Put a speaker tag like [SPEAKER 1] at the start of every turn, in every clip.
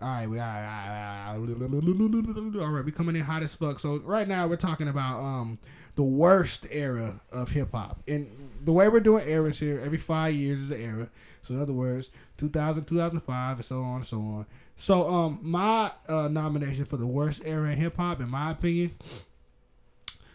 [SPEAKER 1] All right, we all right, all right, all right, we coming in hot as fuck. So right now we're talking about um the worst era of hip hop, and the way we're doing eras here, every five years is an era. So in other words, 2000, 2005, and so on and so on. So um my uh, nomination for the worst era in hip hop, in my opinion,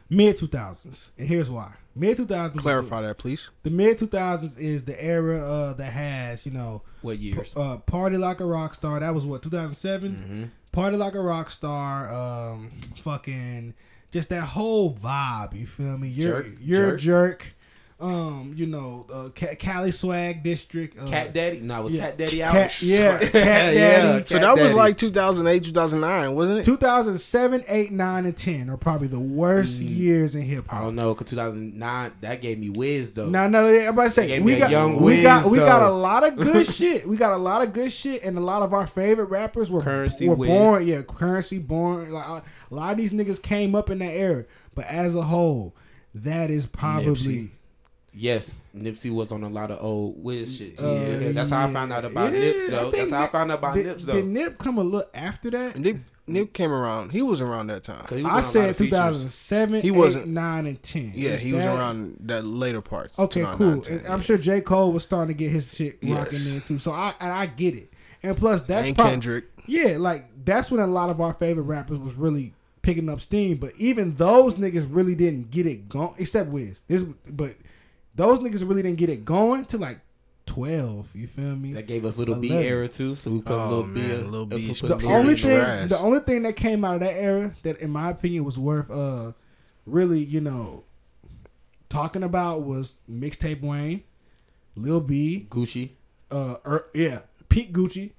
[SPEAKER 1] mid 2000s, and here's why. Mid 2000s.
[SPEAKER 2] Clarify that, please.
[SPEAKER 1] The mid 2000s is the era uh, that has you know.
[SPEAKER 3] What years?
[SPEAKER 1] Uh, Party Like a Rock Star. That was what 2007.
[SPEAKER 3] Mm-hmm.
[SPEAKER 1] Party Like a Rock Star. Um, fucking just that whole vibe. You feel me? You're
[SPEAKER 3] Jerk,
[SPEAKER 1] you're a jerk. Um, you know, uh, Ca- Cali Swag District. Uh,
[SPEAKER 3] Cat Daddy? No, it was
[SPEAKER 1] yeah.
[SPEAKER 3] Cat Daddy out?
[SPEAKER 1] Cat- yeah, Cat
[SPEAKER 3] Yeah,
[SPEAKER 1] Daddy.
[SPEAKER 2] So
[SPEAKER 3] Cat
[SPEAKER 2] that was
[SPEAKER 3] Daddy.
[SPEAKER 2] like 2008, 2009, wasn't it?
[SPEAKER 1] 2007, 8, 9, and 10 are probably the worst
[SPEAKER 3] Mm.
[SPEAKER 1] years in hip
[SPEAKER 3] I
[SPEAKER 1] hop.
[SPEAKER 3] don't know, because 2009, that gave me whiz, though.
[SPEAKER 1] No, no, yeah, I'm about to say
[SPEAKER 3] They gave
[SPEAKER 1] we
[SPEAKER 3] me a
[SPEAKER 1] got
[SPEAKER 3] young
[SPEAKER 1] we got
[SPEAKER 3] Wiz,
[SPEAKER 1] we got a
[SPEAKER 3] though.
[SPEAKER 1] lot of good shit. We got a lot of good shit, and a lot of our favorite rappers were
[SPEAKER 3] Currency
[SPEAKER 1] were
[SPEAKER 3] Wiz.
[SPEAKER 1] born. Yeah, currency born. Like a a lot of these niggas came up in that era, but as a whole, that is probably
[SPEAKER 3] Nipsey. Yes, Nipsey was on a lot of old whiz shit. too.
[SPEAKER 1] Uh,
[SPEAKER 3] yeah, that's how I found out about
[SPEAKER 1] yeah,
[SPEAKER 3] Nips, though.
[SPEAKER 1] think
[SPEAKER 3] That's how I
[SPEAKER 1] Nip-
[SPEAKER 3] found out about
[SPEAKER 1] did,
[SPEAKER 3] Nips,
[SPEAKER 1] Did
[SPEAKER 3] though.
[SPEAKER 1] Nip come a look after that?
[SPEAKER 2] Nip, Nip came around. He was around that time.
[SPEAKER 3] 'Cause he was on a
[SPEAKER 1] I
[SPEAKER 3] lot
[SPEAKER 1] said
[SPEAKER 3] of features.
[SPEAKER 1] 2007,
[SPEAKER 2] He
[SPEAKER 1] he was
[SPEAKER 2] wasn't-
[SPEAKER 1] 9, and 10.
[SPEAKER 2] Yeah,
[SPEAKER 1] Is
[SPEAKER 2] he was
[SPEAKER 1] that-
[SPEAKER 2] around that later part.
[SPEAKER 1] Okay, cool. And I'm sure J. Cole was starting to get his shit rocking
[SPEAKER 2] Yes.
[SPEAKER 1] then too. So I and I get it. And plus, that's
[SPEAKER 2] and
[SPEAKER 1] prob-
[SPEAKER 2] Kendrick.
[SPEAKER 1] Yeah, like that's when a lot of our favorite rappers was really picking up steam. But even those niggas really didn't get it going, except Wiz. This, but those niggas really didn't get it going to like twelve. You feel me?
[SPEAKER 3] That gave us little B
[SPEAKER 1] 11.
[SPEAKER 3] era too, so we put a
[SPEAKER 2] Oh,
[SPEAKER 3] little B.
[SPEAKER 2] man,
[SPEAKER 3] uh,
[SPEAKER 2] Lil
[SPEAKER 3] uh,
[SPEAKER 2] B is
[SPEAKER 3] put
[SPEAKER 1] the
[SPEAKER 3] Lil
[SPEAKER 2] Lil
[SPEAKER 1] only
[SPEAKER 2] Baby's
[SPEAKER 3] B.
[SPEAKER 1] thing,
[SPEAKER 2] trash.
[SPEAKER 1] the only thing that came out of that era that, in my opinion, was worth uh, really, you know, talking about was mixtape Wayne, Lil B,
[SPEAKER 3] Gucci,
[SPEAKER 1] uh, er, yeah, Pete Gucci,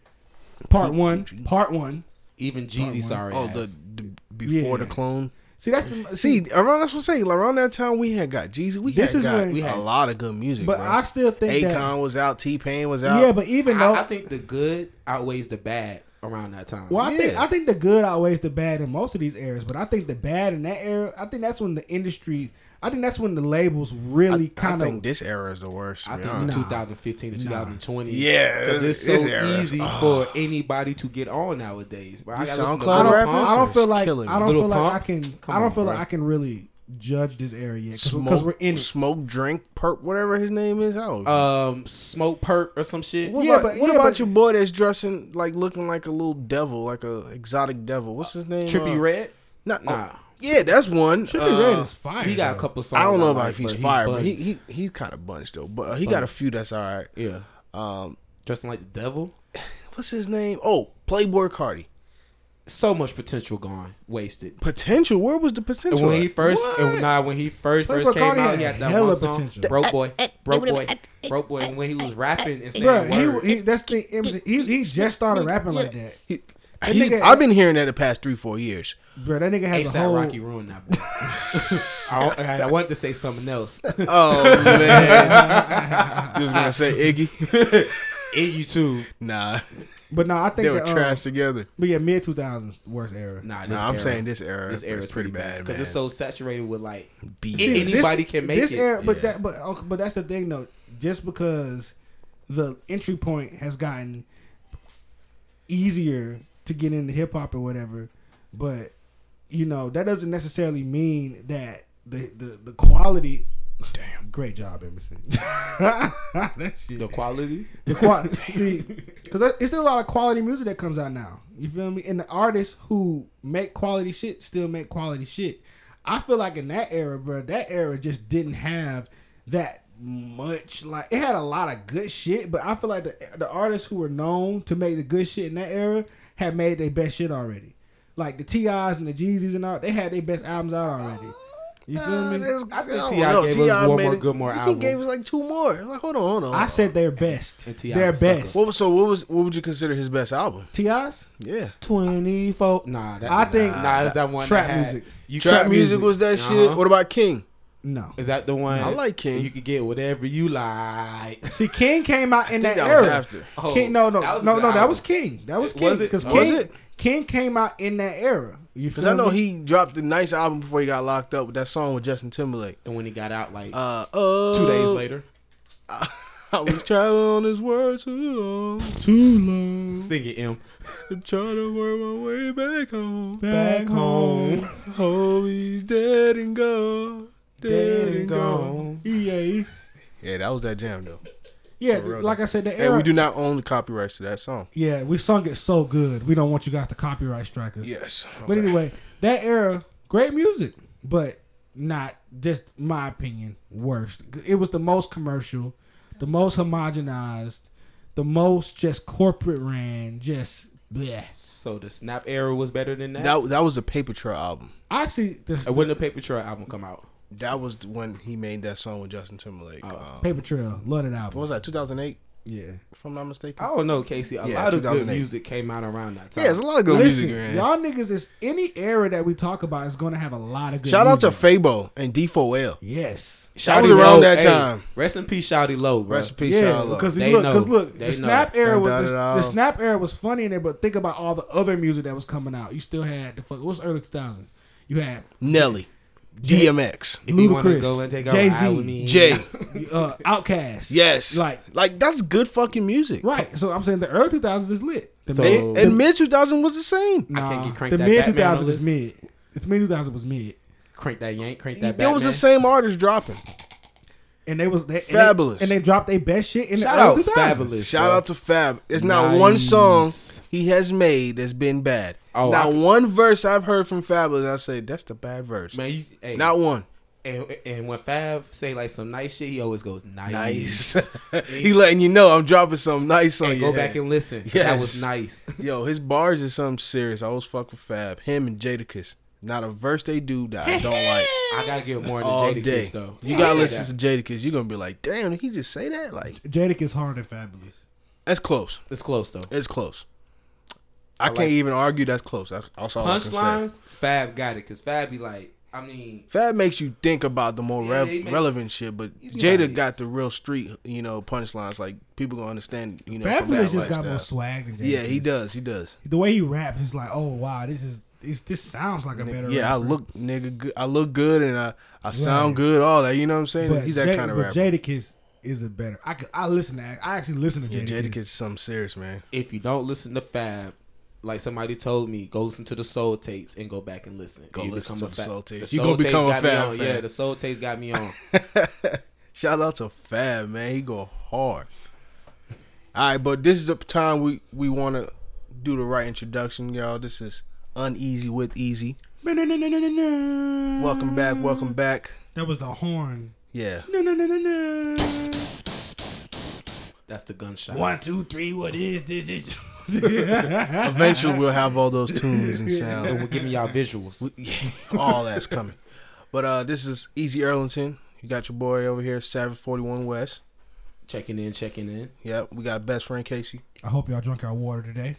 [SPEAKER 1] part one, part one.
[SPEAKER 3] even
[SPEAKER 1] Part one.
[SPEAKER 3] Jeezy. Sorry,
[SPEAKER 2] Oh,
[SPEAKER 3] oh,
[SPEAKER 2] the, the before
[SPEAKER 1] Yeah.
[SPEAKER 2] the clone.
[SPEAKER 1] See, that's the
[SPEAKER 2] See, around that's what I'm saying. like, around that time, we had got Jeezy. We
[SPEAKER 1] This
[SPEAKER 2] had
[SPEAKER 1] is
[SPEAKER 2] got
[SPEAKER 1] when-
[SPEAKER 2] we had a lot of good music.
[SPEAKER 1] But
[SPEAKER 2] bro.
[SPEAKER 1] I still think
[SPEAKER 2] Akon
[SPEAKER 1] that.
[SPEAKER 2] was out. T Pain was out.
[SPEAKER 1] Yeah, but even though
[SPEAKER 3] I, I think the good outweighs the bad around that time.
[SPEAKER 1] Well, I think
[SPEAKER 2] Yeah.
[SPEAKER 1] I think the good outweighs the bad in most of these eras, but I think the bad in that era, I think that's when the industry, I think that's when the labels really kind
[SPEAKER 2] I think
[SPEAKER 1] of.
[SPEAKER 2] this era is the worst.
[SPEAKER 3] I
[SPEAKER 2] to be
[SPEAKER 3] think the
[SPEAKER 2] honest.
[SPEAKER 3] 2015 to 2020.
[SPEAKER 2] Yeah,
[SPEAKER 3] because it's so
[SPEAKER 2] this era.
[SPEAKER 3] easy for anybody to get on nowadays. Bro, I
[SPEAKER 2] These
[SPEAKER 3] gotta listen to
[SPEAKER 2] SoundCloud
[SPEAKER 1] I don't,
[SPEAKER 3] Lil
[SPEAKER 2] rappers?
[SPEAKER 3] Pump.
[SPEAKER 1] I don't feel
[SPEAKER 2] is
[SPEAKER 1] like I
[SPEAKER 2] killing me.
[SPEAKER 1] don't
[SPEAKER 3] Little
[SPEAKER 1] feel like I
[SPEAKER 3] Pump?
[SPEAKER 1] can.
[SPEAKER 3] Come
[SPEAKER 1] I don't
[SPEAKER 3] on,
[SPEAKER 1] feel like
[SPEAKER 3] bro.
[SPEAKER 1] I can really judge this era yet because
[SPEAKER 2] smoke,
[SPEAKER 1] we're in it. Uh,
[SPEAKER 2] smoke, drink, perp, whatever his name is. I don't.
[SPEAKER 3] um, smoke perk or some shit.
[SPEAKER 2] what
[SPEAKER 1] yeah,
[SPEAKER 2] about,
[SPEAKER 1] but-
[SPEAKER 2] what
[SPEAKER 1] yeah,
[SPEAKER 2] about
[SPEAKER 1] but-
[SPEAKER 2] your boy that's dressing like looking like a little devil, like a exotic devil? What's his name?
[SPEAKER 3] Trippy
[SPEAKER 2] Uh,
[SPEAKER 3] Red.
[SPEAKER 2] Not,
[SPEAKER 3] Nah.
[SPEAKER 2] nah. yeah, that's one.
[SPEAKER 1] Trippy
[SPEAKER 2] Uh,
[SPEAKER 1] Red is fire.
[SPEAKER 3] He got a
[SPEAKER 1] though.
[SPEAKER 3] couple songs.
[SPEAKER 2] I don't know
[SPEAKER 3] I
[SPEAKER 2] about
[SPEAKER 3] like,
[SPEAKER 2] if he's
[SPEAKER 3] but
[SPEAKER 2] fire, but he
[SPEAKER 3] buns.
[SPEAKER 2] he he's kind of bunched though. But uh, he got a few that's all right.
[SPEAKER 3] yeah,
[SPEAKER 2] Um,
[SPEAKER 3] dressing like the devil.
[SPEAKER 2] what's his name? Oh, Playboy Cardi.
[SPEAKER 3] So much potential gone, wasted.
[SPEAKER 2] Potential. Where was the
[SPEAKER 3] And
[SPEAKER 2] potential?
[SPEAKER 3] when he
[SPEAKER 2] at?
[SPEAKER 3] first,
[SPEAKER 1] What?
[SPEAKER 3] and nah, when he first
[SPEAKER 1] Playboy
[SPEAKER 3] first came
[SPEAKER 1] Cardi
[SPEAKER 3] out,
[SPEAKER 1] had
[SPEAKER 3] he had that
[SPEAKER 1] hella
[SPEAKER 3] one song,
[SPEAKER 1] potential.
[SPEAKER 3] broke boy, broke boy, broke boy. And when he was rapping and saying
[SPEAKER 1] Bruh,
[SPEAKER 3] words,
[SPEAKER 1] he, he that's the thing. It was- He, he just started rapping like that.
[SPEAKER 2] He-
[SPEAKER 1] That
[SPEAKER 2] he-
[SPEAKER 1] nigga-
[SPEAKER 2] I've been hearing that the past three four years.
[SPEAKER 1] Bro, that nigga has a
[SPEAKER 3] ASAP
[SPEAKER 1] whole.
[SPEAKER 3] Rocky ruined that. Boy. I, don't- I wanted to say something else.
[SPEAKER 2] Oh man, just gonna say Iggy.
[SPEAKER 3] Iggy too.
[SPEAKER 2] Nah,
[SPEAKER 1] But no, I think
[SPEAKER 2] they were
[SPEAKER 1] that, um,
[SPEAKER 2] trash together.
[SPEAKER 1] But yeah, mid 2000s worst era.
[SPEAKER 3] Nah, this
[SPEAKER 2] Nah, I'm
[SPEAKER 3] era-
[SPEAKER 2] saying this era.
[SPEAKER 3] this era is pretty bad because
[SPEAKER 2] man.
[SPEAKER 3] it's so saturated with like
[SPEAKER 2] Beat.
[SPEAKER 3] See,
[SPEAKER 1] this-
[SPEAKER 3] anybody can make
[SPEAKER 1] this
[SPEAKER 3] it.
[SPEAKER 1] Era, but
[SPEAKER 2] Yeah.
[SPEAKER 1] that, but okay, but that's the thing though. Just because the entry point has gotten easier to get into hip hop or whatever, but you know that doesn't necessarily mean that the the, the quality. Damn, great job, Emerson. that shit.
[SPEAKER 3] the quality.
[SPEAKER 1] The quality. See, because it's still a lot of quality music that comes out now. You feel me? And the artists who make quality shit still make quality shit. I feel like in that era, bro, that era just didn't have that much. Like it had a lot of good shit, but I feel like the the artists who were known to make the good shit in that era had made their best shit already. Like the Ti's and the Jeezys and all, they had their best albums out already. You feel
[SPEAKER 2] Ah,
[SPEAKER 1] me?
[SPEAKER 3] I think T.I. gave us one more good more
[SPEAKER 2] He
[SPEAKER 3] album.
[SPEAKER 2] gave us like two more. I'm Like, hold on, hold on.
[SPEAKER 1] I said their best.
[SPEAKER 3] And T.I.
[SPEAKER 1] Their
[SPEAKER 3] was sucker.
[SPEAKER 1] best.
[SPEAKER 2] What was, so what was what would you consider his best album?
[SPEAKER 1] Ti's?
[SPEAKER 2] Yeah,
[SPEAKER 3] Twenty four. Nah, that,
[SPEAKER 1] I think-
[SPEAKER 3] nah, it's that one
[SPEAKER 1] Trap
[SPEAKER 3] that had-
[SPEAKER 1] music.
[SPEAKER 3] You
[SPEAKER 2] trap,
[SPEAKER 1] Trap
[SPEAKER 2] music,
[SPEAKER 1] music.
[SPEAKER 2] was that
[SPEAKER 3] Uh-huh.
[SPEAKER 2] shit. What about King?
[SPEAKER 1] No.
[SPEAKER 3] Is that the one?
[SPEAKER 2] I like King.
[SPEAKER 3] You could get whatever you like.
[SPEAKER 1] See, King came out in that,
[SPEAKER 2] think that was
[SPEAKER 1] era.
[SPEAKER 2] after.
[SPEAKER 3] Oh,
[SPEAKER 1] King, no, no,
[SPEAKER 3] that was a
[SPEAKER 1] no,
[SPEAKER 3] good
[SPEAKER 1] no, that
[SPEAKER 3] album.
[SPEAKER 1] was King. That was
[SPEAKER 3] It-
[SPEAKER 1] King
[SPEAKER 3] was it?
[SPEAKER 1] because
[SPEAKER 3] Oh,
[SPEAKER 2] was
[SPEAKER 1] King,
[SPEAKER 2] it?
[SPEAKER 1] King came out in that era. You
[SPEAKER 2] Because
[SPEAKER 1] feel
[SPEAKER 2] I know
[SPEAKER 1] me?
[SPEAKER 2] he dropped a nice album before he got locked up with that song with Justin Timberlake.
[SPEAKER 3] and when he got out, like
[SPEAKER 2] Uh, oh,
[SPEAKER 3] two days later,
[SPEAKER 2] Uh, I was traveling on this world too long.
[SPEAKER 1] Too long.
[SPEAKER 3] Sing it, M.
[SPEAKER 2] I'm trying to work my way back home.
[SPEAKER 1] Back home.
[SPEAKER 2] Hope he's dead and gone.
[SPEAKER 3] Dead and gone.
[SPEAKER 1] EA.
[SPEAKER 2] Yeah, that was that jam though.
[SPEAKER 1] E Yeah,
[SPEAKER 2] For real,
[SPEAKER 1] like I said, the
[SPEAKER 2] Hey,
[SPEAKER 1] era.
[SPEAKER 2] we do not own the copyrights to that song.
[SPEAKER 1] yeah, we sung it so good. We don't want you guys to copyright strike us.
[SPEAKER 2] Yes.
[SPEAKER 1] But anyway, that era, great music, but not just my opinion, worst. It was the most commercial, the most homogenized, the most just corporate ran, just bleh.
[SPEAKER 3] So the Snap era was better than that.
[SPEAKER 2] that that was a Paper Trail album.
[SPEAKER 1] I see this
[SPEAKER 3] Uh, when the Paper Trail album come out?
[SPEAKER 2] That was the- when he made that song with Justin Timberlake.
[SPEAKER 3] Oh.
[SPEAKER 2] Um,
[SPEAKER 1] Paper Trail, love that album.
[SPEAKER 2] what was that? 2008,
[SPEAKER 1] Yeah.
[SPEAKER 2] if I'm not mistaken.
[SPEAKER 3] I don't know, Casey. A
[SPEAKER 2] Yeah,
[SPEAKER 3] lot of good
[SPEAKER 2] 2008.
[SPEAKER 3] music came out around that time.
[SPEAKER 2] yeah, it's a lot of good
[SPEAKER 1] Listen,
[SPEAKER 2] music. Man.
[SPEAKER 1] y'all niggas is any era that we talk about is going to have a lot of good.
[SPEAKER 2] Shout out to
[SPEAKER 1] music.
[SPEAKER 2] Fabo and D4L.
[SPEAKER 1] yes,
[SPEAKER 2] that was around that time.
[SPEAKER 3] Rest in peace, Shouty Low. Bro.
[SPEAKER 2] Rest in peace,
[SPEAKER 1] yeah,
[SPEAKER 2] Shia LaBeouf.
[SPEAKER 1] because
[SPEAKER 3] They
[SPEAKER 1] look, because
[SPEAKER 3] know.
[SPEAKER 1] look,
[SPEAKER 3] They
[SPEAKER 1] the snap era
[SPEAKER 2] Dun,
[SPEAKER 1] was
[SPEAKER 2] dun,
[SPEAKER 1] the,
[SPEAKER 2] dun,
[SPEAKER 1] the
[SPEAKER 2] dun.
[SPEAKER 1] snap era was funny in there, but think about all the other music that was coming out. You still had the fuck. What was early 2000? You had
[SPEAKER 2] Nelly, DMX,
[SPEAKER 3] If you wanna
[SPEAKER 1] Ludacris,
[SPEAKER 3] go and take a
[SPEAKER 1] Jay-Z,
[SPEAKER 3] ride with me.
[SPEAKER 2] Jay.
[SPEAKER 1] uh, Outkast.
[SPEAKER 2] Yes.
[SPEAKER 1] like
[SPEAKER 2] Like that's good fucking music.
[SPEAKER 1] right. So I'm saying the early 2000s is lit. The
[SPEAKER 3] So-
[SPEAKER 1] mid,
[SPEAKER 2] And, mid 2000 was the same.
[SPEAKER 1] nah,
[SPEAKER 3] can't get cranked
[SPEAKER 1] the
[SPEAKER 3] that
[SPEAKER 1] mid
[SPEAKER 3] Batman on
[SPEAKER 1] 2000s is
[SPEAKER 3] this.
[SPEAKER 1] mid. The mid 2000s was mid,
[SPEAKER 3] Crank that yank, crank
[SPEAKER 2] It
[SPEAKER 3] that
[SPEAKER 2] there
[SPEAKER 3] back.
[SPEAKER 2] was the same artist dropping.
[SPEAKER 1] and they was they, and they-
[SPEAKER 2] Fabulous.
[SPEAKER 1] and they, dropped their best shit in
[SPEAKER 3] Shout
[SPEAKER 1] the
[SPEAKER 3] out
[SPEAKER 1] early 2000s.
[SPEAKER 3] Fabulous.
[SPEAKER 2] Shout
[SPEAKER 3] bro.
[SPEAKER 2] out to Fab. There's not one
[SPEAKER 3] Nice.
[SPEAKER 2] song he has made that's been bad.
[SPEAKER 3] Oh, I
[SPEAKER 2] not
[SPEAKER 3] c-
[SPEAKER 2] one verse I've heard from Fab that I say that's the bad verse.
[SPEAKER 3] man. You, hey,
[SPEAKER 2] Not one.
[SPEAKER 3] and, and when Fab say like some nice shit, he always goes nice.
[SPEAKER 2] Nice. he letting you know I'm dropping something nice on
[SPEAKER 3] And
[SPEAKER 2] you.
[SPEAKER 3] go back and listen. That
[SPEAKER 2] Yes.
[SPEAKER 3] was nice.
[SPEAKER 2] Yo, his bars is something serious. I always fuck with Fab. Him and Jadakiss. Not a verse they do that I don't like.
[SPEAKER 3] I gotta give more to
[SPEAKER 2] All
[SPEAKER 3] Jada
[SPEAKER 2] day.
[SPEAKER 3] Kiss though.
[SPEAKER 2] You gotta listen to Jadakiss. You're gonna be like, damn, did he just say that? Like,
[SPEAKER 1] Jadakiss is hard and fabulous.
[SPEAKER 2] that's close.
[SPEAKER 3] It's close though.
[SPEAKER 2] It's close. I,
[SPEAKER 3] like
[SPEAKER 2] can't even argue that's close. That's, that's all I can say.
[SPEAKER 3] Punchlines, Fab got it because Fab be like, I mean,
[SPEAKER 2] Fab makes you think about the more
[SPEAKER 3] Yeah,
[SPEAKER 2] rev-
[SPEAKER 3] he make-
[SPEAKER 2] relevant shit, but
[SPEAKER 3] You be
[SPEAKER 2] Jada
[SPEAKER 3] like-
[SPEAKER 2] got the real street, you know, punchlines. Like people gonna understand, you know. from
[SPEAKER 1] Fabulous
[SPEAKER 2] that
[SPEAKER 1] just got
[SPEAKER 2] lifestyle.
[SPEAKER 1] more swag than Jadakiss.
[SPEAKER 2] Yeah, he does. He does.
[SPEAKER 1] the way he raps is like, oh wow, this is this this sounds like a better.
[SPEAKER 2] yeah, I
[SPEAKER 1] rapper.
[SPEAKER 2] look nigga good. I look good and I, I sound good. All that, you know what I'm saying?
[SPEAKER 1] But
[SPEAKER 2] He's that
[SPEAKER 1] Jada-
[SPEAKER 2] kind of
[SPEAKER 1] but
[SPEAKER 2] rapper.
[SPEAKER 1] Jadakiss is a better. I could, I listen to I actually listen to
[SPEAKER 2] yeah,
[SPEAKER 1] Jadakiss.
[SPEAKER 2] Jada gets something serious, man.
[SPEAKER 3] if you don't listen to Fab, like somebody told me, go listen to the Soul Tapes and go back and listen.
[SPEAKER 2] Go
[SPEAKER 3] You
[SPEAKER 2] listen to
[SPEAKER 3] become a
[SPEAKER 2] the
[SPEAKER 3] Fab-
[SPEAKER 2] Soul Tapes.
[SPEAKER 3] the
[SPEAKER 2] You gonna
[SPEAKER 3] Soul
[SPEAKER 2] become a
[SPEAKER 3] got me
[SPEAKER 2] Fab
[SPEAKER 3] on.
[SPEAKER 2] fan.
[SPEAKER 3] Yeah, the Soul Tapes got me on.
[SPEAKER 2] Shout out to Fab, man. He go hard. All right, but this is the time we we want to do the right introduction, y'all. This is Uneasy with Easy. Welcome back, welcome back.
[SPEAKER 1] That was the horn.
[SPEAKER 2] Yeah,
[SPEAKER 3] That's the gunshot.
[SPEAKER 1] One, two, three. What is this? It's-
[SPEAKER 2] eventually we'll have all those tunes and
[SPEAKER 3] It
[SPEAKER 2] sounds.
[SPEAKER 3] will give me y'all visuals.
[SPEAKER 2] all that's coming. But uh this is Easy Erlington. You got your boy over here, Savage Forty One West.
[SPEAKER 3] Checking in, checking in.
[SPEAKER 2] Yep, we got best friend Casey.
[SPEAKER 1] I hope y'all drunk our water today.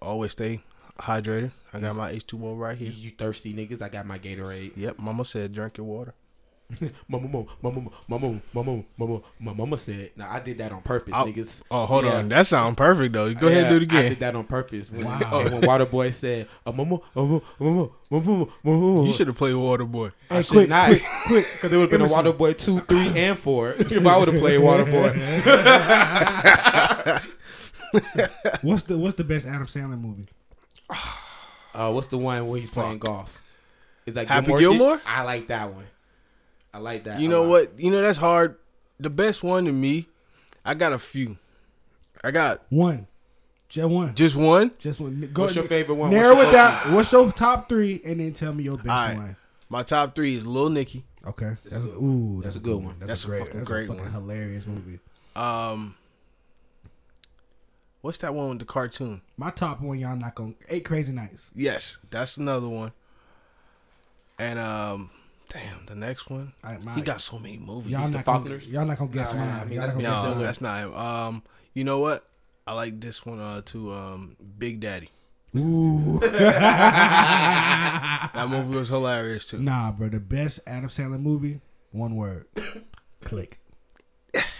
[SPEAKER 2] Always stay hydrated. I got my H two O right here.
[SPEAKER 3] You thirsty niggas? I got my Gatorade.
[SPEAKER 2] Yep, Mama said drink your water.
[SPEAKER 3] Mama, mama, mama, mama, mama, mama, my mama said. Now I did that on purpose,
[SPEAKER 2] I'll-
[SPEAKER 3] niggas.
[SPEAKER 2] Oh, hold
[SPEAKER 3] Yeah.
[SPEAKER 2] on. That sound perfect though. Go ahead and do it
[SPEAKER 3] I
[SPEAKER 2] again.
[SPEAKER 3] did that on purpose. When,
[SPEAKER 1] Wow.
[SPEAKER 3] oh, when Waterboy said, uh, mama, uh, mama, mama, mama, mama,
[SPEAKER 2] You should have played Waterboy.
[SPEAKER 3] I
[SPEAKER 1] Hey,
[SPEAKER 3] should
[SPEAKER 1] quick,
[SPEAKER 3] not.
[SPEAKER 1] quick, quick.
[SPEAKER 3] Because it would have been a
[SPEAKER 1] Emerson.
[SPEAKER 3] Waterboy 2, 3, and 4 if I would have played Waterboy.
[SPEAKER 1] What's the What's the best Adam Sandler movie?
[SPEAKER 3] Uh, what's the one where he's playing golf? Is that
[SPEAKER 2] Happy
[SPEAKER 3] Kid-
[SPEAKER 2] Gilmore?
[SPEAKER 3] I like that one. I like that.
[SPEAKER 2] You
[SPEAKER 3] a
[SPEAKER 2] know
[SPEAKER 3] lot.
[SPEAKER 2] what? You know that's hard. The best one to me, I got a few. I got
[SPEAKER 1] One, just one,
[SPEAKER 2] just one.
[SPEAKER 1] just one. Go,
[SPEAKER 3] What's your favorite one?
[SPEAKER 1] Narrow
[SPEAKER 3] What's
[SPEAKER 1] it
[SPEAKER 3] your
[SPEAKER 1] down. What's your top three, and then tell me your best
[SPEAKER 2] All right.
[SPEAKER 1] one.
[SPEAKER 2] My top three is Lil Nicky.
[SPEAKER 1] Okay, that's,
[SPEAKER 3] a
[SPEAKER 1] a,
[SPEAKER 3] good
[SPEAKER 1] ooh,
[SPEAKER 3] That's a good one.
[SPEAKER 1] That's, a
[SPEAKER 2] That's a
[SPEAKER 1] great.
[SPEAKER 2] fucking
[SPEAKER 1] that's
[SPEAKER 2] great
[SPEAKER 1] a fucking
[SPEAKER 2] one.
[SPEAKER 1] hilarious movie.
[SPEAKER 2] Um, what's that one with the cartoon?
[SPEAKER 1] My top one, y'all not gonna eight crazy nights.
[SPEAKER 2] Yes, that's another one. And um, damn, the next one.
[SPEAKER 1] All right, my,
[SPEAKER 2] He got so many movies.
[SPEAKER 1] y'all not gonna,
[SPEAKER 3] Faulkners?
[SPEAKER 1] y'all not gonna guess
[SPEAKER 3] Nah,
[SPEAKER 1] mine.
[SPEAKER 3] I mean,
[SPEAKER 1] Y'all
[SPEAKER 3] that's
[SPEAKER 1] not gonna
[SPEAKER 2] no,
[SPEAKER 1] guess mine.
[SPEAKER 2] that's not him. Um, you know what? I like this one uh too. Um, Big Daddy.
[SPEAKER 1] Ooh.
[SPEAKER 2] That movie was hilarious too.
[SPEAKER 1] nah, bro. The best Adam Sandler movie, one word. Click.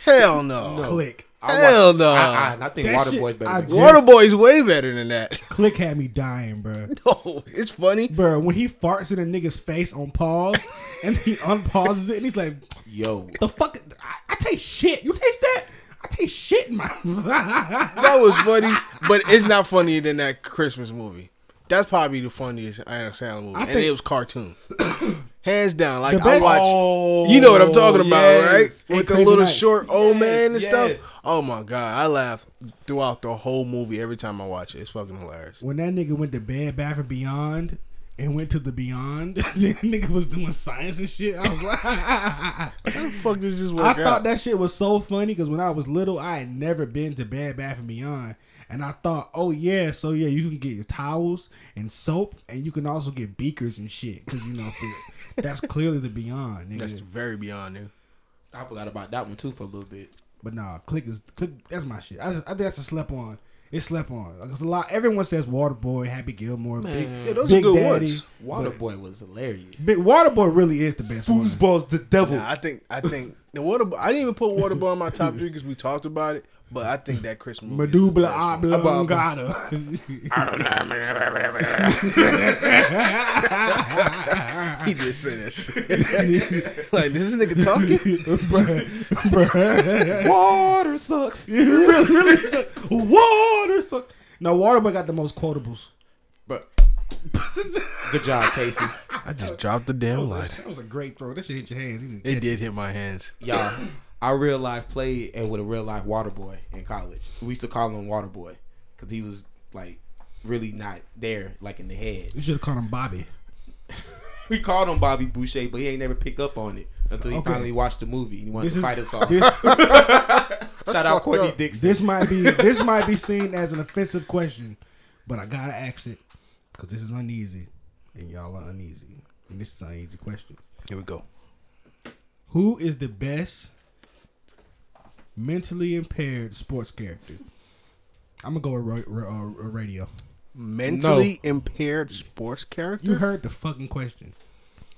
[SPEAKER 2] Hell no.
[SPEAKER 3] Oh.
[SPEAKER 1] Click.
[SPEAKER 3] I watch-
[SPEAKER 2] Hell no.
[SPEAKER 3] I, I, Ah, and I think
[SPEAKER 1] That
[SPEAKER 3] Waterboy's
[SPEAKER 1] shit-
[SPEAKER 3] better.
[SPEAKER 1] I
[SPEAKER 3] than
[SPEAKER 1] just-
[SPEAKER 3] Gilmore.
[SPEAKER 2] Waterboy's way better than that.
[SPEAKER 1] Click had me dying, bro.
[SPEAKER 2] No, it's funny.
[SPEAKER 1] Bro, when he farts in a nigga's face on pause and he unpauses it and he's like,
[SPEAKER 3] Yo,
[SPEAKER 1] the fuck? I, I taste shit. You taste that? I taste shit in my
[SPEAKER 2] That was funny, but it's not funnier than that Christmas movie. That's probably the funniest Adam Sandler movie,
[SPEAKER 1] I
[SPEAKER 2] and
[SPEAKER 1] think-
[SPEAKER 2] it was cartoon, hands down. Like
[SPEAKER 1] The best-
[SPEAKER 2] I watched,
[SPEAKER 3] Oh,
[SPEAKER 2] you know what I'm talking about,
[SPEAKER 3] yes.
[SPEAKER 2] right?
[SPEAKER 1] And
[SPEAKER 2] With the
[SPEAKER 1] Crazy
[SPEAKER 2] little
[SPEAKER 1] Nights.
[SPEAKER 2] short old man and
[SPEAKER 3] yes.
[SPEAKER 2] stuff. Oh my god, I laugh throughout the whole movie every time I watch it. It's fucking hilarious.
[SPEAKER 1] when that nigga went to Bed Bath and Beyond and went to the Beyond, that nigga was doing science and shit. I was like,
[SPEAKER 2] How the fuck does this work
[SPEAKER 1] I
[SPEAKER 2] out?
[SPEAKER 1] thought that shit was so funny because when I was little, I had never been to Bed Bath and Beyond, and I thought, oh yeah, so yeah, you can get your towels and soap, and you can also get beakers and shit because you know for, that's clearly the Beyond, nigga.
[SPEAKER 2] That's very beyond new.
[SPEAKER 3] I forgot about that one too for a little bit.
[SPEAKER 1] But nah, click is click. That's my shit. I, just, I think that's a slap on. It slept on. Like, it's a lot. Everyone says Waterboy, Happy Gilmore, Big,
[SPEAKER 3] Man.
[SPEAKER 2] Yeah, those
[SPEAKER 1] Big
[SPEAKER 2] are good
[SPEAKER 1] Daddy.
[SPEAKER 2] ones.
[SPEAKER 3] Waterboy was hilarious.
[SPEAKER 1] Big Waterboy really is the best. one.
[SPEAKER 3] Foosball's the devil.
[SPEAKER 2] Nah, I think I think the water. I didn't even put Waterboy in my top three because we talked about it. But I think that Christmas movie. is the
[SPEAKER 1] Madubla
[SPEAKER 2] best one.
[SPEAKER 1] oblongata.
[SPEAKER 2] He just said that shit. like this is nigga talking.
[SPEAKER 1] Bruh, bruh.
[SPEAKER 3] Water sucks.
[SPEAKER 1] really, really. Water. suck- No, Waterboy got the most quotables.
[SPEAKER 3] But good job, Casey.
[SPEAKER 2] I just dropped the damn lighter.
[SPEAKER 1] That was a great throw. That shit hit your hands. You didn't
[SPEAKER 2] It
[SPEAKER 1] catch
[SPEAKER 2] did hit my hands.
[SPEAKER 3] Y'all, our real life played and with a real life water boy in college. We used to call him Water Boy because he was like really not there, like in the head.
[SPEAKER 1] You should have called him Bobby.
[SPEAKER 3] We called him Bobby Boucher, but he ain't never pick up on it until he
[SPEAKER 1] Okay.
[SPEAKER 3] finally watched the movie and he wanted
[SPEAKER 1] This
[SPEAKER 3] to
[SPEAKER 1] is
[SPEAKER 3] fight us all.
[SPEAKER 1] this.
[SPEAKER 3] Shout out Courtney
[SPEAKER 2] up.
[SPEAKER 3] Dixon.
[SPEAKER 1] This might be this might be seen as an offensive question, but I gotta ask it because this is uneasy, and y'all are uneasy, and this is an uneasy question.
[SPEAKER 2] Here we go.
[SPEAKER 1] Who is the best mentally impaired sports character? I'm gonna go with ra- ra- uh, radio.
[SPEAKER 2] Mentally impaired sports character.
[SPEAKER 1] You heard the fucking question.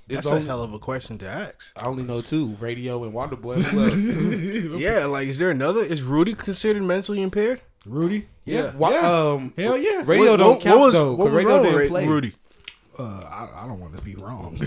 [SPEAKER 2] That's
[SPEAKER 3] It's
[SPEAKER 2] a hell of a question to ask.
[SPEAKER 3] I only know two: radio and Water Boy. Who else?
[SPEAKER 2] Yeah, like is there another? Is Rudy considered mentally impaired?
[SPEAKER 1] Rudy,
[SPEAKER 2] Yeah.
[SPEAKER 3] Wa- um,
[SPEAKER 1] hell yeah.
[SPEAKER 3] radio
[SPEAKER 2] What-
[SPEAKER 3] don't
[SPEAKER 2] what-
[SPEAKER 3] count
[SPEAKER 2] what was-
[SPEAKER 3] though. 'cause
[SPEAKER 2] what was
[SPEAKER 3] radio
[SPEAKER 2] wrong
[SPEAKER 3] didn't
[SPEAKER 2] with Ra-
[SPEAKER 3] play.
[SPEAKER 2] Rudy.
[SPEAKER 1] Uh, I, I don't want to be wrong.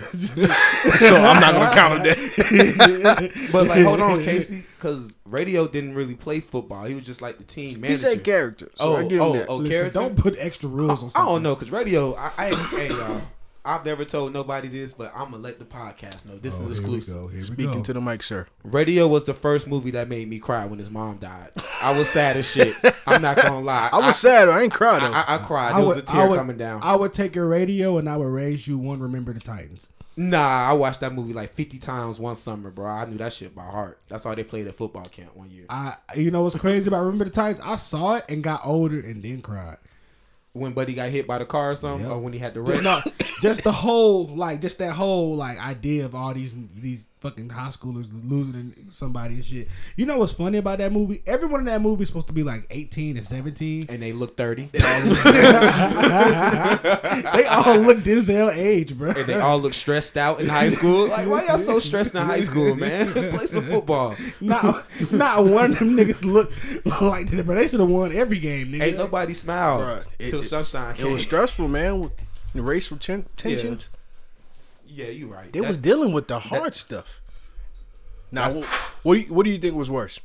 [SPEAKER 2] So I'm not gonna count him that.
[SPEAKER 3] But like, hold on, Casey, because radio didn't really play football. He was just like the team
[SPEAKER 2] He
[SPEAKER 3] manager.
[SPEAKER 2] said character. So
[SPEAKER 3] Oh,
[SPEAKER 2] I give him
[SPEAKER 3] oh,
[SPEAKER 2] that.
[SPEAKER 3] oh.
[SPEAKER 1] Listen,
[SPEAKER 3] character?
[SPEAKER 1] don't put extra rules on. Something.
[SPEAKER 3] I don't know, because radio. I, I hey, y'all, I've never told nobody this, but I'm gonna let the podcast know. This
[SPEAKER 1] Oh,
[SPEAKER 3] is
[SPEAKER 1] here we
[SPEAKER 3] exclusive.
[SPEAKER 1] go. Here we go.
[SPEAKER 2] Speaking to the mic, sir.
[SPEAKER 3] Radio was the first movie that made me cry when his mom died. I was sad as shit. I'm not gonna lie.
[SPEAKER 2] I was sad. I ain't cried.
[SPEAKER 3] I,
[SPEAKER 2] though.
[SPEAKER 3] I, I cried. There was a tear coming down.
[SPEAKER 1] I would take your radio and I would raise you one. Remember the Titans.
[SPEAKER 3] nah, I watched that movie like 50 times one summer, bro. I knew that shit by heart. That's all they played at football camp one year.
[SPEAKER 1] I, you know what's crazy about Remember the Titans? I saw it and got older and then cried.
[SPEAKER 3] When Buddy got hit by the car or something,
[SPEAKER 1] Yep.
[SPEAKER 3] or when he had the wreck.
[SPEAKER 1] No, just the whole like, just that whole like idea of all these these fucking high schoolers losing somebody and shit. You know what's funny about that movie? Everyone in that movie is supposed to be like eighteen and seventeen.
[SPEAKER 3] and they looked 30.
[SPEAKER 1] they all look Denzel age, bro.
[SPEAKER 3] and they all look stressed out in high school. Like, why y'all so stressed in high school, man? Play some football.
[SPEAKER 1] Not not one of them niggas look like that, but they should have won every game, nigga.
[SPEAKER 3] Ain't nobody smile
[SPEAKER 2] Bruh, it-
[SPEAKER 3] till
[SPEAKER 2] it-
[SPEAKER 3] sunshine
[SPEAKER 2] It
[SPEAKER 3] came.
[SPEAKER 2] was stressful, man. With the racial ten- tensions,
[SPEAKER 3] yeah, you right.
[SPEAKER 2] they
[SPEAKER 3] That-
[SPEAKER 2] was dealing with the hard stuff. Now, what, what do you what do you think was worse?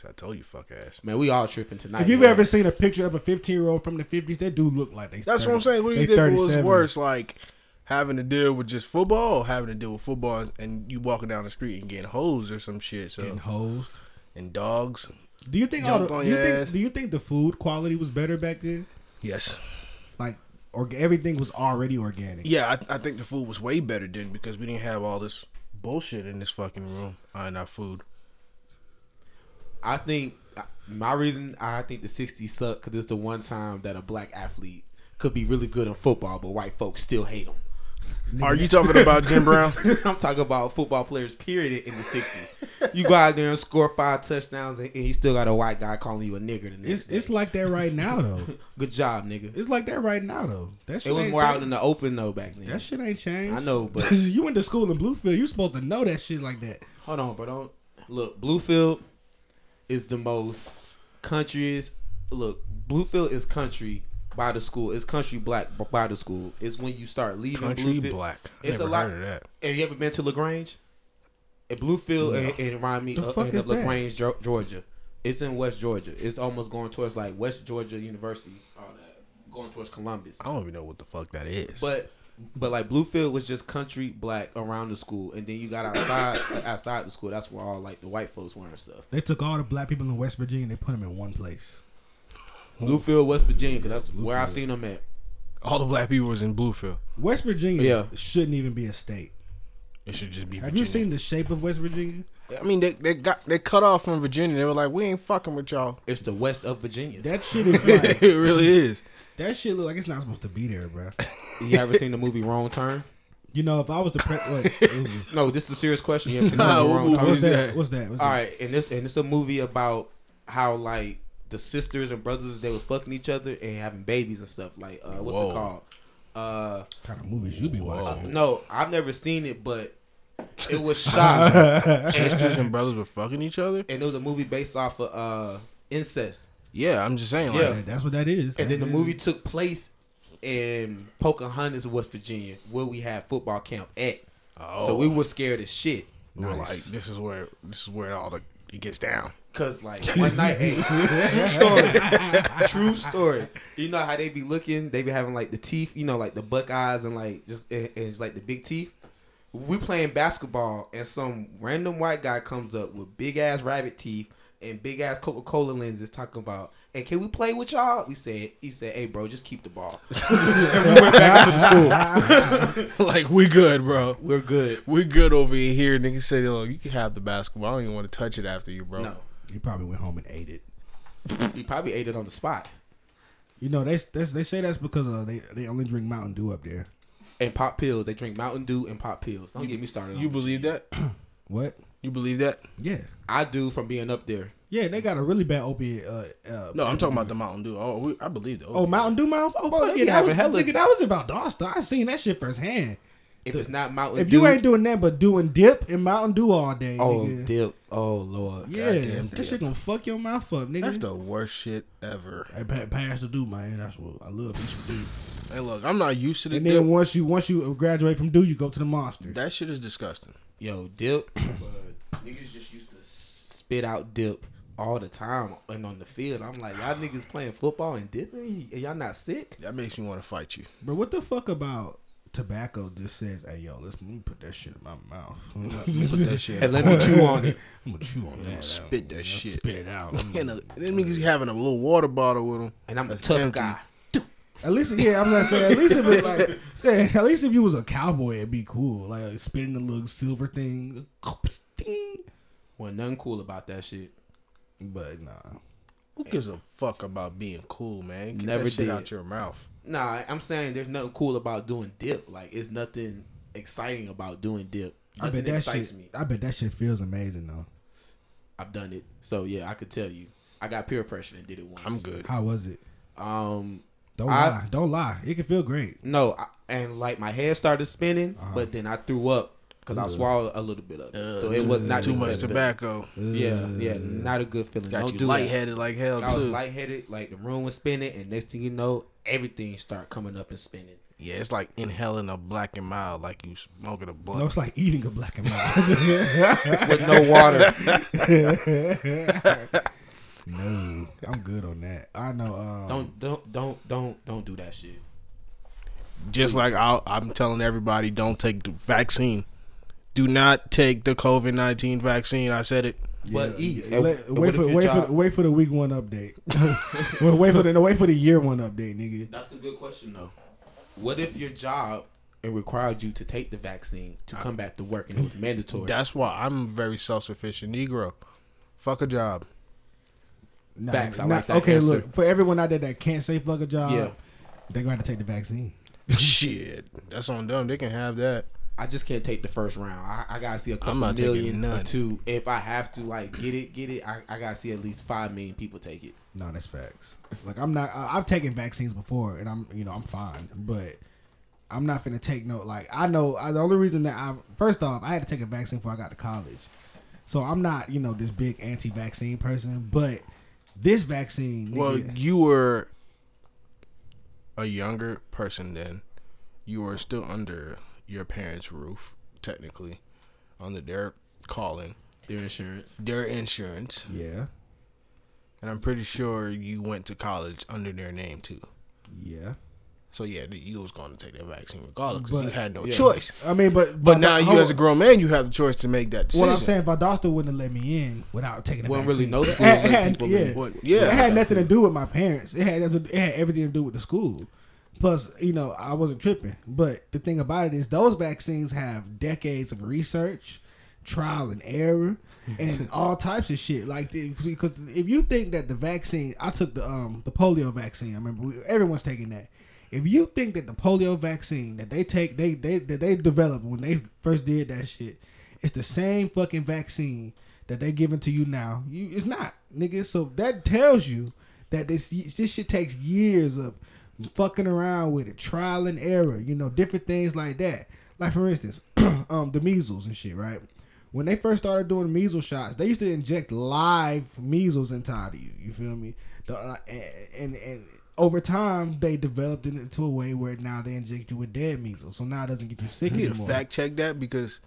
[SPEAKER 2] 'Cause I told you, fuck ass.
[SPEAKER 3] man, we all tripping tonight.
[SPEAKER 1] if you've
[SPEAKER 3] man.
[SPEAKER 1] ever seen a picture of a 15 year old from the 50s, they do look like they.
[SPEAKER 2] That's
[SPEAKER 1] 30.
[SPEAKER 2] what I'm saying. What do you
[SPEAKER 1] They
[SPEAKER 2] think was
[SPEAKER 1] 37.
[SPEAKER 2] worse, like having to deal with just football, or having to deal with football, and, and you walking down the street and getting hoes or some shit, so
[SPEAKER 1] Getting hosed.
[SPEAKER 2] and dogs.
[SPEAKER 1] Do you think all
[SPEAKER 2] Jumped
[SPEAKER 1] the,
[SPEAKER 2] on
[SPEAKER 1] do you
[SPEAKER 2] your ass.
[SPEAKER 1] think do you think the food quality was better back then?
[SPEAKER 2] Yes.
[SPEAKER 1] Like, or everything was already organic.
[SPEAKER 2] Yeah, I, I think the food was way better then because we didn't have all this bullshit in this fucking room. Uh, and our food.
[SPEAKER 3] I think uh, my reason I think the '60s suck because it's the one time that a black athlete could be really good in football, but white folks still hate them.
[SPEAKER 2] Are you talking about Jim Brown?
[SPEAKER 3] I'm talking about football players, period, in the '60s. You go out there and score five touchdowns, and, and you still got a white guy calling you a nigger. The next
[SPEAKER 1] It's
[SPEAKER 3] day.
[SPEAKER 1] it's like that right now though.
[SPEAKER 3] good job, nigga.
[SPEAKER 1] It's like that right now though. That shit
[SPEAKER 3] It was
[SPEAKER 1] ain't-
[SPEAKER 3] more out
[SPEAKER 1] that,
[SPEAKER 3] in the open though back then.
[SPEAKER 1] that shit ain't changed.
[SPEAKER 3] I know, but
[SPEAKER 1] you went to school in Bluefield. You supposed to know that shit like that.
[SPEAKER 3] hold on, bro. Don't look. Bluefield is the most countryest. Look, Bluefield is country by the school. It's country black b- by the school. It's when you start leaving
[SPEAKER 2] Country
[SPEAKER 3] Bluefield.
[SPEAKER 2] Black. I
[SPEAKER 3] It's a
[SPEAKER 2] never
[SPEAKER 3] lot.
[SPEAKER 2] heard of that.
[SPEAKER 3] Have you ever been to Lagrange? At Bluefield and, and remind me
[SPEAKER 1] The
[SPEAKER 3] of,
[SPEAKER 1] fuck
[SPEAKER 3] and
[SPEAKER 1] is
[SPEAKER 3] of
[SPEAKER 1] that?
[SPEAKER 3] Lagrange, Geo- Georgia. It's in West Georgia. It's almost going towards like West Georgia University, all that, going towards Columbus.
[SPEAKER 2] I don't even know what the fuck that is.
[SPEAKER 3] But but like Bluefield was just country black around the school, and then you got outside like, outside the school. That's where all like the white folks were and stuff.
[SPEAKER 1] They took all the black people in West Virginia and they put them in one place.
[SPEAKER 3] Bluefield, West Virginia, 'cause that's where I seen them at.
[SPEAKER 2] all the black people was in Bluefield.
[SPEAKER 1] West Virginia
[SPEAKER 3] Yeah.
[SPEAKER 1] shouldn't even be a state.
[SPEAKER 2] It should just be.
[SPEAKER 1] Have
[SPEAKER 2] Virginia.
[SPEAKER 1] you seen the shape of West Virginia?
[SPEAKER 2] I mean, they they got they cut off from Virginia. They were like, we ain't fucking with y'all.
[SPEAKER 3] It's the west of Virginia.
[SPEAKER 1] That shit is
[SPEAKER 2] it
[SPEAKER 1] like
[SPEAKER 2] really is.
[SPEAKER 1] that shit look like it's not supposed to be there, bro.
[SPEAKER 3] You ever seen the movie Wrong Turn?
[SPEAKER 1] You know, if I was the pre- wait, ooh.
[SPEAKER 3] No, this is a serious question. You ever seen the
[SPEAKER 2] Nah,
[SPEAKER 3] movie
[SPEAKER 2] what movie
[SPEAKER 3] Wrong Turn?
[SPEAKER 2] is
[SPEAKER 1] what's
[SPEAKER 2] Who's
[SPEAKER 1] that?
[SPEAKER 2] that?
[SPEAKER 1] What's that? What's
[SPEAKER 3] All
[SPEAKER 1] that?
[SPEAKER 3] right, and this and it's a movie about how like the sisters and brothers they was fucking each other and having babies and stuff. Like uh, what's
[SPEAKER 2] Whoa.
[SPEAKER 3] it called? Uh,
[SPEAKER 1] What kind of movies you be watching?
[SPEAKER 3] no, I've never seen it, but it was shot,
[SPEAKER 2] Sisters and brothers were fucking each other.
[SPEAKER 3] and it was a movie based off of uh, incest.
[SPEAKER 2] Yeah, I'm just saying. Like,
[SPEAKER 3] Yeah.
[SPEAKER 1] That- that's what that is. That
[SPEAKER 3] And then the
[SPEAKER 1] is-
[SPEAKER 3] movie took place in Pocahontas, West Virginia, where we had football camp at.
[SPEAKER 2] Oh.
[SPEAKER 3] So we were scared as shit.
[SPEAKER 2] we were
[SPEAKER 1] Nice.
[SPEAKER 2] like, this is where this is where it all the, it gets down.
[SPEAKER 3] Cause like one night, hey, true story, true story. You know how they be looking? They be having like the teeth, you know, like the buck eyes and like just and, and just like the big teeth. We playing basketball and some random white guy comes up with big ass rabbit teeth and big ass Coca Cola lenses, talking about, "Hey, can we play with y'all?" We said, he said, "Hey, bro, just keep the ball." and we went back to the school.
[SPEAKER 2] like we good, bro.
[SPEAKER 3] We're good.
[SPEAKER 2] We good over here. Nigga said, look, you can have the basketball. I don't even want to touch it after you, bro.
[SPEAKER 3] No,
[SPEAKER 1] He probably went home and ate it.
[SPEAKER 3] he probably ate it on the spot
[SPEAKER 1] You know, they they, they say that's because uh, they they only drink Mountain Dew up there.
[SPEAKER 3] and pop pills. They drink Mountain Dew and pop pills. Don't get me started. on
[SPEAKER 2] You
[SPEAKER 3] it.
[SPEAKER 2] believe that?
[SPEAKER 1] What?
[SPEAKER 2] You believe that?
[SPEAKER 1] Yeah,
[SPEAKER 3] I do from being up there.
[SPEAKER 1] yeah. They got a really bad opiate. Uh, uh,
[SPEAKER 2] No, I'm talking about the Mountain Dew. Oh, we, I believe that.
[SPEAKER 1] Oh, Mountain Dew mouth. Oh,
[SPEAKER 3] Bro,
[SPEAKER 1] fuck
[SPEAKER 3] they
[SPEAKER 1] yeah,
[SPEAKER 3] be
[SPEAKER 1] that
[SPEAKER 3] having
[SPEAKER 1] was
[SPEAKER 3] hella-
[SPEAKER 1] nigga, that was about Dosta. I seen that shit firsthand.
[SPEAKER 3] If it's not Mountain
[SPEAKER 1] If
[SPEAKER 3] Dew,
[SPEAKER 1] you ain't doing that but doing dip and Mountain Dew all day,
[SPEAKER 3] oh
[SPEAKER 1] nigga.
[SPEAKER 3] dip, oh lord,
[SPEAKER 1] Yeah,
[SPEAKER 2] Goddamn
[SPEAKER 1] that shit gonna fuck your mouth up, nigga.
[SPEAKER 2] That's the worst shit ever.
[SPEAKER 1] I pa- pass the do, man. That's what I love. me some Dew.
[SPEAKER 2] Hey, look, I'm not used to the
[SPEAKER 1] and
[SPEAKER 2] dip.
[SPEAKER 1] then once you once you graduate from do, you go to the monsters.
[SPEAKER 2] That shit is disgusting.
[SPEAKER 3] yo dip. but niggas just used to spit out dip all the time and on the field. I'm like, y'all niggas playing football and dipping, and y'all not sick?
[SPEAKER 2] That makes me want to fight you.
[SPEAKER 1] But what the fuck about tobacco? Just says, "Hey, yo, let's let me put that shit in my mouth. I'm
[SPEAKER 2] Put
[SPEAKER 1] gonna
[SPEAKER 2] that shit.
[SPEAKER 3] And let me chew on it.
[SPEAKER 1] chew on that.
[SPEAKER 2] spit that
[SPEAKER 1] I'll
[SPEAKER 2] shit.
[SPEAKER 1] Spit it out.
[SPEAKER 2] And uh, them niggas having a little water bottle with them.
[SPEAKER 3] And I'm a
[SPEAKER 2] That's
[SPEAKER 3] tough
[SPEAKER 2] empty.
[SPEAKER 3] guy.
[SPEAKER 1] At least, yeah, I'm not saying. At least if it like, say, at least if you was a cowboy, it'd be cool. Like spitting the little silver thing. Ding.
[SPEAKER 3] Well, nothing cool about that shit.
[SPEAKER 1] But nah,
[SPEAKER 2] Who gives a fuck about being cool, man? Get
[SPEAKER 3] Never
[SPEAKER 2] that shit
[SPEAKER 3] did.
[SPEAKER 2] out your mouth.
[SPEAKER 3] Nah, I'm saying there's nothing cool about doing dip. Like, it's nothing exciting about doing dip.
[SPEAKER 1] I
[SPEAKER 3] Nothing
[SPEAKER 1] bet that
[SPEAKER 3] excites
[SPEAKER 1] shit.
[SPEAKER 3] me.
[SPEAKER 1] I bet that shit feels amazing though.
[SPEAKER 3] I've done it, so yeah, I could tell you. I got peer pressure and did it once.
[SPEAKER 2] I'm good.
[SPEAKER 1] How was it?
[SPEAKER 3] Um,
[SPEAKER 1] Don't
[SPEAKER 3] I-
[SPEAKER 1] lie. Don't lie. It can feel great.
[SPEAKER 3] No, I, and like my head started spinning,
[SPEAKER 2] Uh-huh.
[SPEAKER 3] but then I threw up because I swallowed a little bit of it. so it was not
[SPEAKER 2] Uh, Too
[SPEAKER 3] the
[SPEAKER 2] much
[SPEAKER 3] best
[SPEAKER 2] tobacco.
[SPEAKER 3] feeling. Yeah, yeah, not a good feeling.
[SPEAKER 2] Got
[SPEAKER 3] Don't
[SPEAKER 2] you
[SPEAKER 3] do that.
[SPEAKER 2] lightheaded like hell
[SPEAKER 3] I was
[SPEAKER 2] too.
[SPEAKER 3] lightheaded, like the room was spinning, and next thing you know, everything started coming up and spinning.
[SPEAKER 2] yeah, it's like inhaling a black and mild, like you smoking a blunt.
[SPEAKER 1] No, it's like eating a black and mild.
[SPEAKER 3] With no water,
[SPEAKER 1] no, I'm good on that. I know. Um,
[SPEAKER 3] don't, don't, don't, don't, don't do that shit.
[SPEAKER 2] Just like i I'm telling everybody, don't take the vaccine. Do not take the COVID nineteen vaccine. I said it.
[SPEAKER 3] But eat.
[SPEAKER 1] Yeah,
[SPEAKER 3] And
[SPEAKER 1] let-
[SPEAKER 3] what
[SPEAKER 1] wait
[SPEAKER 3] if
[SPEAKER 1] for
[SPEAKER 3] your
[SPEAKER 1] wait
[SPEAKER 3] job-
[SPEAKER 1] for wait for the week one update. Well, wait for the no, wait for the year one update, nigga.
[SPEAKER 3] That's a good question though. What if your job it required you to take the vaccine to come back to work and it was mandatory?
[SPEAKER 2] That's why I'm a very self sufficient Negro. Fuck a job.
[SPEAKER 1] Nah,
[SPEAKER 3] Facts, I
[SPEAKER 1] nah,
[SPEAKER 3] like that
[SPEAKER 1] Okay,
[SPEAKER 3] answer.
[SPEAKER 1] look for everyone out there that can't say fuck a job.
[SPEAKER 3] Yeah.
[SPEAKER 1] They're gonna have to take the vaccine.
[SPEAKER 2] Shit, that's on them. They can have that.
[SPEAKER 3] I just can't take the first round. I, I gotta see a couple
[SPEAKER 2] not taking
[SPEAKER 3] million
[SPEAKER 2] none.
[SPEAKER 3] or two. If I have to like get it, get it. I, I gotta see at least five million people take it.
[SPEAKER 1] No, that's facts. Like I'm not. I, I've taken vaccines before, and I'm you know I'm fine, but I'm not finna take no. Like I know I, the only reason that I first off I had to take a vaccine before I got to college, so I'm not you know this big anti-vaccine person, but this vaccine.
[SPEAKER 2] Well,
[SPEAKER 1] nigga-
[SPEAKER 2] you were a younger person then. You were still under your parents' roof, technically, under their calling,
[SPEAKER 3] Their insurance.
[SPEAKER 2] their insurance.
[SPEAKER 1] yeah.
[SPEAKER 2] and I'm pretty sure you went to college under their name too.
[SPEAKER 1] Yeah.
[SPEAKER 2] So yeah, the- you was going to take that vaccine regardless. 'cause you
[SPEAKER 1] But-
[SPEAKER 2] had no
[SPEAKER 3] yeah.
[SPEAKER 2] choice.
[SPEAKER 1] I mean, but
[SPEAKER 2] But now
[SPEAKER 1] hold
[SPEAKER 2] you, as a
[SPEAKER 1] on.
[SPEAKER 2] grown man, you have the choice to make that decision.
[SPEAKER 1] What I'm saying, Valdosta wouldn't have let me in without taking the
[SPEAKER 3] Wouldn't
[SPEAKER 1] vaccine.
[SPEAKER 3] really know that.
[SPEAKER 1] It had-
[SPEAKER 3] People
[SPEAKER 1] yeah.
[SPEAKER 3] really
[SPEAKER 2] What-
[SPEAKER 1] It had
[SPEAKER 2] yeah,
[SPEAKER 1] nothing to do with my parents. It had it had everything to do with the school. Plus, you know, I wasn't tripping. But the thing about it is, those vaccines have decades of research, trial and error, and all types of shit. Like the- because if you think that the vaccine, I took the um the polio vaccine. I remember we, everyone's taking that. If you think that the polio vaccine that they take, they they that they developed when they first did that shit, it's the same fucking vaccine that they giving to you now. You, it's not, nigga. So that tells you that this this shit takes years of fucking around with it, trial and error. You know, different things like that. Like for instance, um, the measles and shit, right? When they first started doing measles shots, they used to inject live measles inside of you. You feel me? The, uh, and, and and over time, they developed it into a way where now they inject you with dead measles, so now it doesn't get you sick
[SPEAKER 2] You need to
[SPEAKER 1] anymore.
[SPEAKER 2] fact check that because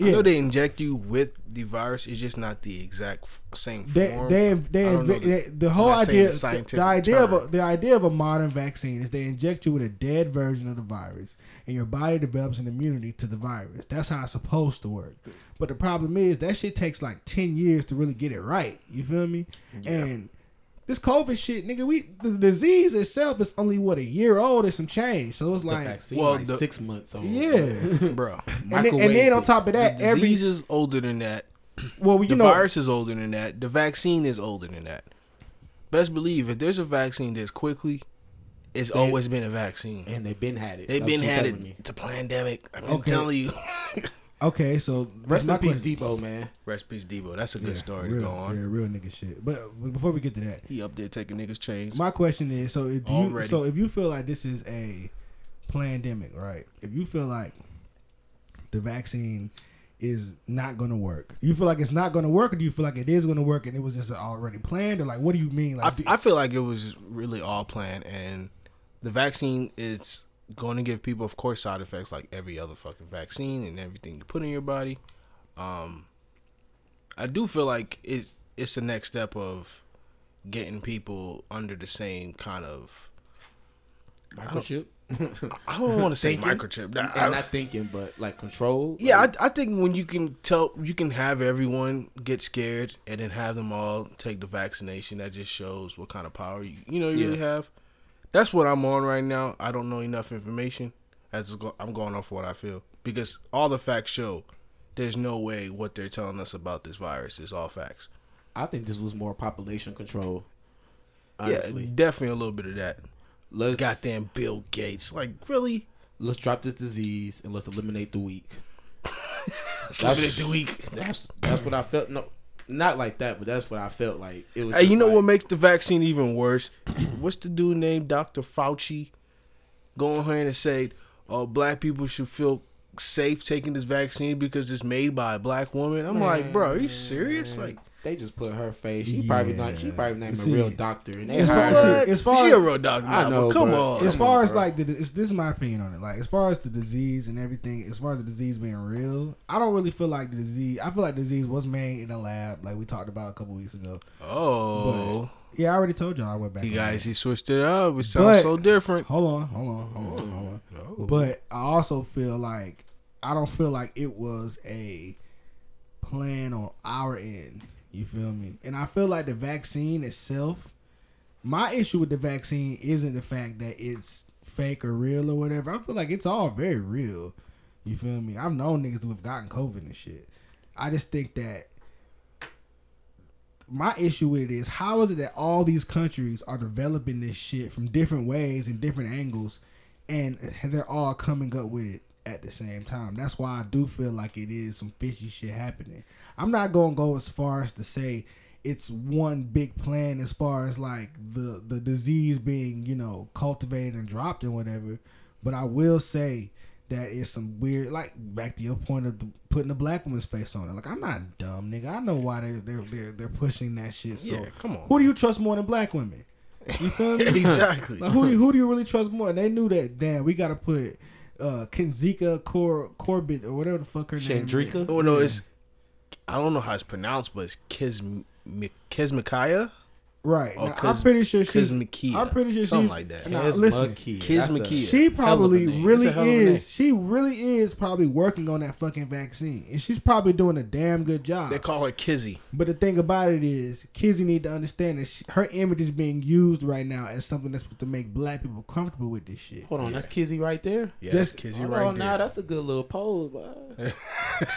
[SPEAKER 2] I
[SPEAKER 1] Yeah.
[SPEAKER 2] know they inject you with the virus. It's just not the exact f- same
[SPEAKER 1] they
[SPEAKER 2] form.
[SPEAKER 1] they, they,
[SPEAKER 2] I don't know
[SPEAKER 1] inve- the, the whole
[SPEAKER 2] I'm not saying
[SPEAKER 1] idea
[SPEAKER 2] the
[SPEAKER 1] the, the
[SPEAKER 2] scientific
[SPEAKER 1] idea of a,
[SPEAKER 2] term.
[SPEAKER 1] the idea of a modern vaccine is they inject you with a dead version of the virus and your body develops an immunity to the virus that's how it's supposed to work but the problem is that shit takes like 10 years to really get it right you feel me and this covid shit nigga we the disease itself is only what a year old and some change so it's
[SPEAKER 3] The
[SPEAKER 1] like
[SPEAKER 3] vaccine,
[SPEAKER 2] Well,
[SPEAKER 3] like
[SPEAKER 2] the-
[SPEAKER 3] six months old.
[SPEAKER 1] yeah
[SPEAKER 2] bro.
[SPEAKER 1] and then, and then on top of that
[SPEAKER 2] the
[SPEAKER 1] every
[SPEAKER 2] disease is older than that.
[SPEAKER 1] well you
[SPEAKER 2] The
[SPEAKER 1] know
[SPEAKER 2] virus is older than that. The vaccine is older than that. Best believe if there's a vaccine this quickly, it's always been a vaccine.
[SPEAKER 3] and they've been had it.
[SPEAKER 2] They've
[SPEAKER 3] That's
[SPEAKER 2] been
[SPEAKER 3] what
[SPEAKER 2] had
[SPEAKER 3] you're telling
[SPEAKER 2] it. It's a pandemic. I've been
[SPEAKER 1] Okay.
[SPEAKER 2] telling you.
[SPEAKER 1] okay so
[SPEAKER 3] Rest in
[SPEAKER 1] my
[SPEAKER 3] peace,
[SPEAKER 1] question-
[SPEAKER 3] Depot, man.
[SPEAKER 2] Rest peace, Debo. That's a good
[SPEAKER 1] Yeah,
[SPEAKER 2] story
[SPEAKER 1] real,
[SPEAKER 2] to go on.
[SPEAKER 1] Yeah, real nigga shit. But but before we get to that,
[SPEAKER 2] He up there taking niggas' chains.
[SPEAKER 1] my question is: so if you
[SPEAKER 2] Already.
[SPEAKER 1] so if you feel like this is a pandemic, right? If you feel like the vaccine is not going to work, you feel like it's not going to work, or do you feel like it is going to work and it was just already planned, or like what do you mean?
[SPEAKER 2] I,
[SPEAKER 1] Like,
[SPEAKER 2] I feel like it was really all planned, and the vaccine is going to give people, of course, side effects like every other fucking vaccine and everything you put in your body. Um, I do feel like it's it's the next step of getting people under the same kind of
[SPEAKER 3] Microchip.
[SPEAKER 2] I don't want to say
[SPEAKER 3] Thinking?
[SPEAKER 2] microchip. Nah, I-
[SPEAKER 3] and not thinking, but like control.
[SPEAKER 2] yeah,
[SPEAKER 3] like,
[SPEAKER 2] I, I think when you can tell, you can have everyone get scared and then have them all take the vaccination. That just shows what kind of power you, you know you really have. That's what I'm on right now. I don't know enough information. As go- I'm going off what I feel because all the facts show there's no way what they're telling us about this virus is all facts.
[SPEAKER 3] I, think this was more population control. Honestly,
[SPEAKER 2] Yeah, definitely a little bit of that.
[SPEAKER 3] let's
[SPEAKER 2] Goddamn Bill Gates, like really?
[SPEAKER 3] let's drop this disease and let's eliminate the weak.
[SPEAKER 2] That's the week.
[SPEAKER 3] That's that's what I felt. No, not like that, but that's what I felt like. It was.
[SPEAKER 2] Hey,
[SPEAKER 3] just
[SPEAKER 2] you know
[SPEAKER 3] like-
[SPEAKER 2] what makes the vaccine even worse? What's the dude named Dr. Fauci going here and say, "Oh, black people should feel safe taking this vaccine because it's made by a black woman." I'm like, bro, are you serious? Like,
[SPEAKER 3] They just put her face. She probably not. She
[SPEAKER 1] Yeah.
[SPEAKER 3] probably not even
[SPEAKER 1] See,
[SPEAKER 3] a real doctor. And they
[SPEAKER 1] it's
[SPEAKER 3] hired
[SPEAKER 1] far-
[SPEAKER 3] her.
[SPEAKER 2] what?
[SPEAKER 1] as far
[SPEAKER 2] she
[SPEAKER 1] as-
[SPEAKER 2] a real doctor.
[SPEAKER 3] I
[SPEAKER 2] now,
[SPEAKER 3] know,
[SPEAKER 2] but come
[SPEAKER 3] but-
[SPEAKER 2] on.
[SPEAKER 1] as
[SPEAKER 3] Come
[SPEAKER 1] far
[SPEAKER 3] on,
[SPEAKER 1] as
[SPEAKER 3] bro.
[SPEAKER 1] like the it's, this is my opinion on it. Like as far as the disease and everything, as far as the disease being real, I don't really feel like the disease. I feel like disease was made in a lab, like we talked about a couple weeks ago.
[SPEAKER 2] oh,
[SPEAKER 1] Yeah, I already told y'all I went back.
[SPEAKER 2] you
[SPEAKER 1] on that.
[SPEAKER 2] guys, he switched it up. It sounds
[SPEAKER 1] But-
[SPEAKER 2] so different.
[SPEAKER 1] Hold on, hold on, hold on, hold on. But I also feel like I don't feel like it was a plan on our end. You feel me? And I feel like the vaccine itself. My issue with the vaccine isn't the fact that it's fake or real or whatever. I feel like it's all very real. You feel me? I've known niggas who have gotten COVID and shit. I just think that my issue with it is how is it that all these countries are developing this shit from different ways and different angles and they're all coming up with it at the same time. That's why I do feel like it is some fishy shit happening. I'm not going to go as far as to say it's one big plan as far as like the the disease being, you know, cultivated and dropped and whatever, but I will say that is some weird like back to your point of the, putting the black woman's face on it. Like I'm not dumb, nigga. I know why they they're they're, they're pushing that shit. So
[SPEAKER 2] Yeah, come on.
[SPEAKER 1] Who do you trust more than black women? You feel me?
[SPEAKER 2] exactly.
[SPEAKER 1] Like, who do you, who do you really trust more? And they knew that. Damn, we gotta put uh Kenzika Cor- Corbett or whatever the fuck her name.
[SPEAKER 3] Chandrika.
[SPEAKER 2] Oh no, it's I don't know how it's pronounced, but it's Kiz Kismikaya.
[SPEAKER 1] Right, Right.
[SPEAKER 2] Or
[SPEAKER 1] Now, I'm
[SPEAKER 2] Kuz-
[SPEAKER 1] pretty sure she's.
[SPEAKER 2] Kuzmikia.
[SPEAKER 1] I'm pretty sure
[SPEAKER 2] something
[SPEAKER 1] she's-
[SPEAKER 2] like that.
[SPEAKER 1] Nah,
[SPEAKER 3] Kids
[SPEAKER 1] listen,
[SPEAKER 3] Mucky.
[SPEAKER 2] Kids
[SPEAKER 3] That's a-
[SPEAKER 2] McKee.
[SPEAKER 1] She probably
[SPEAKER 2] Hell of a name.
[SPEAKER 1] really
[SPEAKER 2] It's a hell of a
[SPEAKER 1] is. She really is probably working on that fucking vaccine, and she's probably doing a damn good job.
[SPEAKER 2] They call her Kizzy.
[SPEAKER 1] But the thing about it is, kids need to understand that she, her image is being used right now as something that's supposed to make black people comfortable with this shit.
[SPEAKER 3] Hold on, that's Kizzy right there.
[SPEAKER 2] Yeah,
[SPEAKER 1] That's-
[SPEAKER 2] Kizzy
[SPEAKER 3] Hold
[SPEAKER 2] right
[SPEAKER 3] on, now
[SPEAKER 2] there.
[SPEAKER 3] that's a good little pose, boy.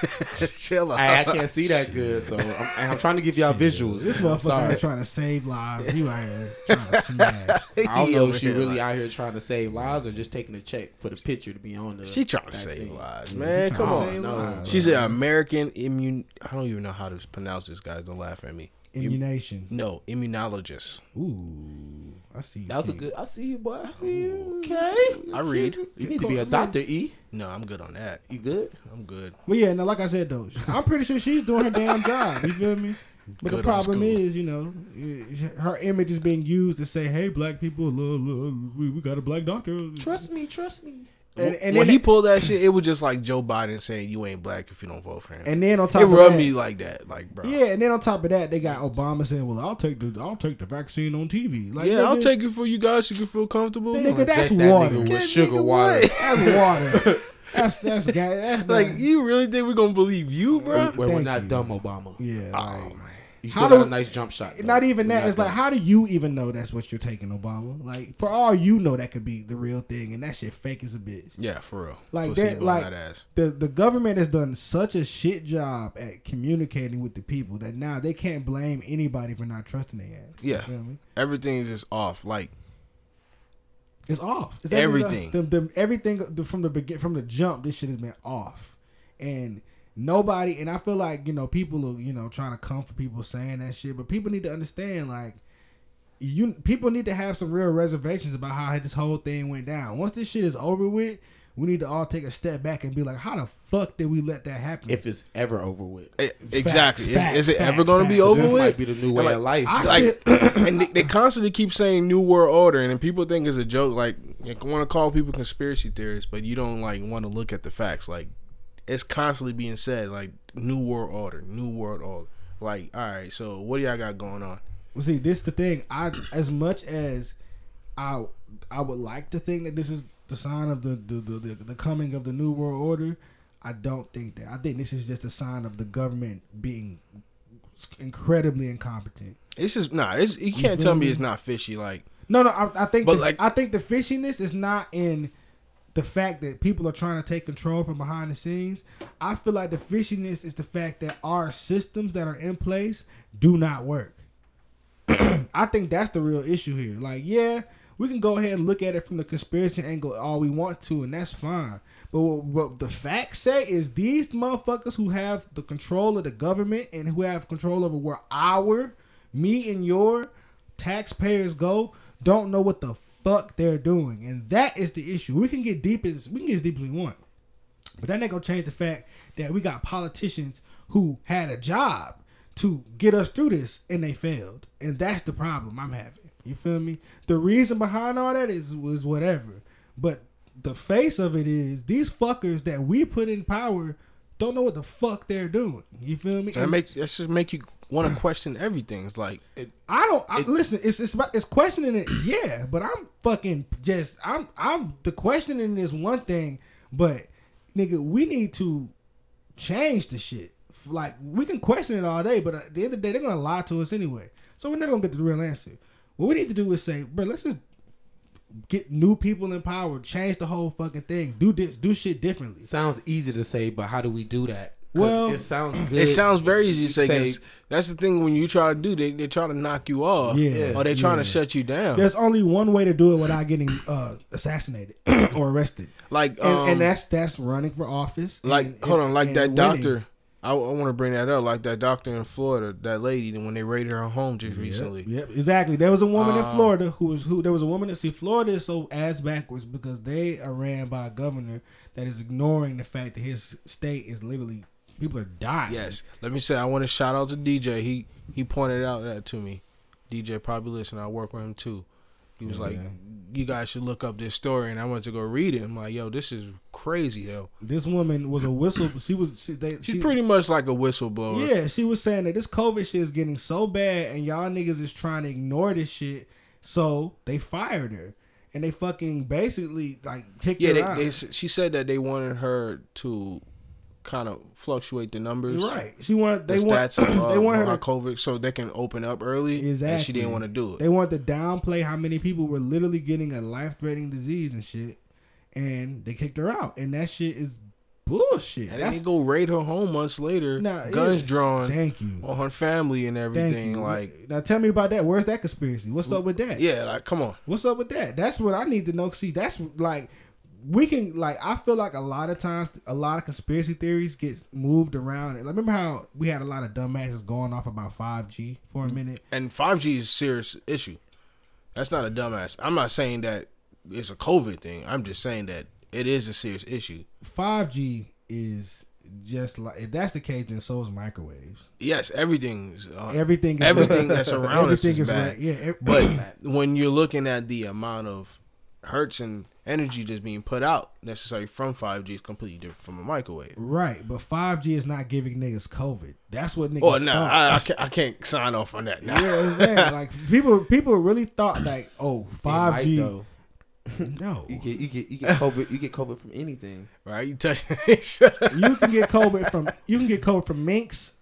[SPEAKER 2] Chill out.
[SPEAKER 3] I, I can't see that good, so I'm, I'm trying to give y'all visuals.
[SPEAKER 1] This
[SPEAKER 3] man. I'm
[SPEAKER 1] motherfucker
[SPEAKER 3] sorry.
[SPEAKER 1] out trying to save lives. You out here trying to smash.
[SPEAKER 3] I don't know if
[SPEAKER 2] He
[SPEAKER 3] she
[SPEAKER 2] over here
[SPEAKER 3] really
[SPEAKER 2] like-
[SPEAKER 3] out here trying to save lives or just taking a check for the picture to be on the.
[SPEAKER 2] She trying to
[SPEAKER 3] vaccine.
[SPEAKER 2] save lives, man.
[SPEAKER 1] She
[SPEAKER 2] Come
[SPEAKER 1] trying to
[SPEAKER 2] on.
[SPEAKER 1] save
[SPEAKER 3] no.
[SPEAKER 1] lives,
[SPEAKER 2] She's
[SPEAKER 1] bro.
[SPEAKER 2] an American immune. I don't even know how to pronounce this, guys. Don't laugh at me.
[SPEAKER 1] immunation.
[SPEAKER 2] No, immunologist.
[SPEAKER 1] Ooh, I see. you,
[SPEAKER 3] That was a
[SPEAKER 1] King.
[SPEAKER 3] good. I see you, boy. Okay.
[SPEAKER 2] I read.
[SPEAKER 3] You need to be a doctor, E.
[SPEAKER 2] No, I'm good on that.
[SPEAKER 3] You good?
[SPEAKER 2] I'm good.
[SPEAKER 1] But yeah, no, like I said though, I'm pretty sure she's doing her damn job. You feel me? But the
[SPEAKER 2] Good old
[SPEAKER 1] problem
[SPEAKER 2] school.
[SPEAKER 1] is, you know, her image is being used to say, "Hey, black people, love, love, we, we got a black doctor."
[SPEAKER 3] Trust me, trust me.
[SPEAKER 1] And, and
[SPEAKER 2] when
[SPEAKER 1] then,
[SPEAKER 2] he pulled that shit, it was just like Joe Biden saying you ain't black if you don't vote for him.
[SPEAKER 1] and then on top
[SPEAKER 2] it
[SPEAKER 1] of
[SPEAKER 2] rubbed
[SPEAKER 1] that,
[SPEAKER 2] me like that, like bro.
[SPEAKER 1] yeah, and then on top of that, they got Obama saying, "Well, I'll take the I'll take the vaccine on TV." Like,
[SPEAKER 2] yeah,
[SPEAKER 1] nigga,
[SPEAKER 2] I'll take it for you guys. You can feel comfortable.
[SPEAKER 1] Nigga,
[SPEAKER 2] Like,
[SPEAKER 1] that's
[SPEAKER 3] Inject that
[SPEAKER 1] water.
[SPEAKER 3] nigga with
[SPEAKER 2] That
[SPEAKER 3] sugar
[SPEAKER 2] nigga
[SPEAKER 3] water.
[SPEAKER 2] what?
[SPEAKER 1] that's water. that's that's ga- that's
[SPEAKER 2] like
[SPEAKER 1] not-
[SPEAKER 2] you really think we're gonna believe you, bro?
[SPEAKER 3] Well, we're
[SPEAKER 1] Thank
[SPEAKER 3] not
[SPEAKER 1] you.
[SPEAKER 3] dumb, Obama.
[SPEAKER 1] yeah,
[SPEAKER 2] Oh
[SPEAKER 1] like,
[SPEAKER 2] man.
[SPEAKER 3] You
[SPEAKER 1] How
[SPEAKER 3] still got
[SPEAKER 1] do-
[SPEAKER 3] a nice jump shot. though.
[SPEAKER 1] Not even
[SPEAKER 3] We're
[SPEAKER 1] that. It's like,
[SPEAKER 3] dumb.
[SPEAKER 1] how do you even know that's what you're taking, Obama? Like, for all you know, that could be the real thing, and that shit fake as a bitch.
[SPEAKER 2] Yeah, for real.
[SPEAKER 1] Like
[SPEAKER 2] Placebo
[SPEAKER 1] that,
[SPEAKER 2] on
[SPEAKER 1] like
[SPEAKER 2] that ass.
[SPEAKER 1] the the government has done such a shit job at communicating with the people that now they can't blame anybody for not trusting their ass.
[SPEAKER 2] Yeah.
[SPEAKER 1] you feel me?
[SPEAKER 2] Everything is just off. Like
[SPEAKER 1] it's off. It's
[SPEAKER 2] Everything.
[SPEAKER 1] the, the, everything the- from the begin from the jump. This shit has been off, and nobody. And I feel like you know people are you know trying to come for people saying that shit, but people need to understand like. You people need to have some real reservations about how this whole thing went down. Once this shit is over with, we need to all take a step back and be like, "How the fuck did we let that happen?"
[SPEAKER 3] If it's ever over with.
[SPEAKER 2] e- exactly. Is-
[SPEAKER 1] facts,
[SPEAKER 2] is, it ever
[SPEAKER 1] facts,
[SPEAKER 2] gonna be
[SPEAKER 1] facts.
[SPEAKER 2] over
[SPEAKER 3] This
[SPEAKER 2] with?
[SPEAKER 3] might be the new way
[SPEAKER 2] like,
[SPEAKER 3] of life.
[SPEAKER 1] I
[SPEAKER 3] Like,
[SPEAKER 2] like and they, they constantly keep saying new world order and then people think it's a joke like you want to call people conspiracy theorists but you don't like want to look at the facts like it's constantly being said like new world order new world order like all right so what do y'all got going on
[SPEAKER 1] Well, see, this is the thing. I as much as I I would like to think that this is the sign of the the, the, the, the coming of the new world order. I don't think that. I think this is just a sign of the government being incredibly incompetent.
[SPEAKER 2] it's just nah it's, you can't
[SPEAKER 1] feel
[SPEAKER 2] tell me
[SPEAKER 1] me?
[SPEAKER 2] it's not fishy like
[SPEAKER 1] No, no, I, I think
[SPEAKER 2] But,
[SPEAKER 1] the,
[SPEAKER 2] like-
[SPEAKER 1] I think the fishiness is not in the fact that people are trying to take control from behind the scenes. I feel like the fishiness is the fact that our systems that are in place do not work. I think that's the real issue here. Like, yeah, we can go ahead and look at it from the conspiracy angle all we want to, and that's fine. But what, what the facts say is these motherfuckers who have the control of the government and who have control over where our, me and your taxpayers go, don't know what the fuck they're doing, and that is the issue. We can get deep as we can get as deep as we want. But that ain't gonna change the fact that we got politicians who had a job to get us through this and they failed. And that's the problem I'm having. You feel me? The reason behind all that is was whatever. But the face of it is these fuckers that we put in power don't know what the fuck they're doing. You feel me?
[SPEAKER 2] that makes that just make you want to question everything it's like
[SPEAKER 1] I don't I, listen. It's it's about- it's questioning it, yeah. But I'm fucking just I'm I'm the questioning is one thing, but nigga, we need to change the shit. Like we can question it all day, but at the end of the day, they're gonna lie to us anyway. So we're never gonna get the real answer. What we need to do is say, bro, let's just get new people in power, change the whole fucking thing, do this, do shit differently.
[SPEAKER 3] sounds easy to say, but how do we do that? 'Cause
[SPEAKER 1] Well,
[SPEAKER 3] it sounds good.
[SPEAKER 2] it sounds very easy to say,
[SPEAKER 3] Say-
[SPEAKER 2] 'cause that's the thing when you try to do they, they try to knock you off
[SPEAKER 1] Yeah,
[SPEAKER 2] or they trying
[SPEAKER 1] yeah.
[SPEAKER 2] to shut you down
[SPEAKER 1] There's only one way to do it without getting uh, assassinated or arrested.
[SPEAKER 2] like
[SPEAKER 1] and,
[SPEAKER 2] um,
[SPEAKER 1] and that's that's running for office.
[SPEAKER 2] like
[SPEAKER 1] and-
[SPEAKER 2] hold on
[SPEAKER 1] and-
[SPEAKER 2] like
[SPEAKER 1] and
[SPEAKER 2] that
[SPEAKER 1] winning.
[SPEAKER 2] doctor i, want to bring that up like that doctor in florida that lady when they raided her home just recently
[SPEAKER 1] Yep, exactly. There was a woman in
[SPEAKER 2] Um,
[SPEAKER 1] Florida who was who. There was a woman. See, Florida is so ass backwards because they are ran by a governor that is ignoring the fact that his state is literally people are dying.
[SPEAKER 2] yes let me say i want to shout out to dj he he pointed out that to me dj probably listen i work with him too he was like
[SPEAKER 1] Yeah.
[SPEAKER 2] you guys should look up this story and i went to go read it i'm like yo this is crazy, yo.
[SPEAKER 1] This woman was a whistle. She was. She, they,
[SPEAKER 2] She's
[SPEAKER 1] she-
[SPEAKER 2] pretty much like a whistleblower.
[SPEAKER 1] Yeah, she was saying that this COVID shit is getting so bad, and y'all niggas is trying to ignore this shit. So they fired her, and they fucking basically like kicked her
[SPEAKER 2] Yeah,
[SPEAKER 1] out.
[SPEAKER 2] they, they, s- she said that they wanted her to kind of fluctuate the numbers.
[SPEAKER 1] You're right. She wanted.
[SPEAKER 2] The
[SPEAKER 1] They want.
[SPEAKER 2] stats of uh,
[SPEAKER 1] they want
[SPEAKER 2] our
[SPEAKER 1] her. To,
[SPEAKER 2] COVID so they can open up early. And she
[SPEAKER 1] Exactly.
[SPEAKER 2] didn't want to do it.
[SPEAKER 1] they want to downplay how many people were literally getting a life threatening disease and shit, and they kicked her out. And that shit is bullshit.
[SPEAKER 2] and then
[SPEAKER 1] That's
[SPEAKER 2] they go raid her home months later.
[SPEAKER 1] Nah,
[SPEAKER 2] guns
[SPEAKER 1] yeah.
[SPEAKER 2] drawn
[SPEAKER 1] thank you.
[SPEAKER 2] on her family and
[SPEAKER 1] Thank
[SPEAKER 2] everything.
[SPEAKER 1] you.
[SPEAKER 2] Like,
[SPEAKER 1] now, tell me about that. Where's that conspiracy? What's up with that?
[SPEAKER 2] yeah, like come on.
[SPEAKER 1] What's up with that? That's what I need to know. See, that's like we can like I feel like a lot of times a lot of conspiracy theories gets moved around. Like, remember how we had a lot of dumbasses going off about five G for a minute?
[SPEAKER 2] And 5G is a serious issue. That's not a dumbass. I'm not saying that it's a COVID thing. I'm just saying that it is a serious issue.
[SPEAKER 1] Five G is just like if that's the case, then so is microwaves.
[SPEAKER 2] Yes, everything's uh,
[SPEAKER 1] Everything, is
[SPEAKER 2] everything that's around us is, bad.
[SPEAKER 1] right. Yeah, ev-
[SPEAKER 2] But when you're looking at the amount of hertz and energy that's being put out necessary from 5G is completely different from a microwave.
[SPEAKER 1] right. But five G is not giving niggas COVID. That's what niggas.
[SPEAKER 2] Oh no,
[SPEAKER 1] thought.
[SPEAKER 2] I, I, can't, I can't sign off on that.
[SPEAKER 1] You
[SPEAKER 2] Nah.
[SPEAKER 1] know what I'm saying? like people, people really thought like, oh,
[SPEAKER 3] They
[SPEAKER 1] five G.
[SPEAKER 3] might, though.
[SPEAKER 1] No,
[SPEAKER 3] You get you get you get COVID you get COVID from anything.
[SPEAKER 2] Right? You touch Shut up.
[SPEAKER 1] you can get COVID from you can get COVID from minks.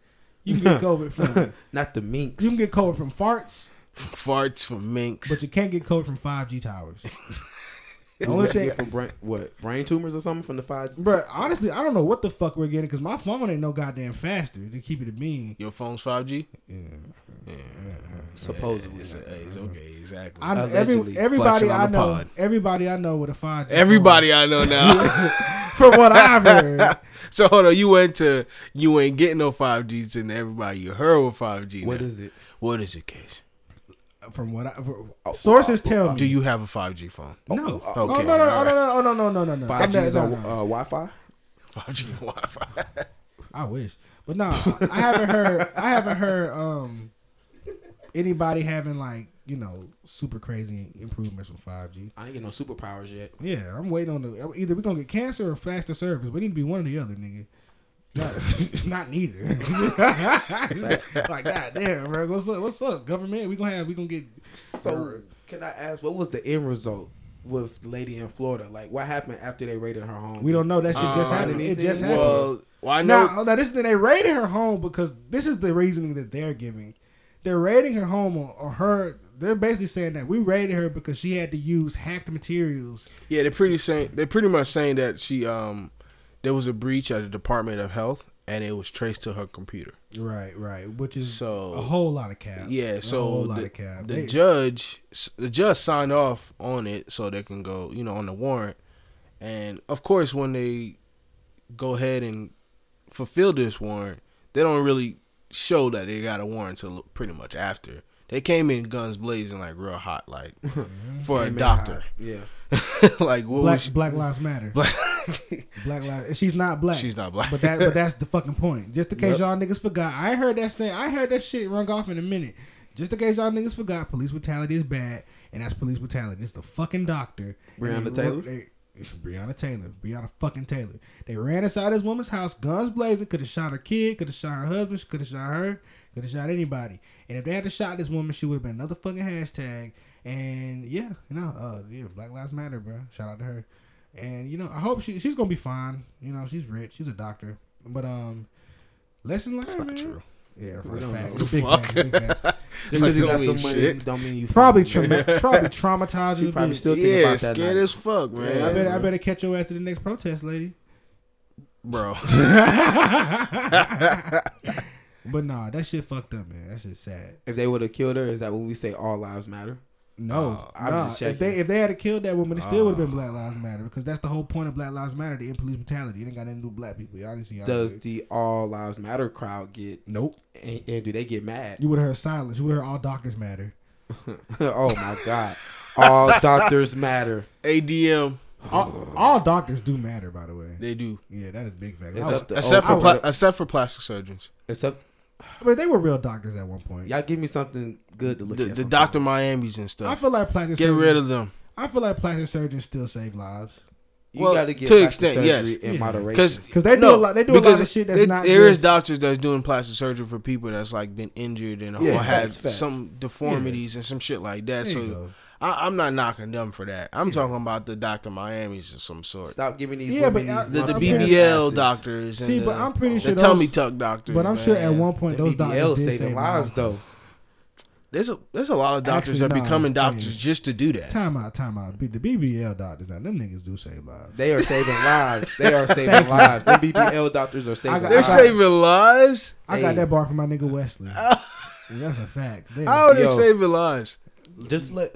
[SPEAKER 1] You can get COVID from
[SPEAKER 3] Not the minks.
[SPEAKER 1] you can get COVID from farts,
[SPEAKER 2] farts from minks.
[SPEAKER 1] but you can't get COVID from five G towers. The
[SPEAKER 3] You
[SPEAKER 1] only
[SPEAKER 3] got- you
[SPEAKER 1] thing,
[SPEAKER 3] get from brain, what brain tumors or something from the five.
[SPEAKER 1] bro. Honestly, I don't know what the fuck we're getting because my phone ain't no goddamn faster to keep it a bean.
[SPEAKER 2] Your phone's 5G?
[SPEAKER 1] Yeah.
[SPEAKER 2] Yeah.
[SPEAKER 3] Supposedly.
[SPEAKER 2] It's, it's okay, exactly.
[SPEAKER 1] I, every,
[SPEAKER 3] Allegedly.
[SPEAKER 1] everybody
[SPEAKER 2] Flexing on
[SPEAKER 1] I
[SPEAKER 2] the
[SPEAKER 1] know,
[SPEAKER 2] pod.
[SPEAKER 1] everybody I know with a five G.
[SPEAKER 2] Everybody I know now.
[SPEAKER 1] from what I've heard,
[SPEAKER 2] so hold on, you went to you ain't getting no 5Gs and everybody you heard with 5G.
[SPEAKER 3] What
[SPEAKER 2] now.
[SPEAKER 3] is it?
[SPEAKER 2] what is it, Case?
[SPEAKER 1] from what I, from, sources tell me.
[SPEAKER 2] Do you have a 5G phone?
[SPEAKER 1] No.
[SPEAKER 3] Oh,
[SPEAKER 1] Oh,
[SPEAKER 3] oh,
[SPEAKER 2] Okay,
[SPEAKER 1] no, no, no,
[SPEAKER 2] alright.
[SPEAKER 1] no, no, no, no, no, no.
[SPEAKER 3] Five G
[SPEAKER 1] I'm
[SPEAKER 3] is
[SPEAKER 1] not-
[SPEAKER 3] on
[SPEAKER 1] no,
[SPEAKER 3] uh,
[SPEAKER 1] no.
[SPEAKER 3] Wi Fi.
[SPEAKER 2] 5G Wi-Fi.
[SPEAKER 1] I wish, but no, I I haven't heard. I haven't heard um anybody having like you know super crazy improvements from five G.
[SPEAKER 3] I ain't get no superpowers yet.
[SPEAKER 1] Yeah, I'm waiting on the either we're gonna get cancer or faster service. We need to be one or the other, nigga. Not, not neither. like goddamn, bro. What's up? What's up, government? We gonna have. We gonna get.
[SPEAKER 3] So can I ask what was the end result with the lady in Florida? Like what happened after they raided her home?
[SPEAKER 1] we don't know. That shit just
[SPEAKER 3] Um,
[SPEAKER 1] happened. It just happened.
[SPEAKER 2] Uh, Well, well, I know.
[SPEAKER 1] Now, now this they raided her home because this is the reasoning that they're giving. They're raiding her home on, on her. They're basically saying that we raided her because she had to use hacked materials.
[SPEAKER 2] Yeah, they're pretty saying they're pretty much saying that she um there was a breach at the Department of Health and it was traced to her computer.
[SPEAKER 1] Right, right. Which is
[SPEAKER 2] So-
[SPEAKER 1] a whole lot of cap.
[SPEAKER 2] Yeah,
[SPEAKER 1] a
[SPEAKER 2] so
[SPEAKER 1] whole
[SPEAKER 2] the,
[SPEAKER 1] lot of cap.
[SPEAKER 2] the
[SPEAKER 1] They-
[SPEAKER 2] judge the judge signed off on it so they can go, you know, on the warrant. And of course when they go ahead and fulfill this warrant, they don't really show that they got a warrant till pretty much after. They came in guns blazing like real hot like for a
[SPEAKER 3] Came in
[SPEAKER 2] doctor.
[SPEAKER 3] hot. Yeah.
[SPEAKER 2] like what
[SPEAKER 1] black
[SPEAKER 2] was she-
[SPEAKER 1] Black Lives Matter. Black,
[SPEAKER 2] black
[SPEAKER 1] Lives. and She's not black.
[SPEAKER 2] She's not black.
[SPEAKER 1] But that, but that's the fucking point. Just in case
[SPEAKER 2] Yep.
[SPEAKER 1] y'all niggas forgot, I ain't heard that thing. I ain't heard that shit rung off in a minute. Just in case y'all niggas forgot, police brutality is bad, and that's police brutality. It's the fucking doctor, And
[SPEAKER 3] Breonna
[SPEAKER 1] they-
[SPEAKER 3] Taylor?
[SPEAKER 1] they- Breonna Taylor, Breonna fucking Taylor. They ran inside this woman's house, guns blazing. Could have shot her kid, could have shot her husband, could have shot her, could have shot anybody. And if they had shot this woman, she would have been another fucking hashtag. And yeah, no, uh, yeah, Black Lives Matter, bro. Shout out to her. And you know, I hope she she's gonna be fine. You know, she's rich. She's a doctor. But um, lesson learned.
[SPEAKER 2] That's not
[SPEAKER 1] man.
[SPEAKER 2] true.
[SPEAKER 1] Yeah, for
[SPEAKER 3] We
[SPEAKER 1] a
[SPEAKER 3] don't
[SPEAKER 1] fact.
[SPEAKER 3] know.
[SPEAKER 1] Big
[SPEAKER 2] Fuck.
[SPEAKER 1] facts, big facts.
[SPEAKER 3] Just because you got
[SPEAKER 2] Holy
[SPEAKER 3] some money
[SPEAKER 2] shit.
[SPEAKER 3] don't mean you
[SPEAKER 1] Probably
[SPEAKER 3] fucking-
[SPEAKER 1] trauma, probably traumatized.
[SPEAKER 3] She
[SPEAKER 1] as a
[SPEAKER 3] probably
[SPEAKER 1] bitch.
[SPEAKER 3] still thinking
[SPEAKER 2] yeah,
[SPEAKER 3] about that.
[SPEAKER 2] scared
[SPEAKER 3] night.
[SPEAKER 2] as fuck, man.
[SPEAKER 3] Yeah,
[SPEAKER 1] I better, I
[SPEAKER 3] bro.
[SPEAKER 1] better catch your ass to the next protest, lady.
[SPEAKER 2] bro.
[SPEAKER 1] But nah, that shit fucked up, man. That shit sad.
[SPEAKER 3] If they would have killed her, is that when we say all lives matter?
[SPEAKER 1] No,
[SPEAKER 3] I was
[SPEAKER 1] nah.
[SPEAKER 3] just
[SPEAKER 1] If
[SPEAKER 3] checking.
[SPEAKER 1] they if they had killed that woman, it still would have been
[SPEAKER 2] Oh.
[SPEAKER 1] Black Lives Matter because that's the whole point of Black Lives Matter to end police brutality. It ain't got nothing to do with black people. Y'all didn't see y'all.
[SPEAKER 3] Does
[SPEAKER 1] do it.
[SPEAKER 3] the all lives matter crowd get
[SPEAKER 1] nope.
[SPEAKER 3] and, and do they get mad?
[SPEAKER 1] You would have heard silence. You would have heard all doctors matter.
[SPEAKER 3] oh my god. All doctors matter.
[SPEAKER 2] ADM,
[SPEAKER 1] All, all doctors do matter, by the way.
[SPEAKER 2] they do.
[SPEAKER 1] Yeah, that is big fact.
[SPEAKER 3] It's
[SPEAKER 1] I was-
[SPEAKER 3] up to-
[SPEAKER 2] Except
[SPEAKER 3] oh,
[SPEAKER 2] for
[SPEAKER 3] I
[SPEAKER 2] pla-
[SPEAKER 3] would've-
[SPEAKER 2] except for plastic surgeons.
[SPEAKER 3] Except
[SPEAKER 1] but they were real doctors at one point.
[SPEAKER 3] y'all give me something good to look
[SPEAKER 2] The,
[SPEAKER 3] at.
[SPEAKER 2] the
[SPEAKER 3] sometime.
[SPEAKER 2] Dr. Miami's and
[SPEAKER 1] I
[SPEAKER 2] stuff.
[SPEAKER 1] feel like plastic
[SPEAKER 2] Get
[SPEAKER 1] surgeons.
[SPEAKER 2] rid of them.
[SPEAKER 1] I feel like plastic surgeons still save lives.
[SPEAKER 3] You
[SPEAKER 2] Well,
[SPEAKER 3] got to get
[SPEAKER 2] to
[SPEAKER 3] plastic
[SPEAKER 2] extent,
[SPEAKER 3] surgery
[SPEAKER 2] yes.
[SPEAKER 3] in
[SPEAKER 1] Yeah.
[SPEAKER 3] moderation.
[SPEAKER 2] Because
[SPEAKER 1] Because they do a lot- they do a lot of shit that's not
[SPEAKER 2] There is
[SPEAKER 1] just-
[SPEAKER 2] doctors that's doing plastic surgery for people that's like been injured and or
[SPEAKER 3] Yeah,
[SPEAKER 2] had
[SPEAKER 3] facts, facts.
[SPEAKER 2] some deformities and some shit like that.
[SPEAKER 1] There you
[SPEAKER 2] so
[SPEAKER 1] go.
[SPEAKER 2] I, I'm not knocking them for that. I'm talking about the Doctor Miami's of some sort.
[SPEAKER 3] Stop giving these
[SPEAKER 1] Yeah,
[SPEAKER 3] women
[SPEAKER 1] but I-
[SPEAKER 3] these
[SPEAKER 2] The, the
[SPEAKER 1] I'm
[SPEAKER 3] lumpy ass
[SPEAKER 1] pretty-
[SPEAKER 2] BBL
[SPEAKER 3] asses.
[SPEAKER 2] doctors. and
[SPEAKER 1] See, but
[SPEAKER 2] the-
[SPEAKER 1] I'm pretty sure
[SPEAKER 2] the tummy
[SPEAKER 1] those-
[SPEAKER 2] tuck doctors.
[SPEAKER 1] But I'm sure at
[SPEAKER 2] man.
[SPEAKER 1] one point
[SPEAKER 3] The
[SPEAKER 1] those
[SPEAKER 3] BBL
[SPEAKER 1] doctors did
[SPEAKER 3] saving
[SPEAKER 1] say
[SPEAKER 3] lives
[SPEAKER 1] lives.
[SPEAKER 3] though.
[SPEAKER 2] there's a there's a lot of doctors
[SPEAKER 1] Actually,
[SPEAKER 2] that
[SPEAKER 1] nah,
[SPEAKER 2] becoming doctors
[SPEAKER 1] yeah.
[SPEAKER 2] just to do that.
[SPEAKER 1] Time out, time out. The BBL doctors now them niggas do save lives.
[SPEAKER 3] They are saving lives. They are saving lives. The BBL doctors are saving
[SPEAKER 1] got-
[SPEAKER 2] They're
[SPEAKER 3] lives.
[SPEAKER 1] I
[SPEAKER 2] saving lives.
[SPEAKER 1] I
[SPEAKER 3] Hey. Oh.
[SPEAKER 1] got that bar from my nigga Wesley. That's a fact. They
[SPEAKER 2] How are they
[SPEAKER 3] Yo.
[SPEAKER 2] saving lives?
[SPEAKER 3] Just let.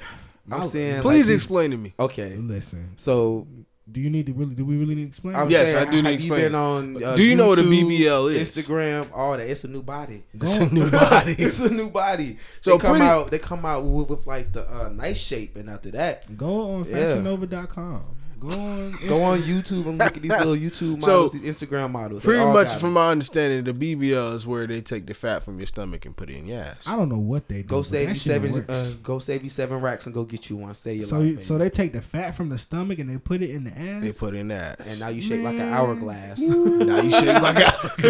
[SPEAKER 3] I'm
[SPEAKER 1] My-
[SPEAKER 3] saying.
[SPEAKER 2] Please
[SPEAKER 3] like,
[SPEAKER 2] explain to me.
[SPEAKER 3] Okay.
[SPEAKER 1] listen.
[SPEAKER 3] So
[SPEAKER 1] Do you need to really? Do we really need to explain?
[SPEAKER 3] I'm
[SPEAKER 2] Yes,
[SPEAKER 3] saying,
[SPEAKER 2] I do need
[SPEAKER 3] have
[SPEAKER 2] to
[SPEAKER 3] you
[SPEAKER 2] explain.
[SPEAKER 3] been on? Uh,
[SPEAKER 2] Do you know what a
[SPEAKER 3] YouTube,
[SPEAKER 2] BBL is?
[SPEAKER 3] Instagram, all that. It's a new body.
[SPEAKER 2] It's a new body.
[SPEAKER 3] It's a new body.
[SPEAKER 2] So
[SPEAKER 3] they come
[SPEAKER 2] pretty-
[SPEAKER 3] out. They come out with, with like the uh, nice shape, and after that,
[SPEAKER 1] Go on
[SPEAKER 3] Yeah.
[SPEAKER 1] fashionnova.com. Go on.
[SPEAKER 3] go on YouTube and look at these little YouTube
[SPEAKER 2] So,
[SPEAKER 3] models, these Instagram models. They
[SPEAKER 2] Pretty
[SPEAKER 3] all
[SPEAKER 2] much,
[SPEAKER 3] got
[SPEAKER 2] from
[SPEAKER 3] it.
[SPEAKER 2] my understanding, the BBL is where they take the fat from your stomach and put it in your ass.
[SPEAKER 1] I don't know what they do.
[SPEAKER 3] Go
[SPEAKER 1] but
[SPEAKER 3] save
[SPEAKER 1] that
[SPEAKER 3] you
[SPEAKER 1] shit
[SPEAKER 3] seven.
[SPEAKER 1] works.
[SPEAKER 3] Uh, go save you seven racks and go get you one. Save your
[SPEAKER 1] so,
[SPEAKER 3] life.
[SPEAKER 1] you,
[SPEAKER 3] baby.
[SPEAKER 1] so they take the fat from the stomach and they put it in the ass.
[SPEAKER 2] They put it in the ass.
[SPEAKER 3] and now you shape like an
[SPEAKER 1] Man.
[SPEAKER 3] hourglass.
[SPEAKER 2] now you shake like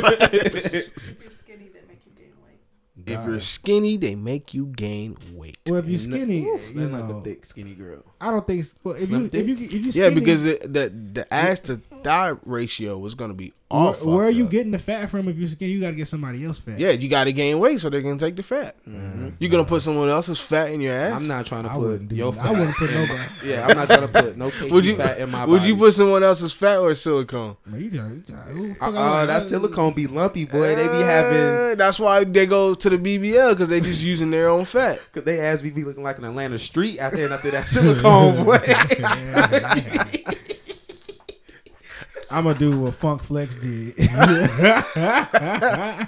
[SPEAKER 2] hourglass.
[SPEAKER 4] If you're skinny, that make you gain weight.
[SPEAKER 2] if you're skinny, they make you gain weight.
[SPEAKER 1] well, if you're skinny,
[SPEAKER 3] Oof,
[SPEAKER 1] you
[SPEAKER 3] man, like
[SPEAKER 1] know,
[SPEAKER 3] a thick skinny girl.
[SPEAKER 1] I don't think. Well, if
[SPEAKER 3] Slim
[SPEAKER 1] you,
[SPEAKER 3] thick.
[SPEAKER 1] if you if you
[SPEAKER 2] yeah,
[SPEAKER 1] skinny,
[SPEAKER 2] because it, the the ass to thigh ratio was gonna be
[SPEAKER 1] where,
[SPEAKER 2] off.
[SPEAKER 1] where are you getting the fat from? If you're skinny, you got to get somebody else fat.
[SPEAKER 2] Yeah, you got to gain weight so they can take the fat. You're gonna put someone else's fat in your ass.
[SPEAKER 3] I'm not trying to
[SPEAKER 1] I
[SPEAKER 3] put
[SPEAKER 1] wouldn't do.
[SPEAKER 3] your
[SPEAKER 1] that. I
[SPEAKER 3] fat-
[SPEAKER 1] wouldn't put nobody.
[SPEAKER 3] Yeah, I'm not trying to put no cake
[SPEAKER 2] Would you
[SPEAKER 3] fat in my
[SPEAKER 2] would
[SPEAKER 3] body.
[SPEAKER 2] you put someone else's fat or silicone?
[SPEAKER 1] Man, you just, you just, who the fuck
[SPEAKER 3] Uh,
[SPEAKER 1] I
[SPEAKER 3] uh,
[SPEAKER 1] like-
[SPEAKER 3] that silicone be lumpy, boy. They be having.
[SPEAKER 2] Eh, That's why they go to the BBL because they just using their own fat.
[SPEAKER 3] Cause they ass be be looking like an Atlanta street out there and after that silicone boy.
[SPEAKER 1] I'm a dude what Funk Flex did.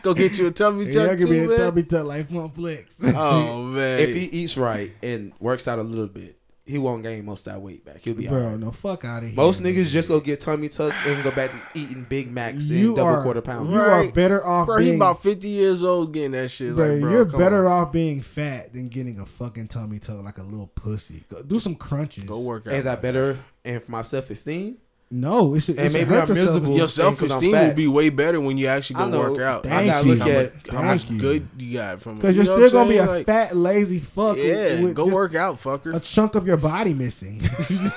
[SPEAKER 2] Go get you a tummy tuck
[SPEAKER 1] yeah, give me
[SPEAKER 2] too,
[SPEAKER 1] a
[SPEAKER 2] man.
[SPEAKER 1] tummy tuck like Funk Flex.
[SPEAKER 2] Oh man.
[SPEAKER 3] if he eats right and works out a little bit, he won't gain most of that weight back. He'll be
[SPEAKER 1] Bro,
[SPEAKER 3] alright.
[SPEAKER 1] no fuck out of here.
[SPEAKER 3] Most
[SPEAKER 1] man.
[SPEAKER 3] niggas just go get tummy tucks and go back to eating Big Macs and
[SPEAKER 1] You
[SPEAKER 3] double
[SPEAKER 1] are-
[SPEAKER 3] quarter pounders.
[SPEAKER 1] You are
[SPEAKER 2] Right.
[SPEAKER 1] better off
[SPEAKER 2] bro, he
[SPEAKER 1] being
[SPEAKER 2] about 50 years old getting that shit.
[SPEAKER 1] Bro,
[SPEAKER 2] like, bro,
[SPEAKER 1] you're
[SPEAKER 2] come
[SPEAKER 1] better
[SPEAKER 2] on.
[SPEAKER 1] off being fat than getting a fucking tummy tuck like a little pussy. Go, do some crunches.
[SPEAKER 2] Go work out.
[SPEAKER 3] Is that better? And for my self esteem,
[SPEAKER 1] No, it should.
[SPEAKER 3] And
[SPEAKER 1] it should
[SPEAKER 3] maybe
[SPEAKER 1] hurt
[SPEAKER 3] I'm
[SPEAKER 1] the self-
[SPEAKER 3] miserable.
[SPEAKER 2] Your
[SPEAKER 3] Because I'm
[SPEAKER 2] self esteem will
[SPEAKER 3] fat.
[SPEAKER 2] be way better when you actually
[SPEAKER 3] I
[SPEAKER 2] go
[SPEAKER 3] know.
[SPEAKER 2] work out.
[SPEAKER 1] Thank
[SPEAKER 3] I gotta look
[SPEAKER 1] you.
[SPEAKER 3] at.
[SPEAKER 2] How much
[SPEAKER 1] Thank you.
[SPEAKER 2] good you got from it?
[SPEAKER 1] Because you're
[SPEAKER 2] You know what
[SPEAKER 1] still gonna
[SPEAKER 2] I'm
[SPEAKER 1] be a
[SPEAKER 2] saying? Like,
[SPEAKER 1] fat, lazy fuck. with-
[SPEAKER 2] Yeah,
[SPEAKER 1] with
[SPEAKER 2] go
[SPEAKER 1] just
[SPEAKER 2] work out, fucker.
[SPEAKER 1] A chunk of your body missing.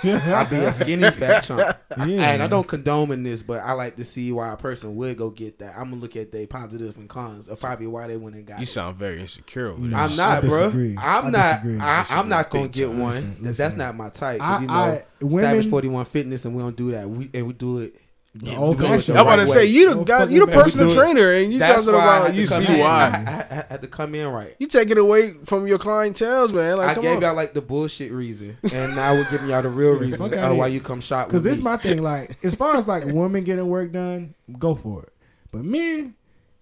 [SPEAKER 3] I'd be a skinny fat chunk.
[SPEAKER 1] Yeah.
[SPEAKER 3] And I don't condone in this, but I like to see why a person would go get that. I'm gonna look at their positive and cons of probably why they went and got
[SPEAKER 2] You
[SPEAKER 3] it.
[SPEAKER 2] sound very insecure over
[SPEAKER 1] No.
[SPEAKER 2] that.
[SPEAKER 3] I'm not,
[SPEAKER 1] I
[SPEAKER 3] bro.
[SPEAKER 1] disagree. I
[SPEAKER 3] I'm not.
[SPEAKER 1] disagree.
[SPEAKER 3] I,
[SPEAKER 1] Disagree.
[SPEAKER 3] I'm not gonna get one.
[SPEAKER 1] Listen,
[SPEAKER 3] That's- That's
[SPEAKER 1] listen.
[SPEAKER 3] not my type. 'cause
[SPEAKER 1] I-
[SPEAKER 3] you know,
[SPEAKER 1] I-
[SPEAKER 3] Savage
[SPEAKER 1] women-
[SPEAKER 3] Forty One Fitness, and we don't do that. We and we do it.
[SPEAKER 1] The
[SPEAKER 3] we
[SPEAKER 1] old
[SPEAKER 3] do it the
[SPEAKER 1] fashioned
[SPEAKER 2] I'm about
[SPEAKER 3] right
[SPEAKER 2] to say
[SPEAKER 3] way.
[SPEAKER 2] you
[SPEAKER 1] No
[SPEAKER 2] the got
[SPEAKER 1] fucking
[SPEAKER 2] you the
[SPEAKER 1] way. We
[SPEAKER 2] personal
[SPEAKER 1] do it.
[SPEAKER 2] trainer and you
[SPEAKER 3] That's
[SPEAKER 2] talking
[SPEAKER 3] why I had
[SPEAKER 2] about
[SPEAKER 3] to
[SPEAKER 2] you
[SPEAKER 3] come
[SPEAKER 2] see
[SPEAKER 3] in.
[SPEAKER 2] why
[SPEAKER 3] I, I- I had to come in right.
[SPEAKER 2] you taking away from your clientels, man. Like
[SPEAKER 3] I
[SPEAKER 2] come
[SPEAKER 3] gave
[SPEAKER 2] on.
[SPEAKER 3] y'all like the bullshit reason, and now we're giving y'all the real
[SPEAKER 1] Yeah,
[SPEAKER 3] reason
[SPEAKER 1] fuck
[SPEAKER 3] of
[SPEAKER 1] outta
[SPEAKER 3] why
[SPEAKER 1] here.
[SPEAKER 3] you come shot.
[SPEAKER 1] Because
[SPEAKER 3] Because
[SPEAKER 1] this is my thing. Like, as far as like women getting work done, go for it. But men,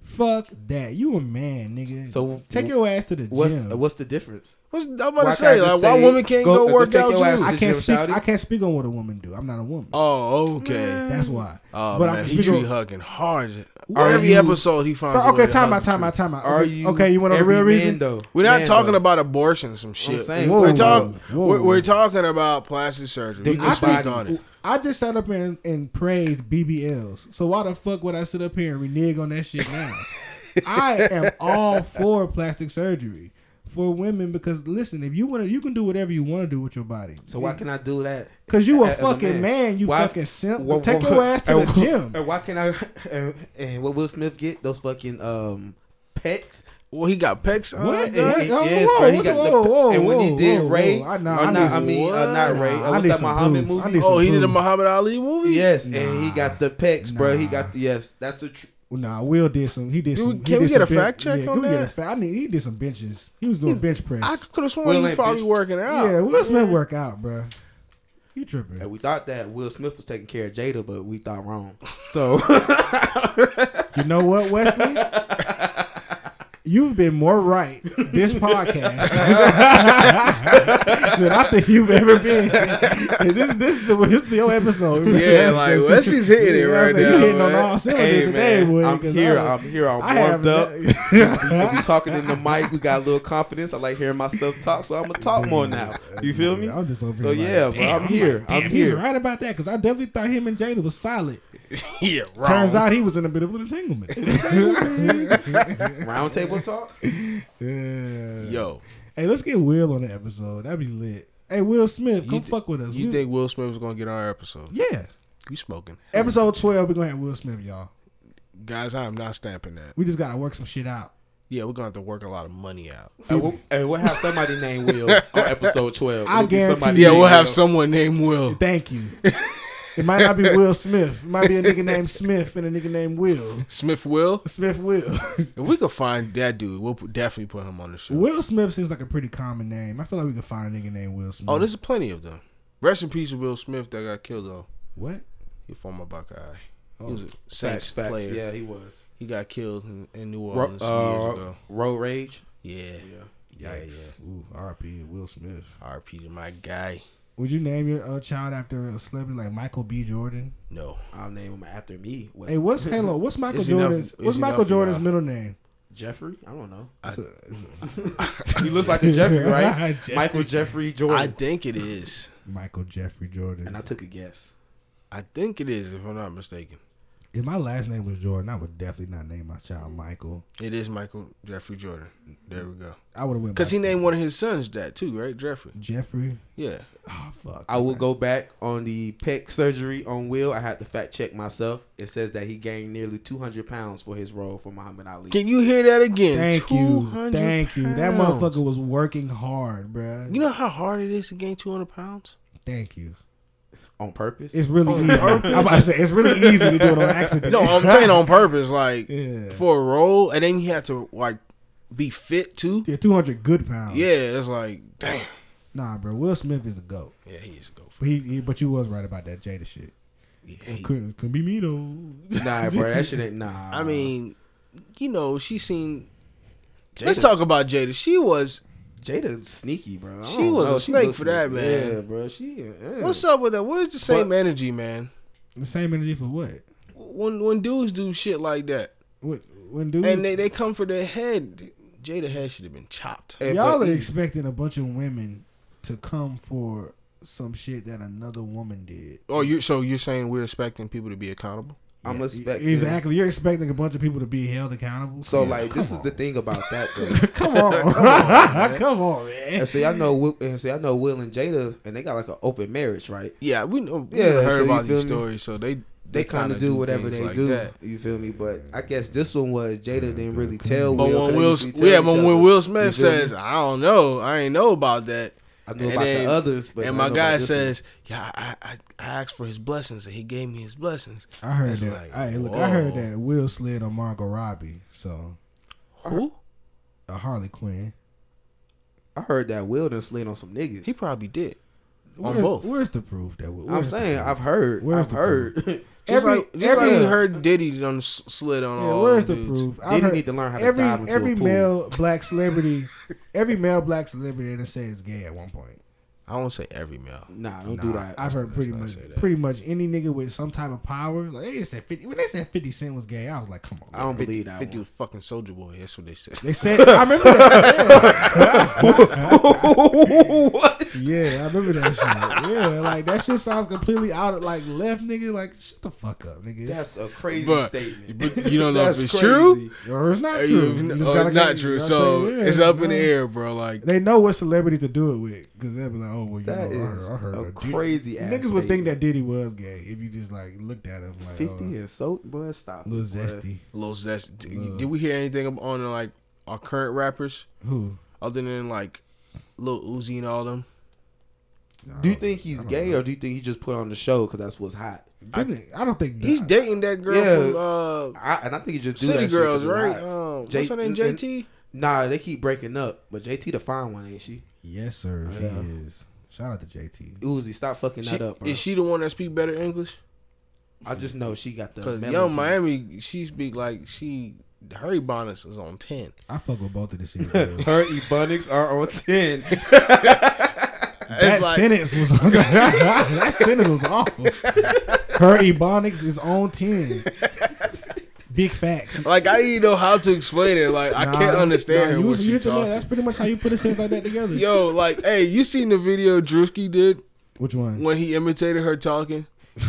[SPEAKER 1] fuck that. You a man, nigga.
[SPEAKER 3] So,
[SPEAKER 1] take your ass to the
[SPEAKER 3] what's
[SPEAKER 1] gym.
[SPEAKER 3] what's the difference?
[SPEAKER 2] What's- I'm about
[SPEAKER 3] Why
[SPEAKER 2] to
[SPEAKER 3] can't I
[SPEAKER 2] say
[SPEAKER 3] just
[SPEAKER 2] like why
[SPEAKER 3] say,
[SPEAKER 2] women can't
[SPEAKER 3] go-
[SPEAKER 2] go,
[SPEAKER 3] go
[SPEAKER 2] work
[SPEAKER 3] take
[SPEAKER 2] out
[SPEAKER 3] your ass
[SPEAKER 2] you?
[SPEAKER 3] to-
[SPEAKER 1] I
[SPEAKER 3] the
[SPEAKER 1] can't
[SPEAKER 3] gym,
[SPEAKER 1] speak.
[SPEAKER 3] shawty?
[SPEAKER 1] I can't speak on what a woman do. I'm not a woman.
[SPEAKER 2] Oh okay.
[SPEAKER 1] That's why.
[SPEAKER 2] Oh
[SPEAKER 1] but
[SPEAKER 2] man,
[SPEAKER 1] I can
[SPEAKER 2] he
[SPEAKER 1] speak
[SPEAKER 2] tree
[SPEAKER 1] on.
[SPEAKER 2] hugging hard.
[SPEAKER 1] Are
[SPEAKER 2] Every
[SPEAKER 1] you-
[SPEAKER 2] episode he finds.
[SPEAKER 1] Bro,
[SPEAKER 2] a way
[SPEAKER 1] okay,
[SPEAKER 2] to
[SPEAKER 1] time
[SPEAKER 2] hug
[SPEAKER 1] out,
[SPEAKER 2] the
[SPEAKER 1] time
[SPEAKER 2] tree.
[SPEAKER 1] out, time out.
[SPEAKER 3] Are
[SPEAKER 1] Okay,
[SPEAKER 3] you
[SPEAKER 1] okay, you want a
[SPEAKER 3] every
[SPEAKER 1] real
[SPEAKER 3] man,
[SPEAKER 1] reason?
[SPEAKER 3] though?
[SPEAKER 2] We're not
[SPEAKER 3] Man,
[SPEAKER 2] talking
[SPEAKER 3] though.
[SPEAKER 2] about abortion and some shit.
[SPEAKER 3] saying,
[SPEAKER 2] we're
[SPEAKER 1] whoa,
[SPEAKER 2] talking.
[SPEAKER 1] whoa.
[SPEAKER 2] We're, we're talking about plastic surgery. We
[SPEAKER 3] Them
[SPEAKER 2] can speak
[SPEAKER 3] bodies.
[SPEAKER 2] on it.
[SPEAKER 1] I just sat up here and, and praised BBLs. So why the fuck would I sit up here and renege on that shit now? I am all for plastic surgery for women because listen, if you want to, you can do whatever you want to do with your body.
[SPEAKER 3] So why can I do that?
[SPEAKER 1] Because you a
[SPEAKER 3] as
[SPEAKER 1] fucking man. you fucking simp.
[SPEAKER 3] wha-
[SPEAKER 1] Take
[SPEAKER 3] wha-
[SPEAKER 1] your ass to
[SPEAKER 3] and
[SPEAKER 1] the
[SPEAKER 3] wha-
[SPEAKER 1] gym.
[SPEAKER 3] And why can I? And, and what Will Smith get? Those fucking um pecs.
[SPEAKER 2] Well, he got pecs. on.
[SPEAKER 1] What?
[SPEAKER 3] And
[SPEAKER 1] What?
[SPEAKER 3] he-
[SPEAKER 1] Oh,
[SPEAKER 3] yes,
[SPEAKER 1] whoa,
[SPEAKER 3] bro, he
[SPEAKER 1] what-
[SPEAKER 3] got the-
[SPEAKER 1] whoa, whoa,
[SPEAKER 3] and when he
[SPEAKER 1] whoa,
[SPEAKER 3] did
[SPEAKER 1] whoa,
[SPEAKER 3] Ray,
[SPEAKER 1] whoa. I know,
[SPEAKER 3] or
[SPEAKER 1] I
[SPEAKER 3] not,
[SPEAKER 1] need
[SPEAKER 3] I
[SPEAKER 1] some-
[SPEAKER 3] mean, uh, not Ray.
[SPEAKER 1] Nah,
[SPEAKER 3] Uh,
[SPEAKER 1] I
[SPEAKER 3] what's
[SPEAKER 1] need
[SPEAKER 3] that
[SPEAKER 1] some
[SPEAKER 3] Muhammad
[SPEAKER 1] proof. I
[SPEAKER 3] movie?
[SPEAKER 1] need
[SPEAKER 2] Oh, he did a
[SPEAKER 1] Prove.
[SPEAKER 2] Muhammad Ali movie.
[SPEAKER 3] Yes, and he
[SPEAKER 1] Nah.
[SPEAKER 3] got the pecs, bro. He
[SPEAKER 1] Nah.
[SPEAKER 3] got the yes. That's the tr-
[SPEAKER 1] Nah, Will did some. He did
[SPEAKER 2] Do-
[SPEAKER 1] some.
[SPEAKER 2] can
[SPEAKER 1] he did
[SPEAKER 2] we get
[SPEAKER 1] some
[SPEAKER 2] a fact check
[SPEAKER 1] yeah,
[SPEAKER 2] on
[SPEAKER 1] can we get
[SPEAKER 2] that?
[SPEAKER 1] a fact- I need. He did some benches. He was doing bench press.
[SPEAKER 2] I could have sworn
[SPEAKER 3] Will
[SPEAKER 2] he was
[SPEAKER 3] ain't
[SPEAKER 2] probably
[SPEAKER 3] bitch.
[SPEAKER 2] working out.
[SPEAKER 1] yeah, Will Smith work out, bro. You
[SPEAKER 3] And
[SPEAKER 1] tripping?
[SPEAKER 3] we thought that Will Smith was taking care of Jada, but we thought wrong. So
[SPEAKER 1] You know what, Wesley? You've been more right this podcast than I think you've ever been. And this this is the this is your episode.
[SPEAKER 2] Yeah, like, Wesley's hitting it
[SPEAKER 1] You know what I'm
[SPEAKER 2] right
[SPEAKER 1] saying?
[SPEAKER 2] now,
[SPEAKER 1] You hitting on
[SPEAKER 2] man.
[SPEAKER 1] all cylinders
[SPEAKER 3] Hey
[SPEAKER 1] today,
[SPEAKER 3] man,
[SPEAKER 1] boy.
[SPEAKER 3] I'm
[SPEAKER 1] 'cause
[SPEAKER 3] here.
[SPEAKER 1] I-
[SPEAKER 3] I'm here. I'm
[SPEAKER 1] I
[SPEAKER 3] warmed
[SPEAKER 1] haven't
[SPEAKER 3] up.
[SPEAKER 1] done-
[SPEAKER 3] we, we talking in the mic. We got a little confidence. I like hearing myself talk, so I'm gonna talk more now. You feel me?
[SPEAKER 1] I'm just over
[SPEAKER 3] So
[SPEAKER 1] here like,
[SPEAKER 3] yeah, bro, I'm here. I'm
[SPEAKER 1] Damn, he's
[SPEAKER 3] here.
[SPEAKER 1] right about that because I definitely thought him and Jada was solid.
[SPEAKER 2] yeah, wrong.
[SPEAKER 1] Turns out he was in a bit of an entanglement.
[SPEAKER 3] Round table talk.
[SPEAKER 1] Yeah.
[SPEAKER 2] yo,
[SPEAKER 1] Hey, let's get Will on the episode. That'd be lit. Hey, Will Smith,
[SPEAKER 2] You
[SPEAKER 1] come
[SPEAKER 2] thi-
[SPEAKER 1] fuck with us.
[SPEAKER 2] you
[SPEAKER 1] We-
[SPEAKER 2] think Will Smith was gonna get on our episode?
[SPEAKER 1] Yeah.
[SPEAKER 2] You smoking,
[SPEAKER 1] Episode 12, we're going to have Will Smith, y'all.
[SPEAKER 2] guys? I am not stamping that.
[SPEAKER 1] We just got to work some shit out.
[SPEAKER 2] Yeah, we're gonna have to work a lot of money out.
[SPEAKER 3] Hey, we'll, hey, we'll have somebody named Will on episode 12.
[SPEAKER 1] I
[SPEAKER 3] It'll be
[SPEAKER 1] guarantee
[SPEAKER 3] somebody
[SPEAKER 1] you.
[SPEAKER 2] Yeah,
[SPEAKER 3] named
[SPEAKER 2] we'll have
[SPEAKER 3] Will.
[SPEAKER 2] someone named Will.
[SPEAKER 1] Thank you. it might not be Will Smith. It might be a nigga named Smith and a nigga named Will.
[SPEAKER 2] Smith Will.
[SPEAKER 1] Smith Will.
[SPEAKER 2] If we could find that dude, we'll put- definitely put him on the show.
[SPEAKER 1] Will Smith seems like a pretty common name. I feel like we could find a nigga named Will Smith.
[SPEAKER 2] Oh, there's plenty of them. Rest in peace to Will Smith that got killed though.
[SPEAKER 1] What?
[SPEAKER 2] He a former Buckeye. He was a
[SPEAKER 3] Facts,
[SPEAKER 2] Saints
[SPEAKER 3] facts.
[SPEAKER 2] player.
[SPEAKER 3] Yeah, he was.
[SPEAKER 2] He got killed in, in New
[SPEAKER 3] Ro-
[SPEAKER 2] Orleans some years
[SPEAKER 3] uh,
[SPEAKER 2] ago.
[SPEAKER 3] road rage.
[SPEAKER 2] Yeah.
[SPEAKER 3] Yeah.
[SPEAKER 1] Yikes. Ooh, R.P. Will Smith.
[SPEAKER 2] RP to my guy.
[SPEAKER 1] Would you name your uh, child after a celebrity like Michael B. Jordan?
[SPEAKER 2] No.
[SPEAKER 3] I'll name him after me. What's
[SPEAKER 1] Hey, what's Halo? What's Michael
[SPEAKER 2] It's enough-
[SPEAKER 1] Jordan's?
[SPEAKER 2] it's
[SPEAKER 1] what's Michael
[SPEAKER 2] enough,
[SPEAKER 1] Jordan's
[SPEAKER 2] y'all.
[SPEAKER 1] middle name?
[SPEAKER 3] Jeffrey? I don't know.
[SPEAKER 2] I-
[SPEAKER 1] It's a- it's a-
[SPEAKER 3] He looks like a Jeffrey, right?
[SPEAKER 1] Jeffrey.
[SPEAKER 3] Michael Jeffrey Jordan.
[SPEAKER 2] I think it is.
[SPEAKER 1] Michael Jeffrey
[SPEAKER 3] and
[SPEAKER 1] Jordan.
[SPEAKER 3] I took a guess.
[SPEAKER 2] I think it is, if I'm not mistaken.
[SPEAKER 1] If my last name was Jordan, I would definitely not name my child Michael.
[SPEAKER 2] It is Michael Jeffrey Jordan. There we go.
[SPEAKER 1] I would have went
[SPEAKER 2] Because he
[SPEAKER 1] by
[SPEAKER 2] named one of his sons that too, right? Jeffrey.
[SPEAKER 1] Jeffrey.
[SPEAKER 2] Yeah.
[SPEAKER 1] Oh fuck!
[SPEAKER 3] I will go back on the pec surgery on Will. I had to fact check myself. It says that he gained nearly 200 pounds for his role for Muhammad Ali.
[SPEAKER 2] Can you hear that again?
[SPEAKER 1] Thank you,
[SPEAKER 2] 200
[SPEAKER 1] thank you. That
[SPEAKER 2] pounds.
[SPEAKER 1] motherfucker was working hard, bruh.
[SPEAKER 2] You know how hard it is to gain 200 pounds?
[SPEAKER 1] thank you.
[SPEAKER 3] on purpose?
[SPEAKER 1] It's really easy. I'm about to say it's really easy to do it on accident.
[SPEAKER 2] Oh, No, I'm saying on purpose, like
[SPEAKER 1] Yeah.
[SPEAKER 2] for a role, and then you have to like be fit too.
[SPEAKER 1] yeah, two hundred good pounds.
[SPEAKER 2] Yeah, it's like damn.
[SPEAKER 1] nah, bro. Will Smith is a goat.
[SPEAKER 2] Yeah, he is a go for
[SPEAKER 1] But he, he but you was right about that Jada shit.
[SPEAKER 2] yeah, he-
[SPEAKER 1] Couldn't couldn't be me though.
[SPEAKER 3] nah, bro. That shit ain't. Nah.
[SPEAKER 1] Uh-huh.
[SPEAKER 2] I mean, you know, she seen.
[SPEAKER 3] Jada,
[SPEAKER 2] Let's talk about Jada. She was.
[SPEAKER 3] Jada sneaky, bro. I
[SPEAKER 2] She
[SPEAKER 3] don't
[SPEAKER 2] was a
[SPEAKER 3] know.
[SPEAKER 2] snake
[SPEAKER 3] looks
[SPEAKER 2] for that,
[SPEAKER 3] sneaky.
[SPEAKER 2] man.
[SPEAKER 3] Yeah, bro. She. uh,
[SPEAKER 2] What's up with that? Where's the same energy, man?
[SPEAKER 1] The same energy for what?
[SPEAKER 2] When when dudes do shit like that,
[SPEAKER 1] What when dude?
[SPEAKER 3] Mm.
[SPEAKER 2] and they they come for their head, Jada head should have been chopped.
[SPEAKER 3] Hey,
[SPEAKER 1] y'all
[SPEAKER 3] Eh, but
[SPEAKER 1] are
[SPEAKER 3] he-
[SPEAKER 1] expecting a bunch of women to come for some shit that another woman did.
[SPEAKER 2] Oh, you so you're saying we're expecting people to be accountable?
[SPEAKER 3] I'm
[SPEAKER 1] Yeah,
[SPEAKER 3] expecting.
[SPEAKER 1] exactly. You're expecting a bunch of people to be held accountable.
[SPEAKER 3] So
[SPEAKER 1] Yeah,
[SPEAKER 3] like,
[SPEAKER 1] come
[SPEAKER 3] this
[SPEAKER 1] on.
[SPEAKER 3] is the thing about that. Though.
[SPEAKER 1] come on, come on, man.
[SPEAKER 3] and so y'all know, Will- and so y'all know Will and Jada, and they got like an open marriage, right?
[SPEAKER 2] Yeah, we know. We
[SPEAKER 3] Yeah,
[SPEAKER 2] heard
[SPEAKER 3] so you
[SPEAKER 2] about
[SPEAKER 3] feel
[SPEAKER 2] these
[SPEAKER 3] me?
[SPEAKER 2] stories, so they
[SPEAKER 3] They, kind
[SPEAKER 2] kinda
[SPEAKER 3] of do, whatever
[SPEAKER 2] things
[SPEAKER 3] they
[SPEAKER 2] like
[SPEAKER 3] do.
[SPEAKER 2] that.
[SPEAKER 3] You feel me? But I guess this one was Jada didn't really tell
[SPEAKER 2] But
[SPEAKER 3] Will. 'cause
[SPEAKER 2] when
[SPEAKER 3] they
[SPEAKER 2] Will,
[SPEAKER 3] usually tell
[SPEAKER 2] yeah,
[SPEAKER 3] each
[SPEAKER 2] but
[SPEAKER 3] other.
[SPEAKER 2] when Will
[SPEAKER 3] You
[SPEAKER 2] Smith
[SPEAKER 3] feel me?
[SPEAKER 2] says, "I don't know, I ain't know about that,"
[SPEAKER 3] "I knew
[SPEAKER 2] and
[SPEAKER 3] about
[SPEAKER 2] then-
[SPEAKER 3] the others," but I
[SPEAKER 2] and
[SPEAKER 3] don't
[SPEAKER 2] my
[SPEAKER 3] know about
[SPEAKER 2] guy
[SPEAKER 3] this one.
[SPEAKER 2] says, "Yeah, I, I I asked for his blessings, and he gave me his blessings."
[SPEAKER 1] I heard
[SPEAKER 2] It's
[SPEAKER 1] that.
[SPEAKER 2] like,
[SPEAKER 1] I, look, I heard
[SPEAKER 2] whoa.
[SPEAKER 1] that Will slid on Margot Robbie, so
[SPEAKER 2] Who?
[SPEAKER 1] a Harley Quinn.
[SPEAKER 3] I heard that Will done slid on some niggas.
[SPEAKER 2] He probably did. On
[SPEAKER 1] Where-
[SPEAKER 2] both.
[SPEAKER 1] Where's the proof that? Will,
[SPEAKER 3] I'm
[SPEAKER 1] where's the
[SPEAKER 3] saying
[SPEAKER 1] proof?
[SPEAKER 3] I've heard.
[SPEAKER 1] Where's
[SPEAKER 3] I've
[SPEAKER 1] the
[SPEAKER 3] heard.
[SPEAKER 2] Just
[SPEAKER 1] Every-
[SPEAKER 2] like just like
[SPEAKER 1] every-
[SPEAKER 2] we heard Diddy done s- slid on
[SPEAKER 1] Yeah,
[SPEAKER 2] all.
[SPEAKER 1] where's the
[SPEAKER 2] them dudes.
[SPEAKER 1] proof?
[SPEAKER 3] Diddy
[SPEAKER 1] heard
[SPEAKER 3] need to learn how to
[SPEAKER 1] every
[SPEAKER 3] dive into a
[SPEAKER 1] every
[SPEAKER 3] pool.
[SPEAKER 1] male black celebrity, every male black celebrity that say is gay at one point.
[SPEAKER 2] I won't say every male.
[SPEAKER 3] nah, don't
[SPEAKER 1] Nah,
[SPEAKER 3] do that.
[SPEAKER 1] I've heard pretty
[SPEAKER 2] not
[SPEAKER 1] much
[SPEAKER 2] say that.
[SPEAKER 1] pretty much any nigga with some type of power. Like they said fifty when they said Fifty Cent was gay, I was like, come on.
[SPEAKER 3] I don't
[SPEAKER 2] 50,
[SPEAKER 3] believe that.
[SPEAKER 2] 50
[SPEAKER 3] one.
[SPEAKER 2] was fucking Soldier Boy. That's what they said.
[SPEAKER 1] They said I remember that.
[SPEAKER 3] what?
[SPEAKER 1] Yeah, yeah, I remember that shit. Yeah, like that shit sounds completely out of like left, nigga. Like shut the fuck up, nigga.
[SPEAKER 3] That's a crazy
[SPEAKER 2] But-
[SPEAKER 3] statement.
[SPEAKER 2] but you don't know if
[SPEAKER 3] That's
[SPEAKER 2] it's true?
[SPEAKER 1] or it's not
[SPEAKER 2] Or
[SPEAKER 1] true.
[SPEAKER 2] you-
[SPEAKER 1] You just
[SPEAKER 2] or
[SPEAKER 1] gotta-
[SPEAKER 2] not true.
[SPEAKER 1] you gotta
[SPEAKER 2] So
[SPEAKER 1] tell you, yeah,
[SPEAKER 2] it's up in the
[SPEAKER 1] no.
[SPEAKER 2] air, bro. Like
[SPEAKER 1] They know what celebrities to do it with because they'll be like, oh well, you
[SPEAKER 3] That
[SPEAKER 1] know, I
[SPEAKER 3] is
[SPEAKER 1] heard, I heard
[SPEAKER 3] a
[SPEAKER 1] that Diddy-
[SPEAKER 3] crazy ass.
[SPEAKER 1] Niggas would think that Diddy was gay if you just like looked at him like
[SPEAKER 3] Fifty
[SPEAKER 1] oh,
[SPEAKER 3] is so boy. Stop.
[SPEAKER 1] little
[SPEAKER 3] it, boy.
[SPEAKER 1] zesty.
[SPEAKER 2] Lil Zest. d- Did we hear anything ab- on like our current rappers
[SPEAKER 1] Who?
[SPEAKER 2] other than like Lil Uzi and all them?
[SPEAKER 3] Do you think he's gay or do you think he just put on the show because that's what's hot?
[SPEAKER 1] Didn't- I, don't think
[SPEAKER 2] He's
[SPEAKER 1] that-
[SPEAKER 2] dating that girl
[SPEAKER 3] Yeah.
[SPEAKER 2] from uh,
[SPEAKER 3] I, and I think he just do that
[SPEAKER 2] City
[SPEAKER 3] shit
[SPEAKER 2] Girls,
[SPEAKER 3] 'cause it's
[SPEAKER 2] right?
[SPEAKER 3] hot.
[SPEAKER 2] Um,
[SPEAKER 3] J-
[SPEAKER 2] what's her name?
[SPEAKER 3] and-
[SPEAKER 2] JT.
[SPEAKER 3] Nah, they keep breaking up, but JT the fine one ain't she?
[SPEAKER 1] Yes, sir. She
[SPEAKER 3] Yeah.
[SPEAKER 1] is. Shout out to JT.
[SPEAKER 3] Uzi, stop fucking
[SPEAKER 2] She-
[SPEAKER 3] that up. Bro.
[SPEAKER 2] is she the one that speak better English?
[SPEAKER 3] I just know she got the.
[SPEAKER 2] Because
[SPEAKER 3] melodies.
[SPEAKER 2] Young Miami, she speak like she Her Ebonics is on ten.
[SPEAKER 1] I fuck with both of the series. bro.
[SPEAKER 3] Her ebonics are on ten.
[SPEAKER 1] that
[SPEAKER 2] like-
[SPEAKER 1] sentence was that sentence was awful. Her ebonics is on ten. Big facts.
[SPEAKER 2] Like I didn't know how to explain it. Like I can't
[SPEAKER 1] Nah,
[SPEAKER 2] understand
[SPEAKER 1] nah,
[SPEAKER 2] her
[SPEAKER 1] you
[SPEAKER 2] when
[SPEAKER 1] was- you
[SPEAKER 2] she
[SPEAKER 1] hit the nail. That's
[SPEAKER 2] talking.
[SPEAKER 1] pretty much how you put a sentence like that together.
[SPEAKER 2] Yo, like, hey, you seen the video Drewski did
[SPEAKER 1] Which one?
[SPEAKER 2] when he imitated her talking?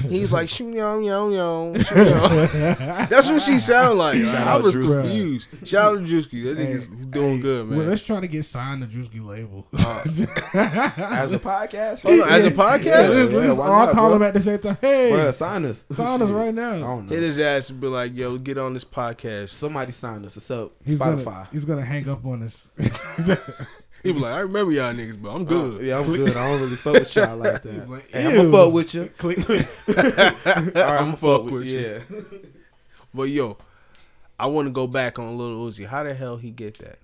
[SPEAKER 2] He's like, shoo yum yum yum. shoo, yum." That's what she sound like.
[SPEAKER 3] Shout
[SPEAKER 2] I
[SPEAKER 3] out
[SPEAKER 2] was
[SPEAKER 3] Drewski.
[SPEAKER 2] confused. Shout out to Drewski. That
[SPEAKER 1] Hey,
[SPEAKER 2] nigga's he's doing
[SPEAKER 1] hey,
[SPEAKER 2] good, man. Uh,
[SPEAKER 1] Well, let's try to get signed to Drewski label.
[SPEAKER 3] As a podcast,
[SPEAKER 2] Hold on, as a podcast?
[SPEAKER 1] Yeah, let's,
[SPEAKER 3] Yeah,
[SPEAKER 1] let's
[SPEAKER 3] why
[SPEAKER 1] all
[SPEAKER 3] not,
[SPEAKER 1] call
[SPEAKER 3] bro?
[SPEAKER 1] him at the same time. Hey,
[SPEAKER 3] Bruh, sign us.
[SPEAKER 1] sign us
[SPEAKER 3] Shit.
[SPEAKER 1] right
[SPEAKER 3] I
[SPEAKER 1] now.
[SPEAKER 3] don't know.
[SPEAKER 2] Hit his ass and be like, yo, get on this podcast.
[SPEAKER 3] Somebody sign us. It's up.
[SPEAKER 1] He's
[SPEAKER 3] Spotify.
[SPEAKER 1] Gonna, he's gonna hang up on us.
[SPEAKER 2] He be like, I remember y'all niggas, but I'm
[SPEAKER 3] Uh,
[SPEAKER 2] good.
[SPEAKER 3] yeah, I'm good. I don't really fuck with y'all like that.
[SPEAKER 1] Like,
[SPEAKER 3] hey, I'm gonna
[SPEAKER 1] ew.
[SPEAKER 3] fuck with you. All right, I'm gonna fuck with,
[SPEAKER 2] with
[SPEAKER 3] you.
[SPEAKER 2] you.
[SPEAKER 3] Yeah.
[SPEAKER 2] But yo, I want to go back on Little Uzi. How the hell he get that?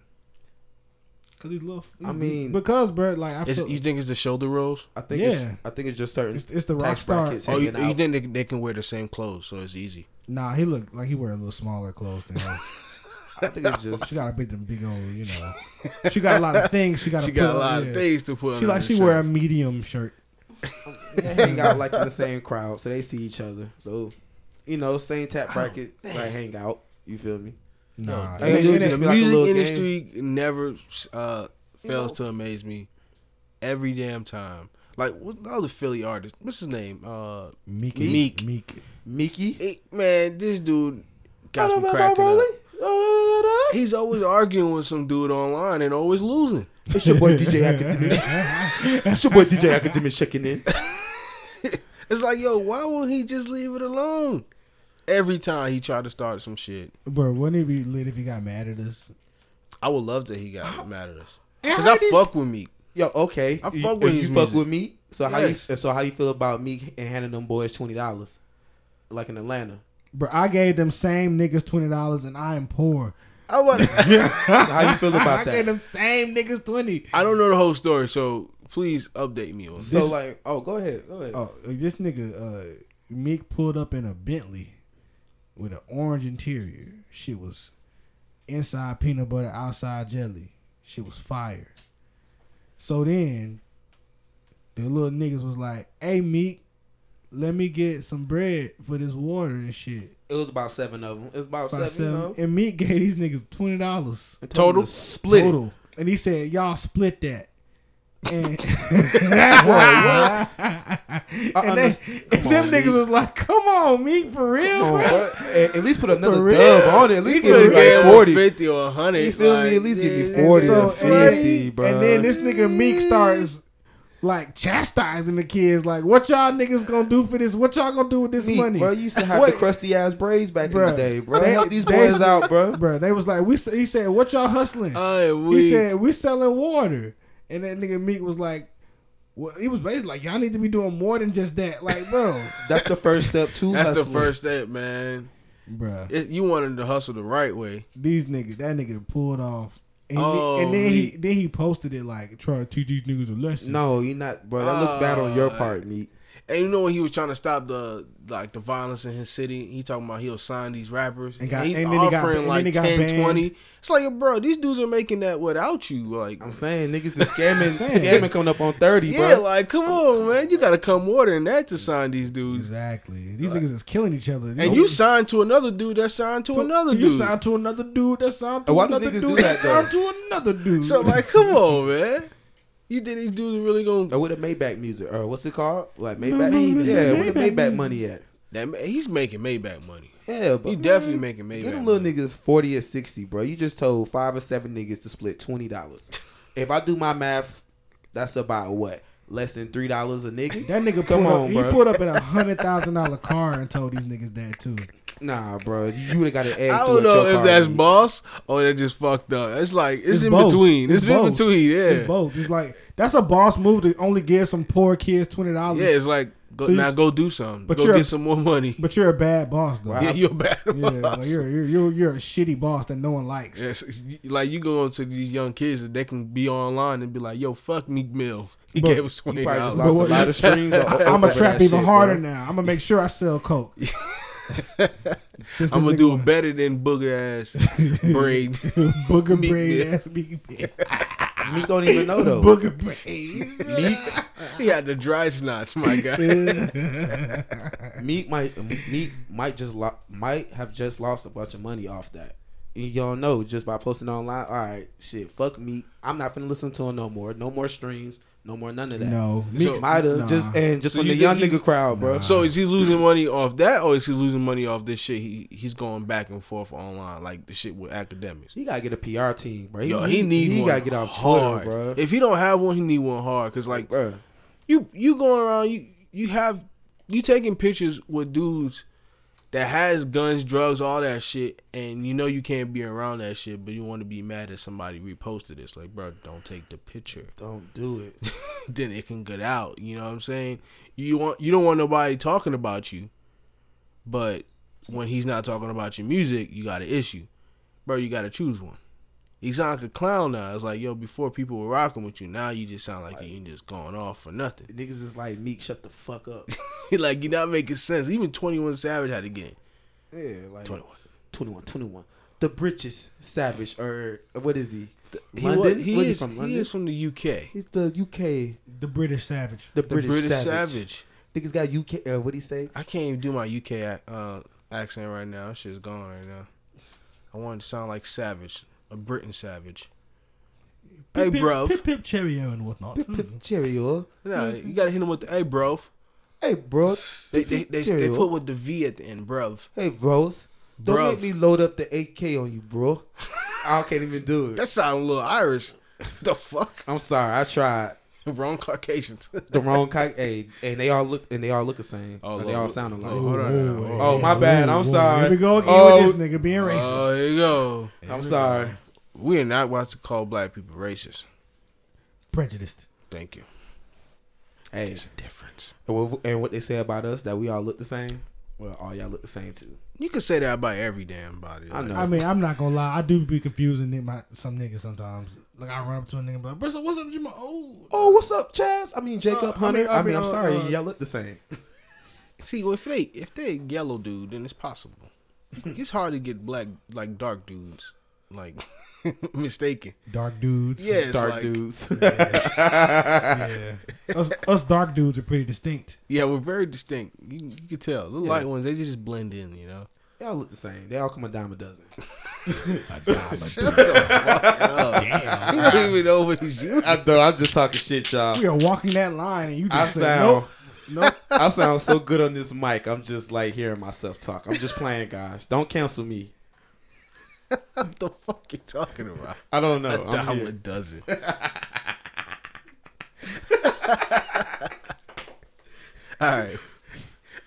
[SPEAKER 1] Cause he's little.
[SPEAKER 3] I mean-
[SPEAKER 1] because bro, like I
[SPEAKER 2] Is,
[SPEAKER 1] feel,
[SPEAKER 2] you think it's the shoulder rolls?
[SPEAKER 3] I think
[SPEAKER 1] Yeah.
[SPEAKER 3] it's I think it's just certain
[SPEAKER 1] it's, it's the rock
[SPEAKER 3] tax
[SPEAKER 1] star.
[SPEAKER 3] brackets
[SPEAKER 2] Oh, you,
[SPEAKER 3] hanging
[SPEAKER 2] you
[SPEAKER 3] out.
[SPEAKER 2] think they, they can wear the same clothes, so it's easy.
[SPEAKER 1] Nah, he look like he wear a little smaller clothes than her.
[SPEAKER 3] I think it's just
[SPEAKER 1] She got a big, them big old, you know. She got a lot of things. She got.
[SPEAKER 2] She got a
[SPEAKER 1] put
[SPEAKER 2] lot
[SPEAKER 1] on,
[SPEAKER 2] of
[SPEAKER 1] yeah.
[SPEAKER 2] things to put.
[SPEAKER 1] She like she wear a medium shirt.
[SPEAKER 3] hang out like in the same crowd, so they see each other. So, you know, same tap bracket, like hang out. You feel me?
[SPEAKER 1] Nah,
[SPEAKER 3] I mean,
[SPEAKER 1] it-
[SPEAKER 3] dude,
[SPEAKER 1] it-
[SPEAKER 3] just
[SPEAKER 2] the
[SPEAKER 3] be like a
[SPEAKER 2] music
[SPEAKER 3] little
[SPEAKER 2] industry never uh, fails to amaze me every damn time. Like what the other Philly artist? What's his name? Uh,
[SPEAKER 1] Meek,
[SPEAKER 2] Meek.
[SPEAKER 1] Meek, Meek.
[SPEAKER 3] Mickey.
[SPEAKER 2] it- man, this dude got me cracking up. He's always arguing with some dude online and always losing.
[SPEAKER 3] It's your boy DJ Academic. it's your boy DJ Academic checking in.
[SPEAKER 2] It's like, yo, why won't he just leave it alone? Every time he tried to start some shit,
[SPEAKER 1] Bro, wouldn't it be lit if he got mad at us?
[SPEAKER 2] I would love that he got mad at us
[SPEAKER 1] And
[SPEAKER 2] because
[SPEAKER 1] how
[SPEAKER 2] I
[SPEAKER 1] did-
[SPEAKER 2] fuck with Meek.
[SPEAKER 3] Yo, okay.
[SPEAKER 2] I
[SPEAKER 3] You-
[SPEAKER 2] fuck with
[SPEAKER 3] you
[SPEAKER 2] his
[SPEAKER 3] fuck
[SPEAKER 2] music.
[SPEAKER 3] with me. So
[SPEAKER 2] Yes.
[SPEAKER 3] how you so how you feel about me and handing them boys twenty dollars, like in Atlanta?
[SPEAKER 1] Bro, I gave them same niggas twenty dollars and I am poor.
[SPEAKER 2] I want.
[SPEAKER 3] How you feel
[SPEAKER 1] I
[SPEAKER 3] about
[SPEAKER 1] gave
[SPEAKER 3] that?
[SPEAKER 1] them same niggas twenty.
[SPEAKER 2] I don't know the whole story, so please update me on this.
[SPEAKER 3] So like, oh, go ahead, go ahead.
[SPEAKER 1] Oh, this nigga uh, Meek pulled up in a Bentley with an orange interior. Shit was inside peanut butter, outside jelly. Shit was fire. So then the little niggas was like, "Hey Meek, let me get some bread for this water and shit."
[SPEAKER 3] It was about seven of them. It was about,
[SPEAKER 1] About
[SPEAKER 3] seven.
[SPEAKER 1] seven-
[SPEAKER 3] You know?
[SPEAKER 1] And Meek gave these niggas twenty dollars
[SPEAKER 3] And told
[SPEAKER 2] Total?
[SPEAKER 3] them to split. it.
[SPEAKER 1] total, and he said, "Y'all split that." And,
[SPEAKER 3] I
[SPEAKER 1] and, they-
[SPEAKER 3] understand.
[SPEAKER 1] and
[SPEAKER 3] Come
[SPEAKER 1] them
[SPEAKER 3] on,
[SPEAKER 1] niggas
[SPEAKER 3] Meek.
[SPEAKER 1] was like, "Come on, Meek, for real,
[SPEAKER 3] Come on,
[SPEAKER 1] bro."
[SPEAKER 3] bro. Oh, At, at least put another
[SPEAKER 1] real?
[SPEAKER 3] dub on it. At least
[SPEAKER 2] He
[SPEAKER 3] give
[SPEAKER 2] could've
[SPEAKER 3] me
[SPEAKER 2] gave
[SPEAKER 3] like
[SPEAKER 2] him
[SPEAKER 3] forty.
[SPEAKER 2] 50 or 100.
[SPEAKER 3] You feel me? At least give me
[SPEAKER 2] yeah,
[SPEAKER 1] And
[SPEAKER 3] 40
[SPEAKER 1] so-
[SPEAKER 3] or 50,
[SPEAKER 1] and,
[SPEAKER 3] bro.
[SPEAKER 1] and then this nigga Meek starts like chastising the kids, like, "What y'all niggas gonna do for this? What y'all gonna do with this
[SPEAKER 3] Meek,
[SPEAKER 1] money?"
[SPEAKER 3] bro, you used to have
[SPEAKER 1] What-
[SPEAKER 3] the crusty ass braids back in
[SPEAKER 1] Bruh.
[SPEAKER 3] the day, bro.
[SPEAKER 1] They-
[SPEAKER 3] Help these
[SPEAKER 1] they-
[SPEAKER 3] boys out, bro.
[SPEAKER 1] Bruh, They was like, "We," s- he said, "What y'all hustling?"
[SPEAKER 3] Uh,
[SPEAKER 2] I
[SPEAKER 1] he
[SPEAKER 2] we
[SPEAKER 1] said, "We selling water," and that nigga Meek was like. Well, he was basically like, y'all need to be doing more than just that. Like, bro.
[SPEAKER 3] That's the first step to
[SPEAKER 2] that's the
[SPEAKER 3] hustling.
[SPEAKER 2] first step, man.
[SPEAKER 1] Bruh.
[SPEAKER 2] It, you wanted to hustle the right way.
[SPEAKER 1] these niggas, that nigga pulled off. And, he-
[SPEAKER 2] Oh,
[SPEAKER 1] and then he
[SPEAKER 2] me.
[SPEAKER 1] then he posted it like try to teach these niggas a lesson.
[SPEAKER 3] No, you're not, bro. That looks bad on your
[SPEAKER 2] Uh,
[SPEAKER 3] part, Meek.
[SPEAKER 2] And you know when he was trying to stop the like the violence in his city, he talking about he'll sign these rappers
[SPEAKER 1] And got-
[SPEAKER 2] he's
[SPEAKER 1] and then he got-
[SPEAKER 2] offering
[SPEAKER 1] and then
[SPEAKER 2] like
[SPEAKER 1] he got
[SPEAKER 2] 10,
[SPEAKER 1] banned.
[SPEAKER 2] 20. It's like, bro, these dudes are making that without you. Like,
[SPEAKER 3] I'm saying niggas is scamming,
[SPEAKER 1] saying.
[SPEAKER 3] scamming coming up on thirty,
[SPEAKER 2] yeah,
[SPEAKER 3] bro.
[SPEAKER 2] like come on, man, you got to come more than that to sign these dudes.
[SPEAKER 1] Exactly. These niggas is killing each other.
[SPEAKER 2] Uh, And you signed to another dude that signed to, another
[SPEAKER 1] You
[SPEAKER 2] dude.
[SPEAKER 1] signed to another dude. That signed to
[SPEAKER 3] And why do
[SPEAKER 1] another
[SPEAKER 3] niggas
[SPEAKER 1] dude.
[SPEAKER 3] do
[SPEAKER 1] that
[SPEAKER 3] that, though?
[SPEAKER 1] signed to another dude.
[SPEAKER 2] So like, come on, man. You think these dudes are really gonna?
[SPEAKER 3] Or with the Maybach music, or what's it called? Like Maybach,
[SPEAKER 1] Maybach.
[SPEAKER 3] yeah. Where the
[SPEAKER 1] Maybach
[SPEAKER 3] Maybach money at?
[SPEAKER 2] That ma- he's making Maybach money.
[SPEAKER 3] Yeah, but
[SPEAKER 2] He
[SPEAKER 3] man,
[SPEAKER 2] definitely making Maybach.
[SPEAKER 3] Get them
[SPEAKER 2] money.
[SPEAKER 3] little niggas 40 or 60, bro. You just told five or seven niggas to split $20. if I do my math, that's about what? Less than $3 a nigga?
[SPEAKER 1] that nigga
[SPEAKER 3] Come
[SPEAKER 1] pulled
[SPEAKER 3] on,
[SPEAKER 1] up,
[SPEAKER 3] bro.
[SPEAKER 1] he pulled up in a hundred thousand dollar car and told these niggas that too.
[SPEAKER 3] nah, bro. You would have got an egg.
[SPEAKER 2] I
[SPEAKER 3] through
[SPEAKER 2] don't
[SPEAKER 3] at
[SPEAKER 2] know
[SPEAKER 3] your
[SPEAKER 2] if
[SPEAKER 3] car,
[SPEAKER 2] that's
[SPEAKER 3] nigga.
[SPEAKER 2] boss or they just fucked up. It's like it's, in
[SPEAKER 1] both.
[SPEAKER 2] between. It's, in
[SPEAKER 1] both.
[SPEAKER 2] between. Yeah,
[SPEAKER 1] It's both. It's like that's a boss move to only give some poor kids twenty dollars.
[SPEAKER 2] yeah. It's like go,
[SPEAKER 1] So you
[SPEAKER 2] now
[SPEAKER 1] s-
[SPEAKER 2] go do something.
[SPEAKER 1] but
[SPEAKER 2] go
[SPEAKER 1] you're-
[SPEAKER 2] get some more money.
[SPEAKER 1] but you're a bad boss though.
[SPEAKER 2] yeah, you're bad.
[SPEAKER 1] Yeah,
[SPEAKER 2] boss.
[SPEAKER 1] like you're, you're you're you're a shitty boss that no one likes.
[SPEAKER 2] Yes, you- like you go to these young kids that they can be online and be like, "Yo, fuck Meek Mill. He
[SPEAKER 1] But
[SPEAKER 2] gave us
[SPEAKER 3] You
[SPEAKER 2] twenty
[SPEAKER 3] probably just
[SPEAKER 2] dollars."
[SPEAKER 3] lost a
[SPEAKER 1] what-
[SPEAKER 3] lot of streams.
[SPEAKER 1] I, am
[SPEAKER 3] over
[SPEAKER 1] gonna
[SPEAKER 3] that
[SPEAKER 1] trap
[SPEAKER 3] shit,
[SPEAKER 1] even harder
[SPEAKER 3] bro.
[SPEAKER 1] now. I'm gonna make sure I sell coke. Since
[SPEAKER 2] I'm
[SPEAKER 1] this
[SPEAKER 2] gonna
[SPEAKER 1] nigga
[SPEAKER 2] do
[SPEAKER 1] wanna-
[SPEAKER 2] better than booger ass braid.
[SPEAKER 1] Booger
[SPEAKER 2] Meek
[SPEAKER 1] braid
[SPEAKER 2] Mill.
[SPEAKER 1] ass Meek Mill.
[SPEAKER 3] Meek don't even know though.
[SPEAKER 1] Booger braid.
[SPEAKER 3] Meek,
[SPEAKER 2] he had the dry snots, my guy.
[SPEAKER 1] Yeah.
[SPEAKER 3] Meek might Meek might just lo- might have just lost a bunch of money off that. And y'all know just by posting online. All right, shit, fuck Meek. I'm not finna listen to him no more. No more streams. No more none of that.
[SPEAKER 1] no,
[SPEAKER 2] So-
[SPEAKER 1] Meek's-
[SPEAKER 3] might have
[SPEAKER 1] nah.
[SPEAKER 3] just and just
[SPEAKER 2] So
[SPEAKER 3] from
[SPEAKER 2] you
[SPEAKER 3] the young
[SPEAKER 2] think he-
[SPEAKER 3] nigga crowd, bro.
[SPEAKER 2] So is he losing money off that, or is he losing money off this shit? He he's going back and forth online, like the shit with academics.
[SPEAKER 3] He gotta get a PR team, bro. He,
[SPEAKER 2] Yo, he need
[SPEAKER 3] he
[SPEAKER 2] one
[SPEAKER 3] gotta get off
[SPEAKER 2] hard.
[SPEAKER 3] Twitter, bro.
[SPEAKER 2] If he don't have one, he need one hard. Cause like
[SPEAKER 3] bro.
[SPEAKER 2] you you going around, you you have you taking pictures with dudes that has guns, drugs, all that shit, and you know you can't be around that shit, but you want to be mad that somebody reposted this. Like, bro, don't take the picture.
[SPEAKER 3] Don't do it.
[SPEAKER 2] then it can get out. You know what I'm saying? You want you don't want nobody talking about you, but when he's not talking about your music, you got an issue, bro. You got to choose one. He's like a clown now. It's like yo, before people were rocking with you, now you just sound like you just going off for nothing.
[SPEAKER 3] Niggas is like Meek, shut the fuck up.
[SPEAKER 2] like you're not making sense. Even Twenty One Savage had to get in.
[SPEAKER 3] Yeah, like
[SPEAKER 2] Twenty One.
[SPEAKER 3] 21, 21. The British Savage, or what is he?
[SPEAKER 2] He,
[SPEAKER 3] London?
[SPEAKER 2] was, he,
[SPEAKER 3] What, he
[SPEAKER 2] is,
[SPEAKER 3] from
[SPEAKER 2] he
[SPEAKER 3] London?
[SPEAKER 2] is from the UK.
[SPEAKER 3] He's the UK,
[SPEAKER 1] the British savage.
[SPEAKER 3] the,
[SPEAKER 2] The
[SPEAKER 3] British, Savage.
[SPEAKER 2] Savage.
[SPEAKER 3] Niggas got UK. Uh, what he say?
[SPEAKER 2] I can't even do my UK ac- uh, accent right now. That shit's gone right now. I want to sound like Savage, a Britain Savage. Hey,
[SPEAKER 1] Pip, pip,
[SPEAKER 2] bruv.
[SPEAKER 1] pip, pip, cheerio, and whatnot.
[SPEAKER 3] Hmm.
[SPEAKER 1] Mm.
[SPEAKER 3] Cheerio.
[SPEAKER 2] Nah, you gotta hit them with the hey, bro.
[SPEAKER 3] Hey, bro.
[SPEAKER 2] They they, they, they
[SPEAKER 3] Cheerio.
[SPEAKER 2] put with the V at the end, bruv.
[SPEAKER 3] Hey, bros. Don't
[SPEAKER 2] Bruv.
[SPEAKER 3] make me load up the AK on you, bro. I can't even do it.
[SPEAKER 2] That sound a little Irish. the fuck?
[SPEAKER 3] I'm sorry. I tried
[SPEAKER 2] Wrong Caucasians.
[SPEAKER 3] the wrong cock. Hey, and they all look and they all look the same.
[SPEAKER 2] Oh,
[SPEAKER 3] Like, they
[SPEAKER 2] Lord.
[SPEAKER 3] all sound alike.
[SPEAKER 2] Lord. Hold on,
[SPEAKER 1] Ooh,
[SPEAKER 2] hold
[SPEAKER 3] on. Oh, my bad. I'm sorry.
[SPEAKER 1] Here we go again
[SPEAKER 3] Oh.
[SPEAKER 1] with this nigga being
[SPEAKER 2] oh,
[SPEAKER 1] racist.
[SPEAKER 2] there you go.
[SPEAKER 3] I'm sorry.
[SPEAKER 2] We are not about to call black people racist.
[SPEAKER 1] Prejudiced.
[SPEAKER 2] Thank you.
[SPEAKER 3] Hey,
[SPEAKER 2] There's a difference.
[SPEAKER 3] and what- and what they say about us that we all look the same. Well, all y'all look the same too.
[SPEAKER 2] You can say that about every damn body.
[SPEAKER 3] I know.
[SPEAKER 1] I mean, I'm not gonna lie. I do be confusing nigga- my, some niggas sometimes. Like I run up to a nigga, and be like, "Bristol, what's up, Jamal?" Oh,
[SPEAKER 3] Oh, what's up, Chaz? I mean,
[SPEAKER 1] Uh,
[SPEAKER 3] Jacob
[SPEAKER 1] I
[SPEAKER 3] Hunter.
[SPEAKER 1] mean- I
[SPEAKER 3] I mean,
[SPEAKER 1] mean,
[SPEAKER 3] I'm
[SPEAKER 1] uh,
[SPEAKER 3] sorry,
[SPEAKER 1] uh,
[SPEAKER 3] y'all look the same.
[SPEAKER 2] See, well, if they if they yellow dude, then it's possible. it's hard to get black like dark dudes like mistaken.
[SPEAKER 1] dark dudes.
[SPEAKER 2] Yeah, it's
[SPEAKER 3] Dark
[SPEAKER 2] like,
[SPEAKER 3] dudes.
[SPEAKER 1] yeah. Us, us dark dudes are pretty distinct.
[SPEAKER 2] Yeah, we're very distinct. You, you can tell the light ones. They just blend in. You know.
[SPEAKER 3] y'all look the same. They all come a dime a dozen.
[SPEAKER 2] You don't even know what he's using.
[SPEAKER 3] I know. I'm just talking shit, y'all.
[SPEAKER 1] We are walking that line, and you
[SPEAKER 3] I
[SPEAKER 1] just say,
[SPEAKER 3] sound.
[SPEAKER 1] "Nope, nope."
[SPEAKER 3] I sound so good on this mic. I'm just like hearing myself talk. I'm just playing, guys. Don't cancel me.
[SPEAKER 2] What the fuck you talking about?
[SPEAKER 3] I don't know.
[SPEAKER 2] A
[SPEAKER 3] I'm
[SPEAKER 2] dollar
[SPEAKER 3] here.
[SPEAKER 2] dozen. All right,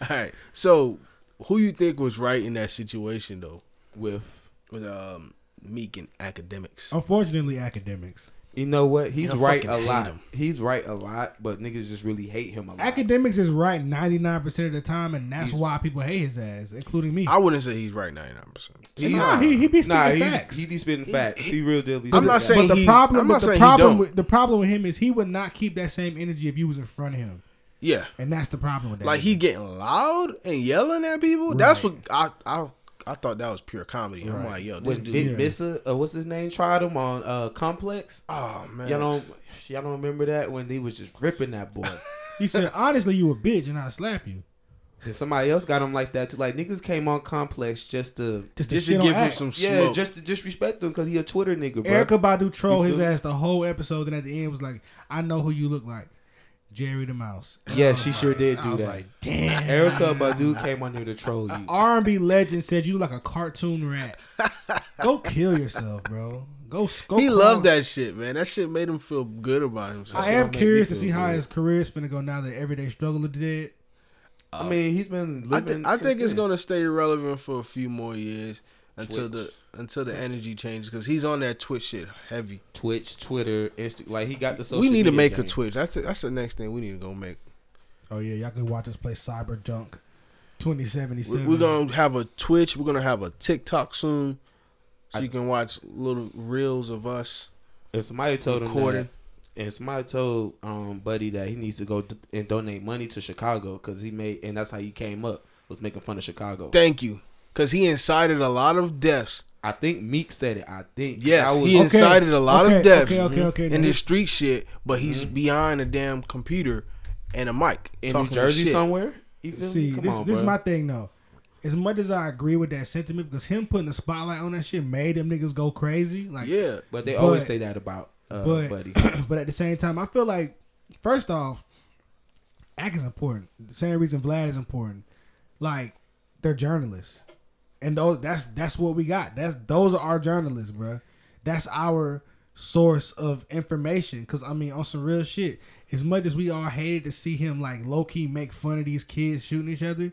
[SPEAKER 2] all right. So, who you think was right in that situation though?
[SPEAKER 3] with.
[SPEAKER 2] With um, Meek and academics.
[SPEAKER 1] Oh, Unfortunately, academics.
[SPEAKER 3] You know what? He's
[SPEAKER 2] I
[SPEAKER 3] right a
[SPEAKER 2] fucking hate
[SPEAKER 3] lot.
[SPEAKER 2] him.
[SPEAKER 3] He's right a lot, but niggas just really hate him a lot.
[SPEAKER 1] Academics is right 99 percent of the time, and that's
[SPEAKER 3] He's-
[SPEAKER 1] why people hate his ass, including me.
[SPEAKER 2] I wouldn't say he's right 99%.
[SPEAKER 3] He-
[SPEAKER 1] Nah, he- he be
[SPEAKER 3] nah,
[SPEAKER 1] spitting
[SPEAKER 3] he,
[SPEAKER 1] facts.
[SPEAKER 3] He be spitting facts. He, real deal.
[SPEAKER 2] I'm
[SPEAKER 3] Be spitting
[SPEAKER 2] not
[SPEAKER 3] facts.
[SPEAKER 2] saying-
[SPEAKER 1] But the
[SPEAKER 2] he's- I'm
[SPEAKER 1] problem, but
[SPEAKER 2] not
[SPEAKER 1] the
[SPEAKER 2] saying he
[SPEAKER 1] problem,
[SPEAKER 2] don't.
[SPEAKER 1] with, the problem with him is he would not keep that same energy if you was in front of him,
[SPEAKER 2] Yeah.
[SPEAKER 1] and that's the problem with that.
[SPEAKER 2] Like he getting loud and yelling at people. That's what I I I thought that was pure comedy. I'm
[SPEAKER 1] Right.
[SPEAKER 2] like, yo, this
[SPEAKER 3] when
[SPEAKER 2] dude.
[SPEAKER 3] Big
[SPEAKER 1] Yeah.
[SPEAKER 3] Missa, uh, what's his name, tried him on uh, Complex.
[SPEAKER 2] oh man.
[SPEAKER 3] Y'all don't, y'all don't remember that when they was just ripping that boy.
[SPEAKER 1] he said, "Honestly, you a bitch, and I will slap you."
[SPEAKER 3] then somebody else got him like that too. Like niggas came on Complex just to,
[SPEAKER 1] Just,
[SPEAKER 2] just
[SPEAKER 1] shit
[SPEAKER 2] to
[SPEAKER 1] on
[SPEAKER 2] give him
[SPEAKER 1] Act.
[SPEAKER 2] some
[SPEAKER 3] yeah,
[SPEAKER 2] smoke.
[SPEAKER 3] just to disrespect him because he a Twitter nigga, bro.
[SPEAKER 1] Erica Badu troll
[SPEAKER 3] You
[SPEAKER 1] his
[SPEAKER 3] feel me?
[SPEAKER 1] ass the whole episode, and at the end was like, "I know who you look like, Jerry the Mouse." And I
[SPEAKER 3] yeah,
[SPEAKER 1] was
[SPEAKER 3] she
[SPEAKER 1] like-
[SPEAKER 3] sure did
[SPEAKER 1] I
[SPEAKER 3] do
[SPEAKER 1] was
[SPEAKER 3] that.
[SPEAKER 1] like, "Damn."
[SPEAKER 3] Erica Badu came on there to troll you.
[SPEAKER 2] Uh,
[SPEAKER 1] R and B legend said you look like a cartoon rat. go kill yourself, bro. Go. go
[SPEAKER 2] he
[SPEAKER 1] crawl-
[SPEAKER 2] loved that shit, man. That shit made him feel good about himself.
[SPEAKER 1] I
[SPEAKER 3] shit
[SPEAKER 1] am
[SPEAKER 3] don't make
[SPEAKER 1] curious to
[SPEAKER 3] me
[SPEAKER 1] see
[SPEAKER 3] feel
[SPEAKER 1] how
[SPEAKER 3] good.
[SPEAKER 1] his career is gonna go now that Everyday Struggle is dead.
[SPEAKER 3] I mean, he's been
[SPEAKER 2] I, thi-
[SPEAKER 3] living.
[SPEAKER 2] I think
[SPEAKER 3] since
[SPEAKER 2] it's
[SPEAKER 3] then.
[SPEAKER 2] gonna stay relevant for a few more years until
[SPEAKER 3] Twitch.
[SPEAKER 2] the until the energy changes because he's on that Twitch shit heavy.
[SPEAKER 3] Twitch, Twitter, Insta. Like he got the social.
[SPEAKER 2] we need to
[SPEAKER 3] media
[SPEAKER 2] make
[SPEAKER 3] game.
[SPEAKER 2] a Twitch. That's the, that's the next thing we need to go make.
[SPEAKER 1] Oh yeah, y'all can watch us play Cyber Junk, twenty seventy
[SPEAKER 2] We-
[SPEAKER 1] seven.
[SPEAKER 2] We're gonna have a Twitch. We're gonna have a TikTok soon, so you can watch little reels of us.
[SPEAKER 3] And somebody told him
[SPEAKER 2] Recording.
[SPEAKER 3] that- And somebody told um Buddy that he needs to go d- and donate money to Chicago because he made, and that's how he came up. was making fun of Chicago.
[SPEAKER 2] Thank you, because he incited a lot of deaths.
[SPEAKER 3] I think Meek said it. I think
[SPEAKER 2] Yes,
[SPEAKER 3] That was-
[SPEAKER 2] he incited a lot
[SPEAKER 1] okay,
[SPEAKER 2] of deaths
[SPEAKER 1] okay, okay, okay,
[SPEAKER 2] in
[SPEAKER 1] now-
[SPEAKER 2] this street shit, but he's behind a damn computer and a mic
[SPEAKER 3] Mm-hmm. in New
[SPEAKER 2] talking
[SPEAKER 3] Jersey
[SPEAKER 2] shit.
[SPEAKER 3] somewhere. You feel me?
[SPEAKER 1] See,
[SPEAKER 3] Come
[SPEAKER 1] this
[SPEAKER 3] on,
[SPEAKER 1] this is
[SPEAKER 3] bro.
[SPEAKER 1] my thing though. As much as I agree with that sentiment, because him putting the spotlight on that shit made them niggas go crazy. Like,
[SPEAKER 2] Yeah,
[SPEAKER 3] But they
[SPEAKER 1] But-
[SPEAKER 3] always say that about uh,
[SPEAKER 1] but-
[SPEAKER 3] Buddy.
[SPEAKER 1] but at the same time, I feel like first off, act is important. The same reason Vlad is important. Like, they're journalists, and those that's that's what we got. That's those are our journalists, bruh. That's our source of information. Cause I mean, on some real shit. As much as we all hated to see him like low key make fun of these kids shooting each other,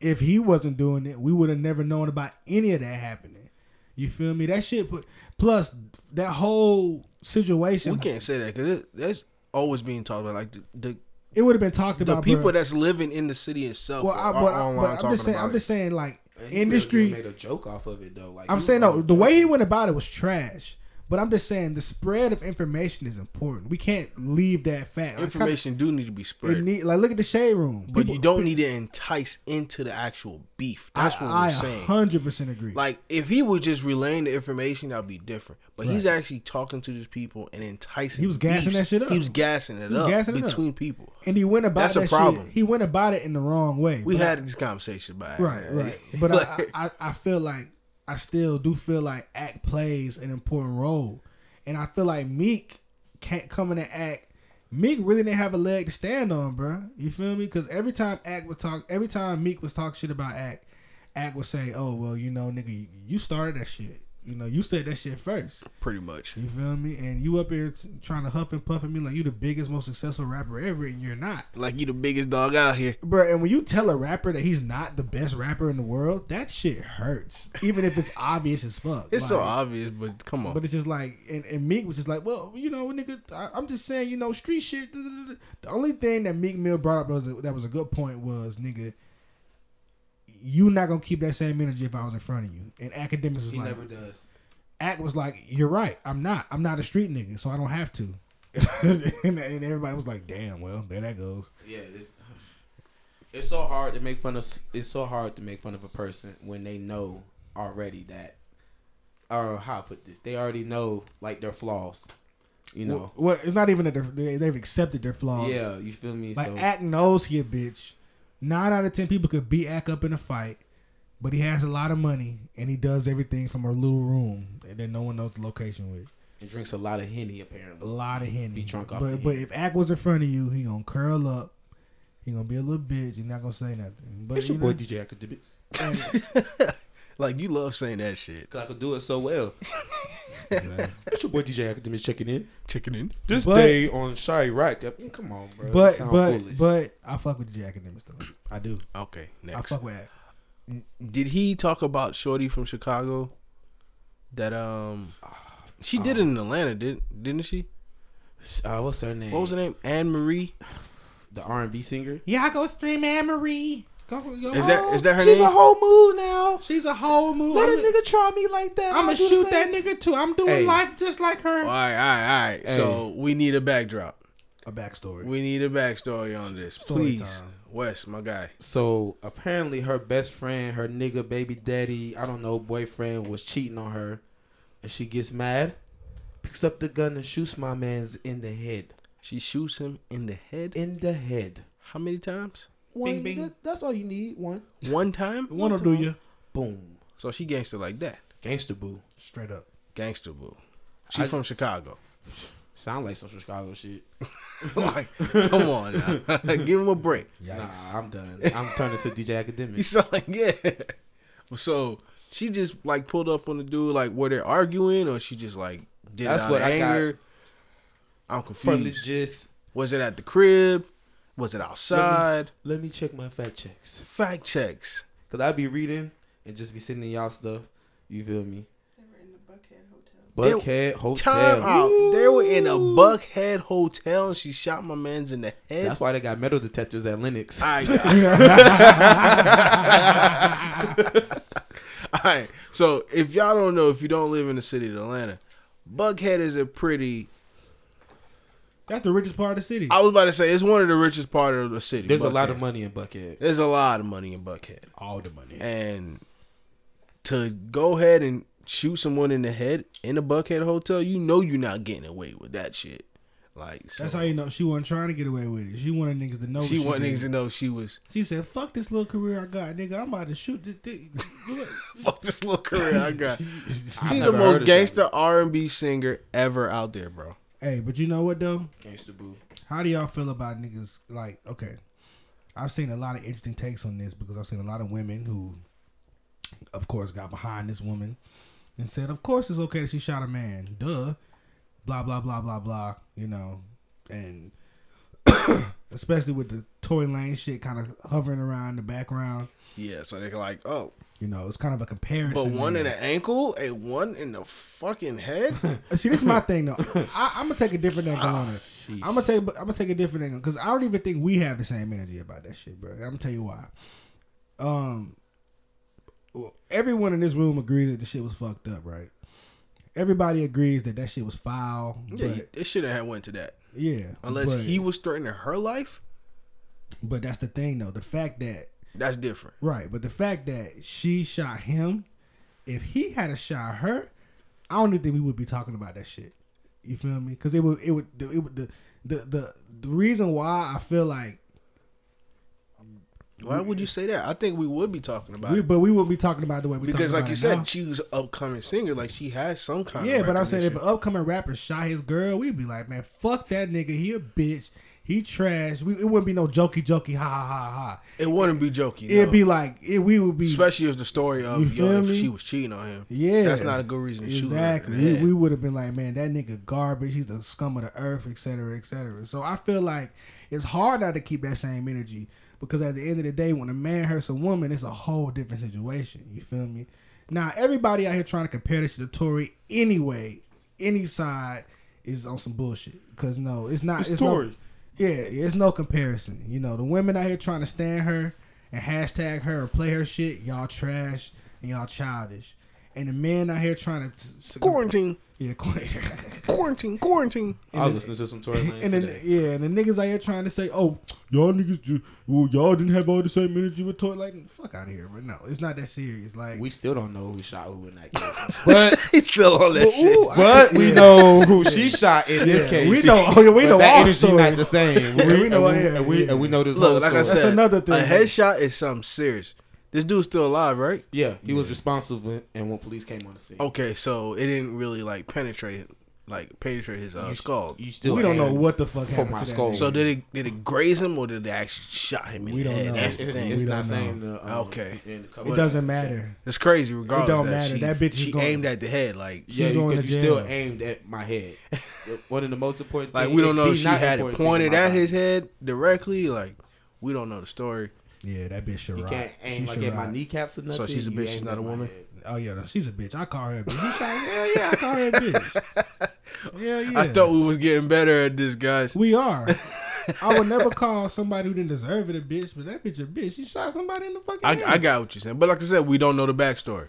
[SPEAKER 1] if he wasn't doing it, we would have never known about any of that happening. You feel me? That shit put plus that whole situation.
[SPEAKER 2] we can't say that because that's always being talked about. Like the the,
[SPEAKER 1] it would have been talked
[SPEAKER 2] the
[SPEAKER 1] about.
[SPEAKER 2] people
[SPEAKER 1] bruh.
[SPEAKER 2] that's living in the city itself.
[SPEAKER 1] well, I,
[SPEAKER 2] are,
[SPEAKER 1] but,
[SPEAKER 2] online
[SPEAKER 1] but I'm
[SPEAKER 2] talking
[SPEAKER 1] just saying.
[SPEAKER 2] about
[SPEAKER 1] I'm
[SPEAKER 2] it.
[SPEAKER 1] just saying like
[SPEAKER 3] And he really
[SPEAKER 1] industry.
[SPEAKER 3] made a joke off of it though. Like
[SPEAKER 1] I'm
[SPEAKER 3] he
[SPEAKER 1] saying
[SPEAKER 3] was
[SPEAKER 1] no. The way he went about it was trash. But I'm just saying the spread of information is important. We can't leave that fact. Like, kinda-
[SPEAKER 2] information do need to be
[SPEAKER 1] It
[SPEAKER 2] spread.
[SPEAKER 1] need, like look at the shade room.
[SPEAKER 2] But
[SPEAKER 1] People-
[SPEAKER 2] you don't need to entice into the actual beef. That's what
[SPEAKER 1] I
[SPEAKER 2] we're saying.
[SPEAKER 1] hundred percent agree.
[SPEAKER 2] Like if he would just relaying the information, that'd be different. But he's actually talking to these people and enticing.
[SPEAKER 1] He was gassing that shit up.
[SPEAKER 2] He was gassing it
[SPEAKER 1] was
[SPEAKER 2] up
[SPEAKER 1] gassing it up.
[SPEAKER 2] between people.
[SPEAKER 1] and he went about
[SPEAKER 2] That's a
[SPEAKER 1] that shit-
[SPEAKER 2] problem.
[SPEAKER 1] He went about it in the wrong way.
[SPEAKER 2] We
[SPEAKER 1] But
[SPEAKER 2] had this conversation about it,
[SPEAKER 1] Right,
[SPEAKER 2] man.
[SPEAKER 1] right. But I,
[SPEAKER 2] Like,
[SPEAKER 1] I, I- I feel like I still do feel like Act plays an important role, and I feel like Meek can't come in and act. Meek really didn't have a leg to stand on, bro. You feel me? Because every time Act would talk, every time Meek was talk shit about Act, Act would say, "Oh well, you know, nigga, you started that shit. You know, you said that shit first.
[SPEAKER 2] pretty much.
[SPEAKER 1] You feel me? And you up here t- trying to huff and puff at me like you the biggest, most successful rapper ever, and you're not."
[SPEAKER 2] Like you the biggest dog out here.
[SPEAKER 1] Bruh, and when you tell a rapper that he's not the best rapper in the world, that shit hurts. Even if it's obvious as fuck.
[SPEAKER 2] It's so
[SPEAKER 1] Like,
[SPEAKER 2] obvious, but come on.
[SPEAKER 1] But it's just like, and, and Meek was just like, well, you know, nigga, I, I'm just saying, you know, street shit. duh, duh, duh, duh." The only thing that Meek Mill brought up was that was a good point was, nigga, you not gonna keep that same energy if I was in front of you. And academics was
[SPEAKER 3] He
[SPEAKER 1] like,
[SPEAKER 3] never does.
[SPEAKER 1] Act was like, you're right, I'm not, I'm not a street nigga, so I don't have to. and, and everybody was like, damn, well, there that goes.
[SPEAKER 3] Yeah, it's it's so hard to make fun of. It's so hard to make fun of a person when they know already that, or how I put this, they already know like their flaws. You know.
[SPEAKER 1] Well, well, it's not even that they're- they, they've accepted their flaws.
[SPEAKER 3] yeah, you feel me?
[SPEAKER 1] Like
[SPEAKER 3] so
[SPEAKER 1] Ack knows he a bitch. Nine out of ten people could beat Ack up in a fight, but he has a lot of money and he does everything from a little room and then no one knows the location with.
[SPEAKER 3] he drinks a lot of henny
[SPEAKER 1] A
[SPEAKER 3] apparently.
[SPEAKER 1] lot of henny.
[SPEAKER 3] Be drunk off the
[SPEAKER 1] but but
[SPEAKER 3] Henny.
[SPEAKER 1] if Ack was in front of you, he gonna curl up. He gonna be a little bitch. He not gonna say nothing. But you know,
[SPEAKER 3] DJ Academics.
[SPEAKER 2] like you love saying that shit.
[SPEAKER 3] Cause I could do it so well. That's your boy DJ Academics checking in.
[SPEAKER 2] Chicken in.
[SPEAKER 3] This
[SPEAKER 1] But-
[SPEAKER 3] day on Shari Rock. Come on, bro. You
[SPEAKER 1] but
[SPEAKER 3] sound
[SPEAKER 1] but
[SPEAKER 3] foolish.
[SPEAKER 1] but I fuck with the academics though. I do.
[SPEAKER 2] Okay,
[SPEAKER 1] I
[SPEAKER 2] next.
[SPEAKER 1] fuck with Ack.
[SPEAKER 2] Did he talk about Shorty from Chicago? That um, she did it in Atlanta, did didn't she?
[SPEAKER 3] uh, what's her name?
[SPEAKER 2] What was her name? Anne Marie.
[SPEAKER 3] The R and B singer.
[SPEAKER 1] Yeah, I go stream Anne Marie. Go, go,
[SPEAKER 2] Is that is that her name?
[SPEAKER 3] whole mood now.
[SPEAKER 1] she's a whole move. I'm
[SPEAKER 3] nigga try me like that.
[SPEAKER 1] gonna shoot that nigga too. I'm doing
[SPEAKER 3] Hey.
[SPEAKER 1] life just like her.
[SPEAKER 2] all right, all right, all right. So we need a backdrop.
[SPEAKER 1] A backstory.
[SPEAKER 2] We need a backstory on this,
[SPEAKER 1] Story
[SPEAKER 2] please.
[SPEAKER 1] time.
[SPEAKER 2] Wes, my guy.
[SPEAKER 3] So apparently, her best friend, her nigga baby daddy, I don't know, boyfriend was cheating on her, and she gets mad, picks up the gun and shoots my man's in the head.
[SPEAKER 2] She shoots him in the head.
[SPEAKER 3] In the head.
[SPEAKER 2] How many times?
[SPEAKER 3] One.
[SPEAKER 1] Bing, bing.
[SPEAKER 3] that- that's all you need. One.
[SPEAKER 2] One time.
[SPEAKER 1] One will do you.
[SPEAKER 3] Boom.
[SPEAKER 2] So she gangster like that.
[SPEAKER 3] Gangster boo.
[SPEAKER 1] Straight up.
[SPEAKER 2] Gangster boo. She
[SPEAKER 3] I-
[SPEAKER 2] from Chicago.
[SPEAKER 3] Sound like some Chicago shit.
[SPEAKER 2] like, come on, now. give him a break.
[SPEAKER 1] Yikes.
[SPEAKER 3] Nah, I'm done. I'm turning to DJ
[SPEAKER 2] You
[SPEAKER 3] Academics.
[SPEAKER 2] sound like yeah. So she just like pulled up on the dude like were they arguing or she just like did
[SPEAKER 3] That's
[SPEAKER 2] That's
[SPEAKER 3] what
[SPEAKER 2] what
[SPEAKER 3] I got
[SPEAKER 2] anger? I'm
[SPEAKER 3] From the
[SPEAKER 2] confused.
[SPEAKER 3] gist,
[SPEAKER 2] Was it at the crib? Was it outside?
[SPEAKER 3] let me check my fact checks.
[SPEAKER 2] Fact checks.
[SPEAKER 3] Cause I be reading and just be sending y'all stuff. You feel me?
[SPEAKER 4] They were in the Buckhead Hotel.
[SPEAKER 3] Buckhead Hotel.
[SPEAKER 2] Time out. They were in a Buckhead hotel and she shot my man's in the head.
[SPEAKER 3] That's why they got metal detectors at Linux.
[SPEAKER 1] Ah,
[SPEAKER 2] All right, all right. So if y'all don't know, if you don't live in the city of Atlanta, Buckhead is a pretty
[SPEAKER 1] That's the richest part of the city.
[SPEAKER 2] I was about to say it's one of the richest part of the city.
[SPEAKER 3] There's a lot of
[SPEAKER 2] Buckhead.
[SPEAKER 3] money in Buckhead.
[SPEAKER 2] There's a lot of money in Buckhead,
[SPEAKER 1] All the money.
[SPEAKER 2] and to go ahead and shoot someone in the head in a Buckhead hotel, you know you're not getting away with that shit. Like so
[SPEAKER 1] That's how you know she wasn't trying to get away with it. She wanted niggas to know.
[SPEAKER 2] she
[SPEAKER 1] what
[SPEAKER 2] wanted niggas
[SPEAKER 1] did.
[SPEAKER 2] to know she was
[SPEAKER 1] She said, "Fuck this little career I got, nigga. I'm about to shoot this thing." Look.
[SPEAKER 2] fuck this little career I got.
[SPEAKER 3] I've
[SPEAKER 2] She's the
[SPEAKER 3] never
[SPEAKER 2] most
[SPEAKER 3] heard of something.
[SPEAKER 2] gangster R and B singer ever out there, bro.
[SPEAKER 1] hey, but you know what though?
[SPEAKER 3] Gangster boo.
[SPEAKER 1] How do y'all feel about niggas? Like, okay, I've seen a lot of interesting takes on this because I've seen a lot of women who, of course, got behind this woman and said, "Of course, it's okay that she shot a man." Duh, blah blah blah blah blah. You know, and especially with the Tory Lane shit kind of hovering around in the background.
[SPEAKER 2] Yeah, so they're like, oh,
[SPEAKER 1] You know, it's kind of a comparison.
[SPEAKER 2] but one
[SPEAKER 1] there.
[SPEAKER 2] in the ankle and one in the fucking head.
[SPEAKER 1] See, this is my thing though. I, I'm gonna take a different angle on it. I'm gonna take I'm gonna take a different angle because I don't even think we have the same energy about that shit, bro. I'm gonna tell you why. Um, well, everyone in this room agrees that the shit was fucked up, right? Everybody agrees that that shit was foul.
[SPEAKER 2] yeah,
[SPEAKER 1] but,
[SPEAKER 2] it should have went to that
[SPEAKER 1] yeah.
[SPEAKER 2] unless
[SPEAKER 1] but,
[SPEAKER 2] he was threatening her life.
[SPEAKER 1] But that's the thing though. The fact that
[SPEAKER 2] That's different.
[SPEAKER 1] right, but the fact that she shot him. If he had a shot her, I don't even think we would be talking about that shit. You feel me? Because it would, it would, it would the, the the the reason why I feel like,
[SPEAKER 2] Why would you say that? I think we would be talking about
[SPEAKER 1] we,
[SPEAKER 2] it
[SPEAKER 1] but we wouldn't be talking about it the way we
[SPEAKER 2] because,
[SPEAKER 1] talking
[SPEAKER 2] like you
[SPEAKER 1] about it
[SPEAKER 2] said,
[SPEAKER 1] now.
[SPEAKER 2] she was an upcoming singer. Like she has some kind.
[SPEAKER 1] yeah.
[SPEAKER 2] of
[SPEAKER 1] But I'm saying if an
[SPEAKER 2] recognition.
[SPEAKER 1] upcoming rapper shot his girl, we'd be like, man, fuck that nigga, he a bitch, he trash. We, it wouldn't be no jokey jokey, ha ha ha ha.
[SPEAKER 2] it wouldn't be joking.
[SPEAKER 1] It'd be like it, we would be
[SPEAKER 2] especially if the story
[SPEAKER 1] You
[SPEAKER 2] of
[SPEAKER 1] feel
[SPEAKER 2] yo, if
[SPEAKER 1] me?
[SPEAKER 2] she was cheating on him.
[SPEAKER 1] Yeah,
[SPEAKER 2] that's not a good reason to shoot her.
[SPEAKER 1] Exactly.
[SPEAKER 2] in the head.
[SPEAKER 1] We, we would have been like, man, that nigga garbage. He's the scum of the earth, et cetera, et cetera. So I feel like it's hard not to keep that same energy because at the end of the day, when a man hurts a woman, it's a whole different situation. You feel me? Now everybody out here trying to compare this shit to Tory anyway, any side is on some bullshit. Cause no, it's not. It's, no-
[SPEAKER 3] Tory.
[SPEAKER 1] yeah, it's no comparison. You know, the women out here trying to stand her and hashtag her or play her shit, y'all trash and y'all childish. And the men out here trying to t-
[SPEAKER 2] quarantine,
[SPEAKER 1] yeah, quarantine.
[SPEAKER 2] quarantine, quarantine.
[SPEAKER 3] I was listening to some Tory Lanez
[SPEAKER 1] and then
[SPEAKER 3] today.
[SPEAKER 1] yeah, and the niggas out here trying to say, oh, y'all niggas, do, well, y'all didn't have all the same energy with toy. Like, fuck out of here. But no, it's not that serious. Like,
[SPEAKER 3] We still don't know who shot who in that case, but
[SPEAKER 2] He's still on that
[SPEAKER 1] Well,
[SPEAKER 2] shit.
[SPEAKER 1] ooh, I-
[SPEAKER 3] but we
[SPEAKER 1] yeah.
[SPEAKER 3] know who she shot in this case.
[SPEAKER 1] we know. Oh yeah, we
[SPEAKER 3] But
[SPEAKER 1] know
[SPEAKER 3] that
[SPEAKER 1] all
[SPEAKER 3] energy
[SPEAKER 1] stories.
[SPEAKER 3] not the same.
[SPEAKER 1] Yeah, we know,
[SPEAKER 3] and we,
[SPEAKER 1] yeah,
[SPEAKER 3] and we,
[SPEAKER 1] yeah.
[SPEAKER 3] and we know this whole
[SPEAKER 2] Look, like I
[SPEAKER 3] story.
[SPEAKER 2] said,
[SPEAKER 1] That's another thing.
[SPEAKER 2] A headshot is something serious. This dude's still alive, right?
[SPEAKER 3] yeah, he was responsive when, and when police came on the scene.
[SPEAKER 1] Oh.
[SPEAKER 2] Okay, so it didn't really like penetrate, like penetrate his uh,
[SPEAKER 3] You s-
[SPEAKER 2] skull.
[SPEAKER 3] you still
[SPEAKER 1] we don't know
[SPEAKER 3] aim
[SPEAKER 1] what the fuck
[SPEAKER 3] for
[SPEAKER 1] happened
[SPEAKER 3] my
[SPEAKER 1] to that
[SPEAKER 3] skull.
[SPEAKER 1] nigga.
[SPEAKER 2] so did it did it graze him or did it actually shot him in
[SPEAKER 1] We
[SPEAKER 2] the
[SPEAKER 1] don't
[SPEAKER 2] head?
[SPEAKER 1] know.
[SPEAKER 2] That's
[SPEAKER 3] It's,
[SPEAKER 2] the
[SPEAKER 3] it's,
[SPEAKER 2] thing.
[SPEAKER 3] it's
[SPEAKER 1] We
[SPEAKER 3] not
[SPEAKER 1] don't
[SPEAKER 3] saying. The, um,
[SPEAKER 2] Okay.
[SPEAKER 3] in the cover.
[SPEAKER 1] It doesn't matter.
[SPEAKER 2] It's crazy, regardless.
[SPEAKER 1] don't
[SPEAKER 2] that
[SPEAKER 1] matter.
[SPEAKER 2] She,
[SPEAKER 1] That bitch is
[SPEAKER 2] she
[SPEAKER 1] gone.
[SPEAKER 2] aimed at the head, like
[SPEAKER 3] Yeah,
[SPEAKER 1] She's going
[SPEAKER 3] because
[SPEAKER 1] to
[SPEAKER 3] you still
[SPEAKER 1] jail.
[SPEAKER 3] aimed at my head. One of the most important.
[SPEAKER 2] like
[SPEAKER 3] thing-
[SPEAKER 2] we don't know
[SPEAKER 3] the
[SPEAKER 2] if she
[SPEAKER 3] not
[SPEAKER 2] had it
[SPEAKER 3] important thing in
[SPEAKER 2] pointed
[SPEAKER 3] my
[SPEAKER 2] at
[SPEAKER 3] body.
[SPEAKER 2] his head directly. Like we don't know the story.
[SPEAKER 1] Yeah, that bitch should
[SPEAKER 3] You
[SPEAKER 1] rock.
[SPEAKER 3] can't aim
[SPEAKER 1] She
[SPEAKER 3] like
[SPEAKER 1] should
[SPEAKER 3] at my
[SPEAKER 1] rock.
[SPEAKER 3] kneecaps or nothing.
[SPEAKER 2] she's a
[SPEAKER 3] You
[SPEAKER 2] bitch, she's
[SPEAKER 3] aimed
[SPEAKER 2] not
[SPEAKER 3] at
[SPEAKER 2] a
[SPEAKER 3] my
[SPEAKER 2] woman?
[SPEAKER 3] head.
[SPEAKER 1] Oh yeah, no, she's a bitch. I call her a bitch. You shot- Hell yeah, I call her a bitch. Hell yeah.
[SPEAKER 2] I thought we was getting better at this, guys.
[SPEAKER 1] we are. I would never call somebody who didn't deserve it a bitch, but that bitch a bitch. She shot somebody in the fucking.
[SPEAKER 2] I, I
[SPEAKER 1] head.
[SPEAKER 2] got what you're saying, but like I said, we don't know the backstory.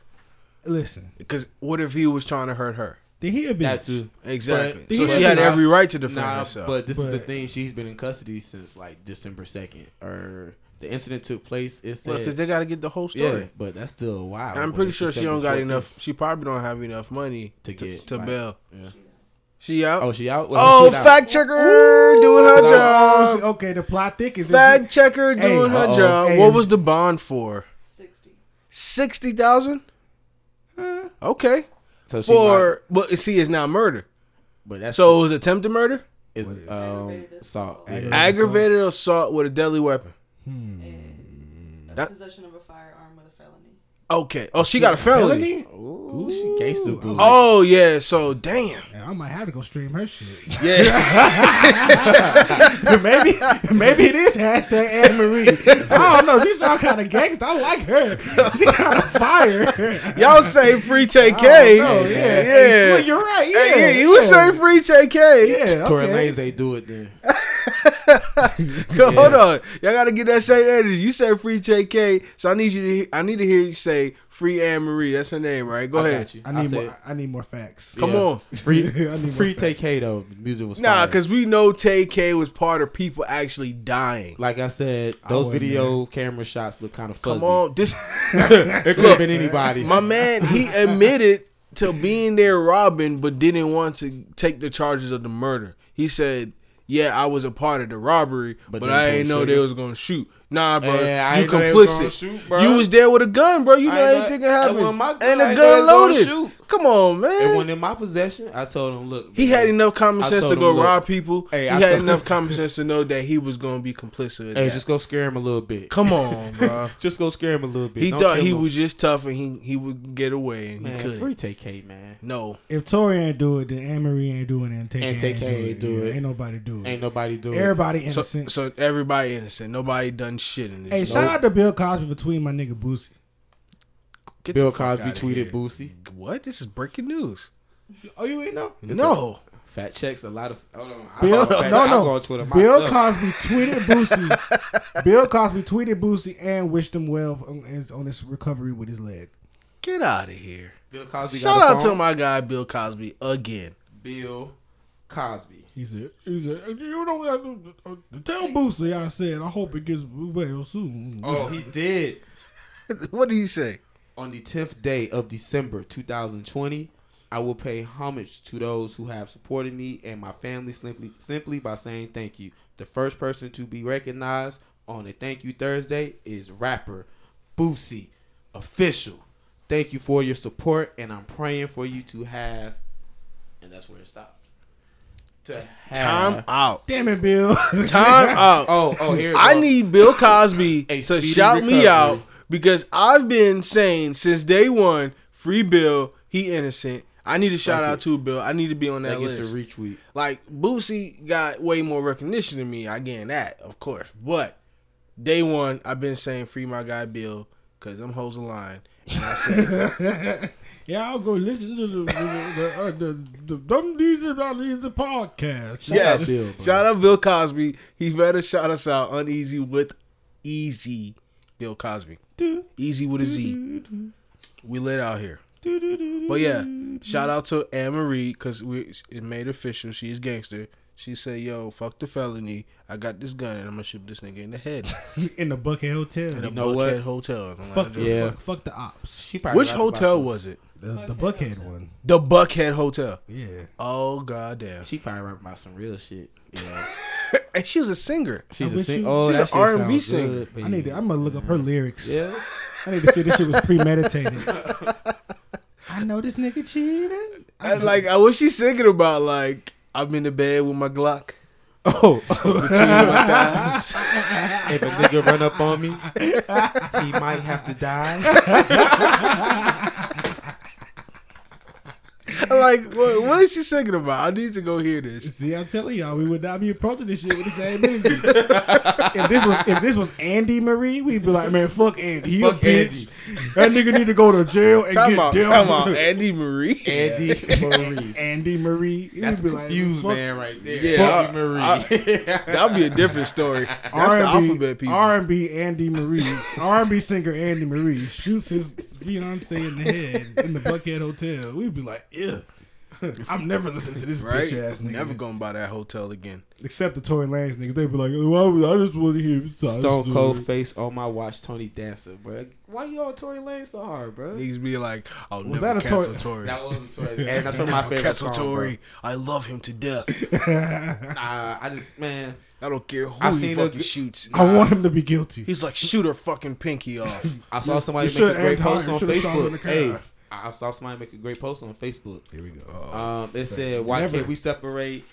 [SPEAKER 1] Listen,
[SPEAKER 2] Because what if he was trying to hurt her?
[SPEAKER 1] then he a bitch.
[SPEAKER 3] That too.
[SPEAKER 2] Exactly.
[SPEAKER 1] But-
[SPEAKER 2] so
[SPEAKER 1] But-
[SPEAKER 2] she had
[SPEAKER 3] Nah,
[SPEAKER 2] every right to defend
[SPEAKER 3] nah,
[SPEAKER 2] herself.
[SPEAKER 3] But this is the
[SPEAKER 1] But-
[SPEAKER 3] thing. She's been in custody since like December second, or the incident took place. It
[SPEAKER 2] Well,
[SPEAKER 3] said,
[SPEAKER 2] because they got to get the whole story.
[SPEAKER 3] yeah, but that's still wild.
[SPEAKER 2] And I'm
[SPEAKER 3] But
[SPEAKER 2] pretty
[SPEAKER 3] it's
[SPEAKER 2] sure she don't
[SPEAKER 3] December
[SPEAKER 2] got
[SPEAKER 3] 14th.
[SPEAKER 2] enough. She probably don't have enough money to
[SPEAKER 3] To
[SPEAKER 2] get
[SPEAKER 3] get,
[SPEAKER 2] to,
[SPEAKER 3] like-
[SPEAKER 2] bail.
[SPEAKER 3] Yeah.
[SPEAKER 4] uh,
[SPEAKER 2] She out.
[SPEAKER 3] Oh, she out. Well,
[SPEAKER 2] Oh,
[SPEAKER 3] she out.
[SPEAKER 2] fact checker doing her
[SPEAKER 3] Nah.
[SPEAKER 1] Oh,
[SPEAKER 2] job.
[SPEAKER 1] she- okay, the plot thickens.
[SPEAKER 2] Fact checker
[SPEAKER 1] Hey,
[SPEAKER 2] doing her
[SPEAKER 3] uh-oh.
[SPEAKER 2] job.
[SPEAKER 1] Hey,
[SPEAKER 2] What
[SPEAKER 1] if-
[SPEAKER 2] was the bond for?
[SPEAKER 4] 60.
[SPEAKER 2] Sixty thousand. Okay.
[SPEAKER 3] So she might-
[SPEAKER 2] For but see, it's now murder.
[SPEAKER 3] but that's
[SPEAKER 2] So it was attempted murder,
[SPEAKER 3] it's um
[SPEAKER 4] Aggravated
[SPEAKER 3] assault.
[SPEAKER 4] assault.
[SPEAKER 3] Yeah.
[SPEAKER 2] aggravated assault with a deadly weapon.
[SPEAKER 4] And
[SPEAKER 2] Mm. That-
[SPEAKER 4] possession of a firearm with a felony.
[SPEAKER 2] Okay. Oh, she got a felony.
[SPEAKER 3] Ooh, she gangster boo.
[SPEAKER 2] Oh yeah. So damn.
[SPEAKER 1] Man, I might have to go stream her shit.
[SPEAKER 2] Yeah.
[SPEAKER 1] maybe, maybe it is hashtag Anne Marie. I don't know. She sound kind of gangster. I like her. She kind of fire.
[SPEAKER 2] Y'all say free TK.
[SPEAKER 1] I don't know,
[SPEAKER 2] yeah.
[SPEAKER 1] yeah,
[SPEAKER 2] Yeah.
[SPEAKER 1] Hey, Slick, you're right. Yeah,
[SPEAKER 2] Hey, yeah, you say free TK.
[SPEAKER 1] yeah,
[SPEAKER 3] Tory
[SPEAKER 1] okay.
[SPEAKER 3] Lanez, they do it then.
[SPEAKER 2] Hold on, y'all gotta get that same energy. You said free JK, so I need you to. Hear, I need to hear you say free Anne Marie. That's her name, right? Go
[SPEAKER 3] I
[SPEAKER 2] ahead.
[SPEAKER 3] got you.
[SPEAKER 1] I need
[SPEAKER 3] said-
[SPEAKER 1] more. I need more facts.
[SPEAKER 2] Come
[SPEAKER 3] Yeah.
[SPEAKER 2] on.
[SPEAKER 1] I
[SPEAKER 3] Free,
[SPEAKER 1] need more
[SPEAKER 3] free
[SPEAKER 1] facts.
[SPEAKER 3] Take K though. The music was
[SPEAKER 2] Nah,
[SPEAKER 3] fire.
[SPEAKER 2] because we know Tay K was part of people actually dying.
[SPEAKER 3] like I said,
[SPEAKER 1] I
[SPEAKER 3] those
[SPEAKER 1] wasn't
[SPEAKER 3] video camera shots look kind of fuzzy.
[SPEAKER 2] Come on, this
[SPEAKER 3] it could have been anybody.
[SPEAKER 2] my man. He admitted to being there robbing, but didn't want to take the charges of the murder. He said, "Yeah, I was a part of the robbery, but,
[SPEAKER 3] But they
[SPEAKER 2] I
[SPEAKER 3] ain't
[SPEAKER 2] ain't
[SPEAKER 3] pull
[SPEAKER 2] know
[SPEAKER 3] the
[SPEAKER 2] they
[SPEAKER 3] trigger.
[SPEAKER 2] was gonna shoot." Nah, bro,
[SPEAKER 3] Yeah, I
[SPEAKER 2] you
[SPEAKER 3] ain't know they was gonna
[SPEAKER 2] complicit.
[SPEAKER 3] shoot, bro.
[SPEAKER 2] You was there with a gun, bro. You
[SPEAKER 3] I
[SPEAKER 2] know
[SPEAKER 3] ain't know-
[SPEAKER 2] anything can
[SPEAKER 3] that
[SPEAKER 2] happen,
[SPEAKER 3] wasn't my gun.
[SPEAKER 2] and
[SPEAKER 3] I
[SPEAKER 2] the
[SPEAKER 3] ain't know they
[SPEAKER 2] gun
[SPEAKER 3] was
[SPEAKER 2] loaded.
[SPEAKER 3] gonna shoot.
[SPEAKER 2] Come on,
[SPEAKER 3] It
[SPEAKER 2] man.
[SPEAKER 3] wasn't in my possession. I told him, look,
[SPEAKER 2] He
[SPEAKER 3] man,
[SPEAKER 2] had enough common
[SPEAKER 3] I
[SPEAKER 2] sense to
[SPEAKER 3] told
[SPEAKER 2] go
[SPEAKER 3] him, look,
[SPEAKER 2] rob people.
[SPEAKER 3] hey,
[SPEAKER 2] he
[SPEAKER 3] I
[SPEAKER 2] had
[SPEAKER 3] told-
[SPEAKER 2] enough common sense to know that he was gonna be complicit. With
[SPEAKER 3] Hey,
[SPEAKER 2] that.
[SPEAKER 3] just go scare him a little bit.
[SPEAKER 2] Come on, bro.
[SPEAKER 3] Just go scare him a little bit.
[SPEAKER 2] He
[SPEAKER 3] Don't
[SPEAKER 2] thought
[SPEAKER 3] kill
[SPEAKER 2] he
[SPEAKER 3] him.
[SPEAKER 2] was just tough and he, he would get away and
[SPEAKER 3] man.
[SPEAKER 2] he could.
[SPEAKER 3] Free
[SPEAKER 2] not
[SPEAKER 3] Take K, man.
[SPEAKER 2] No.
[SPEAKER 1] If Tori ain't do it, then Anne Marie ain't doing it. And Tay
[SPEAKER 3] And
[SPEAKER 1] K
[SPEAKER 3] Tay K ain't do
[SPEAKER 1] Yeah,
[SPEAKER 3] it.
[SPEAKER 1] Ain't nobody do it.
[SPEAKER 3] Ain't nobody doing. it.
[SPEAKER 1] Everybody
[SPEAKER 2] So,
[SPEAKER 1] innocent.
[SPEAKER 2] so everybody innocent. Nobody done shit in this.
[SPEAKER 1] hey, shout out to Bill Cosby for tweeting my nigga Boosie.
[SPEAKER 2] Get the
[SPEAKER 3] Bill
[SPEAKER 2] fuck
[SPEAKER 3] Cosby
[SPEAKER 2] outta
[SPEAKER 3] tweeted
[SPEAKER 2] here.
[SPEAKER 3] Boosie.
[SPEAKER 2] What? This is breaking news.
[SPEAKER 1] Oh, you ain't know?
[SPEAKER 3] It's
[SPEAKER 2] no.
[SPEAKER 3] Fat checks a lot of. Hold on. I
[SPEAKER 1] Bill,
[SPEAKER 3] follow Fat-
[SPEAKER 1] no,
[SPEAKER 3] I
[SPEAKER 1] no.
[SPEAKER 3] go on Twitter
[SPEAKER 1] Bill
[SPEAKER 3] myself.
[SPEAKER 1] Cosby tweeted Boosie. Bill Cosby tweeted Boosie and wished him well on his, on his recovery with his leg.
[SPEAKER 2] Get out of here.
[SPEAKER 3] Bill Cosby.
[SPEAKER 2] Shout
[SPEAKER 3] got a
[SPEAKER 2] out to
[SPEAKER 3] phone.
[SPEAKER 2] my guy Bill Cosby again.
[SPEAKER 3] Bill Cosby.
[SPEAKER 1] He said, he said, you know what? I- I- Tell Boosie I said, I hope it gets well soon.
[SPEAKER 3] Oh, he did.
[SPEAKER 2] what do you say?
[SPEAKER 3] On the tenth day of December, two thousand twenty, I will pay homage to those who have supported me and my family simply simply by saying thank you. The first person to be recognized on a Thank You Thursday is rapper Boosie Official. Thank you for your support, and I'm praying for you to have. And that's where it stops. To have
[SPEAKER 2] Time out.
[SPEAKER 1] Damn it, Bill.
[SPEAKER 2] Time out.
[SPEAKER 3] Oh, oh, here it
[SPEAKER 2] I
[SPEAKER 3] go.
[SPEAKER 2] need Bill Cosby
[SPEAKER 3] A
[SPEAKER 2] to
[SPEAKER 3] speedy
[SPEAKER 2] shout me
[SPEAKER 3] recovery.
[SPEAKER 2] out because I've been saying since day one, free Bill, he innocent. I need a shout
[SPEAKER 3] Like
[SPEAKER 2] out
[SPEAKER 3] it.
[SPEAKER 2] to Bill. I need to be on that
[SPEAKER 3] That gets
[SPEAKER 2] list.
[SPEAKER 3] a retweet.
[SPEAKER 2] like Boosie got way more recognition than me. I get that, of course. But day one, I've been saying free my guy Bill because them hoes are lying. And I said,
[SPEAKER 1] yeah, I'll go listen to the the the, uh, the, the dumb these about these podcast.
[SPEAKER 3] Shout out
[SPEAKER 2] yes,
[SPEAKER 3] Bill, bro.
[SPEAKER 2] shout out Bill Cosby. He better shout us out uneasy with easy Bill Cosby.
[SPEAKER 1] Do,
[SPEAKER 2] Easy with a Z.
[SPEAKER 1] do, do,
[SPEAKER 2] We lit out here.
[SPEAKER 1] do, do, do.
[SPEAKER 2] But yeah, shout out to Anne Marie because we it made official. She's gangster. She said, "Yo, fuck the felony. I got this gun and I'm gonna shoot this nigga in the head
[SPEAKER 1] in the Buckhead Hotel.
[SPEAKER 2] in a
[SPEAKER 3] know what?
[SPEAKER 2] Buckhead hotel." I'm like,
[SPEAKER 1] fuck the
[SPEAKER 3] Yeah.
[SPEAKER 1] fuck, fuck the ops.
[SPEAKER 3] She probably
[SPEAKER 2] Which
[SPEAKER 3] got to buy
[SPEAKER 2] hotel
[SPEAKER 3] some-
[SPEAKER 2] was it?
[SPEAKER 1] The, the
[SPEAKER 4] Buckhead
[SPEAKER 1] Buckhead one.
[SPEAKER 2] The Buckhead Hotel.
[SPEAKER 1] Yeah.
[SPEAKER 2] Oh goddamn!
[SPEAKER 3] She probably rapping about some real shit. Yeah.
[SPEAKER 2] And she's a singer.
[SPEAKER 3] She's
[SPEAKER 1] I
[SPEAKER 3] a
[SPEAKER 1] wish
[SPEAKER 3] sing-
[SPEAKER 1] you-
[SPEAKER 3] oh,
[SPEAKER 2] she's
[SPEAKER 3] that
[SPEAKER 2] an
[SPEAKER 3] shit
[SPEAKER 2] R&B
[SPEAKER 3] sounds
[SPEAKER 2] singer.
[SPEAKER 3] good, but
[SPEAKER 1] I need to.
[SPEAKER 3] yeah.
[SPEAKER 1] I'm gonna look up her lyrics.
[SPEAKER 3] Yeah.
[SPEAKER 1] I need to see this shit was premeditated. I know this nigga cheated.
[SPEAKER 2] I, like I was she singing about like I'm in the bed with my Glock.
[SPEAKER 3] Oh,
[SPEAKER 2] between my thighs.
[SPEAKER 3] if a nigga run up on me, he might have to die.
[SPEAKER 2] I'm like what, what is she singing about? I need to go hear this.
[SPEAKER 1] See, I'm telling y'all, we would not be approaching this shit with the same energy. if this was if this was Andy Marie, we'd be like, man, fuck Andy, he
[SPEAKER 3] Fuck
[SPEAKER 1] a bitch. That nigga need to go to jail and
[SPEAKER 2] Time
[SPEAKER 1] get
[SPEAKER 2] out,
[SPEAKER 1] dealt
[SPEAKER 2] time
[SPEAKER 1] with.
[SPEAKER 2] out, Andy Marie.
[SPEAKER 3] Andy Marie.
[SPEAKER 1] Andy Marie, He'd
[SPEAKER 3] That's a
[SPEAKER 1] be like,
[SPEAKER 3] confused
[SPEAKER 1] fuck
[SPEAKER 3] man right there.
[SPEAKER 2] Yeah,
[SPEAKER 3] Fuck
[SPEAKER 2] I-
[SPEAKER 3] Marie.
[SPEAKER 2] That'd be a different story. That's the alphabet
[SPEAKER 1] R&B,
[SPEAKER 2] people.
[SPEAKER 1] R&B Andy Marie, R&B singer Andy Marie shoots his fiance in the head in the Buckhead Hotel. We'd be like, ew. I'm never listening to this
[SPEAKER 2] right?
[SPEAKER 1] bitch ass nigga.
[SPEAKER 2] Never going by that hotel again.
[SPEAKER 1] Except the Tory Lanez niggas. They'd be like, oh, I, was- I just want to hear his side
[SPEAKER 3] Stone
[SPEAKER 1] story."
[SPEAKER 3] Cold face on my watch, Tony Dancer, bro. Why you on Tory Lane so hard, bro?
[SPEAKER 2] Niggas be like, "I'll never
[SPEAKER 1] that a
[SPEAKER 2] cancel
[SPEAKER 1] Tory-
[SPEAKER 2] Tory.
[SPEAKER 3] That was Tory, and that's one of my
[SPEAKER 2] I'll
[SPEAKER 3] favorite
[SPEAKER 2] cancel
[SPEAKER 3] songs,
[SPEAKER 2] Tory. I love him to death.
[SPEAKER 3] bro. Nah, I just man,
[SPEAKER 2] I don't care who
[SPEAKER 3] I've
[SPEAKER 2] he
[SPEAKER 3] seen a
[SPEAKER 2] fucking
[SPEAKER 3] good-
[SPEAKER 2] shoots.
[SPEAKER 1] I want him to be guilty.
[SPEAKER 2] He's like, shoot her fucking pinky off.
[SPEAKER 3] I saw somebody
[SPEAKER 1] you
[SPEAKER 3] make
[SPEAKER 1] should've
[SPEAKER 3] a great
[SPEAKER 1] aimed higher.
[SPEAKER 3] post
[SPEAKER 1] You
[SPEAKER 3] on
[SPEAKER 1] should've shot him in the
[SPEAKER 3] Facebook. Hey,
[SPEAKER 1] calf.
[SPEAKER 3] I saw somebody make a great post on Facebook.
[SPEAKER 1] Here we go.
[SPEAKER 2] Uh,
[SPEAKER 3] Um, it said, "Why
[SPEAKER 1] Never.
[SPEAKER 3] can't we separate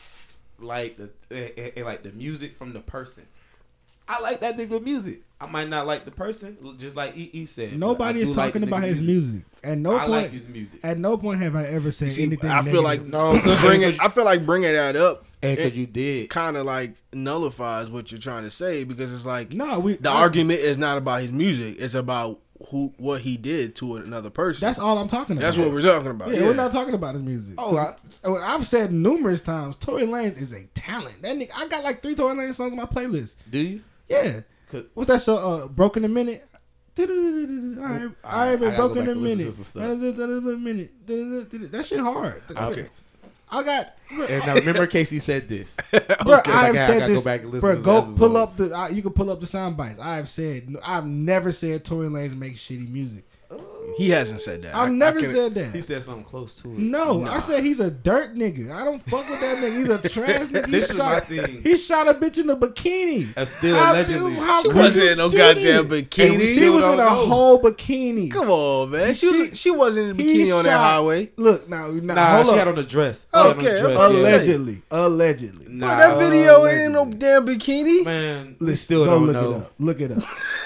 [SPEAKER 3] like the eh, eh, eh, like the music from the person?" I like that nigga music. I might not like the person, just like EE said. but
[SPEAKER 1] Nobody
[SPEAKER 3] I
[SPEAKER 1] is
[SPEAKER 3] do like
[SPEAKER 1] talking
[SPEAKER 3] the
[SPEAKER 1] about
[SPEAKER 3] nigga
[SPEAKER 1] his music. At no
[SPEAKER 3] I
[SPEAKER 1] point,
[SPEAKER 3] like his music.
[SPEAKER 1] at no point have I ever said
[SPEAKER 2] See,
[SPEAKER 1] anything.
[SPEAKER 2] I
[SPEAKER 1] negative.
[SPEAKER 2] feel like
[SPEAKER 3] No, 'cause-
[SPEAKER 2] bringing, I feel like bringing that up,
[SPEAKER 3] And
[SPEAKER 2] it
[SPEAKER 3] because you did,
[SPEAKER 2] kind of like nullifies what you're trying to say because it's like
[SPEAKER 1] no, we
[SPEAKER 2] the
[SPEAKER 1] I-
[SPEAKER 2] argument is not about his music; it's about who what he did to another person.
[SPEAKER 1] That's all I'm talking about.
[SPEAKER 2] That's what we're talking about.
[SPEAKER 1] Oh, Yeah, we're not talking about his music.
[SPEAKER 3] Oh, I-
[SPEAKER 1] I, have said numerous times, Tory Lanez is a talent. That nigga, I got like three Tory Lanez songs on my playlist.
[SPEAKER 3] Do you?
[SPEAKER 1] Yeah,
[SPEAKER 3] Could- Oh,
[SPEAKER 1] what's that show? Uh, broken a minute. I ain't, I ain't been
[SPEAKER 3] I gotta go
[SPEAKER 1] broken
[SPEAKER 3] back
[SPEAKER 1] a
[SPEAKER 3] and listen to
[SPEAKER 1] minute.
[SPEAKER 3] some stuff.
[SPEAKER 1] A minute. That shit hard.
[SPEAKER 3] Okay.
[SPEAKER 1] I got.
[SPEAKER 3] And now remember, Casey said this.
[SPEAKER 1] Bro,
[SPEAKER 3] Okay,
[SPEAKER 1] I have
[SPEAKER 3] like, I
[SPEAKER 1] said
[SPEAKER 3] gotta go
[SPEAKER 1] this.
[SPEAKER 3] back and listen
[SPEAKER 1] bro,
[SPEAKER 3] to
[SPEAKER 1] go
[SPEAKER 3] the
[SPEAKER 1] pull up
[SPEAKER 3] episodes.
[SPEAKER 1] the. I, you can pull up the sound bites. I have said. I've never said Tory Lanez makes shitty music.
[SPEAKER 2] He hasn't said that.
[SPEAKER 1] I've
[SPEAKER 2] I- I
[SPEAKER 1] never
[SPEAKER 2] can-
[SPEAKER 1] said that.
[SPEAKER 3] He said something close to it.
[SPEAKER 1] no, I said he's a dirt nigga. I don't fuck with that nigga. He's a trash nigga. He
[SPEAKER 3] This is my
[SPEAKER 1] shot,
[SPEAKER 3] thing.
[SPEAKER 1] He shot a bitch in a bikini.
[SPEAKER 3] Uh, still
[SPEAKER 1] How
[SPEAKER 3] allegedly.
[SPEAKER 1] do- how
[SPEAKER 2] She
[SPEAKER 1] could
[SPEAKER 2] wasn't
[SPEAKER 1] you
[SPEAKER 2] in no
[SPEAKER 1] do
[SPEAKER 2] goddamn
[SPEAKER 1] this?
[SPEAKER 2] bikini.
[SPEAKER 1] And we She
[SPEAKER 3] still
[SPEAKER 1] was
[SPEAKER 3] don't
[SPEAKER 1] in a
[SPEAKER 3] know.
[SPEAKER 1] whole bikini.
[SPEAKER 2] Come on, man. She
[SPEAKER 1] She-
[SPEAKER 2] was, she wasn't in a
[SPEAKER 1] He
[SPEAKER 2] bikini on that
[SPEAKER 1] shot-
[SPEAKER 2] highway.
[SPEAKER 1] Look, now, now
[SPEAKER 3] Nah,
[SPEAKER 1] hold
[SPEAKER 3] she
[SPEAKER 1] up.
[SPEAKER 3] had on a dress. She had on a
[SPEAKER 2] Okay,
[SPEAKER 3] dress,
[SPEAKER 2] okay.
[SPEAKER 3] yeah.
[SPEAKER 2] Alleged.
[SPEAKER 1] allegedly, allegedly.
[SPEAKER 2] Bro,
[SPEAKER 3] Nah,
[SPEAKER 2] that video
[SPEAKER 1] uh,
[SPEAKER 2] ain't no damn bikini.
[SPEAKER 3] man. we
[SPEAKER 1] Listen,
[SPEAKER 3] still
[SPEAKER 1] go
[SPEAKER 3] don't
[SPEAKER 1] look
[SPEAKER 3] know.
[SPEAKER 1] it up. Look it up.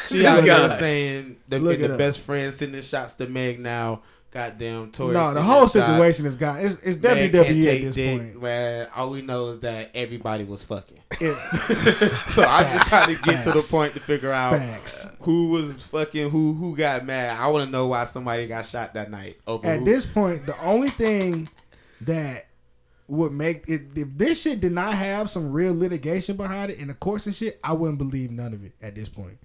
[SPEAKER 3] She
[SPEAKER 2] This
[SPEAKER 3] out there
[SPEAKER 2] guy.
[SPEAKER 3] saying the,
[SPEAKER 1] Look
[SPEAKER 3] the
[SPEAKER 1] it up.
[SPEAKER 3] best friend sending shots to Meg now. Goddamn, Tori.
[SPEAKER 1] no, the
[SPEAKER 3] sending
[SPEAKER 1] whole
[SPEAKER 3] shots.
[SPEAKER 1] situation is gone. It's, it's WWE
[SPEAKER 3] Meg can't
[SPEAKER 1] at
[SPEAKER 3] take
[SPEAKER 1] this
[SPEAKER 3] dick,
[SPEAKER 1] point.
[SPEAKER 3] Man, all we know is that everybody was fucking.
[SPEAKER 1] Yeah,
[SPEAKER 3] So I'm just trying to get to the
[SPEAKER 1] Facts.
[SPEAKER 3] point to figure out
[SPEAKER 1] facts.
[SPEAKER 3] who was fucking who, who got mad. I want to know why somebody got shot that night. Over
[SPEAKER 1] At
[SPEAKER 3] who.
[SPEAKER 1] this point, the only thing that would make it if this shit did not have some real litigation behind it in the courts and shit, I wouldn't believe none of it at this point.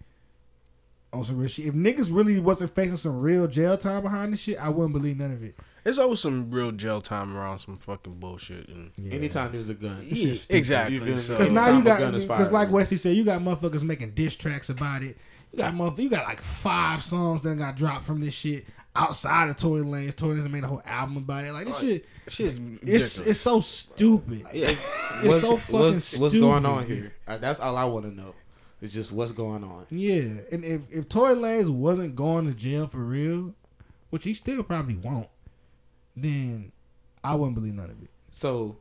[SPEAKER 1] On some real shit. If niggas really wasn't facing some real jail time behind this shit, I wouldn't believe none of it.
[SPEAKER 2] There's always some real jail time around some fucking bullshit. And
[SPEAKER 3] anytime there's a gun,
[SPEAKER 2] Yeah,
[SPEAKER 1] shit's stupid.
[SPEAKER 2] exactly.
[SPEAKER 3] You feel me?
[SPEAKER 2] so,
[SPEAKER 1] Because now
[SPEAKER 3] Time
[SPEAKER 1] you
[SPEAKER 3] a
[SPEAKER 1] got
[SPEAKER 3] gun is
[SPEAKER 1] because
[SPEAKER 3] fire.
[SPEAKER 1] like Wesley said, you got motherfuckers making diss tracks about it. You got motherfuckers, you got like five songs that got dropped from this shit outside of Tory Lanez. Tory Lanez made a whole album about it. Like this shit,
[SPEAKER 2] shit's
[SPEAKER 1] it's
[SPEAKER 2] Oh, ridiculous.
[SPEAKER 1] it's so stupid.
[SPEAKER 2] yeah.
[SPEAKER 1] It's so fucking
[SPEAKER 3] what's,
[SPEAKER 1] stupid.
[SPEAKER 3] what's going on here? Uh, that's all I want to know. It's just what's going on.
[SPEAKER 1] Yeah, and if if Tory Lanez wasn't going to jail for real, which he still probably won't, then I wouldn't believe none of it.
[SPEAKER 3] So,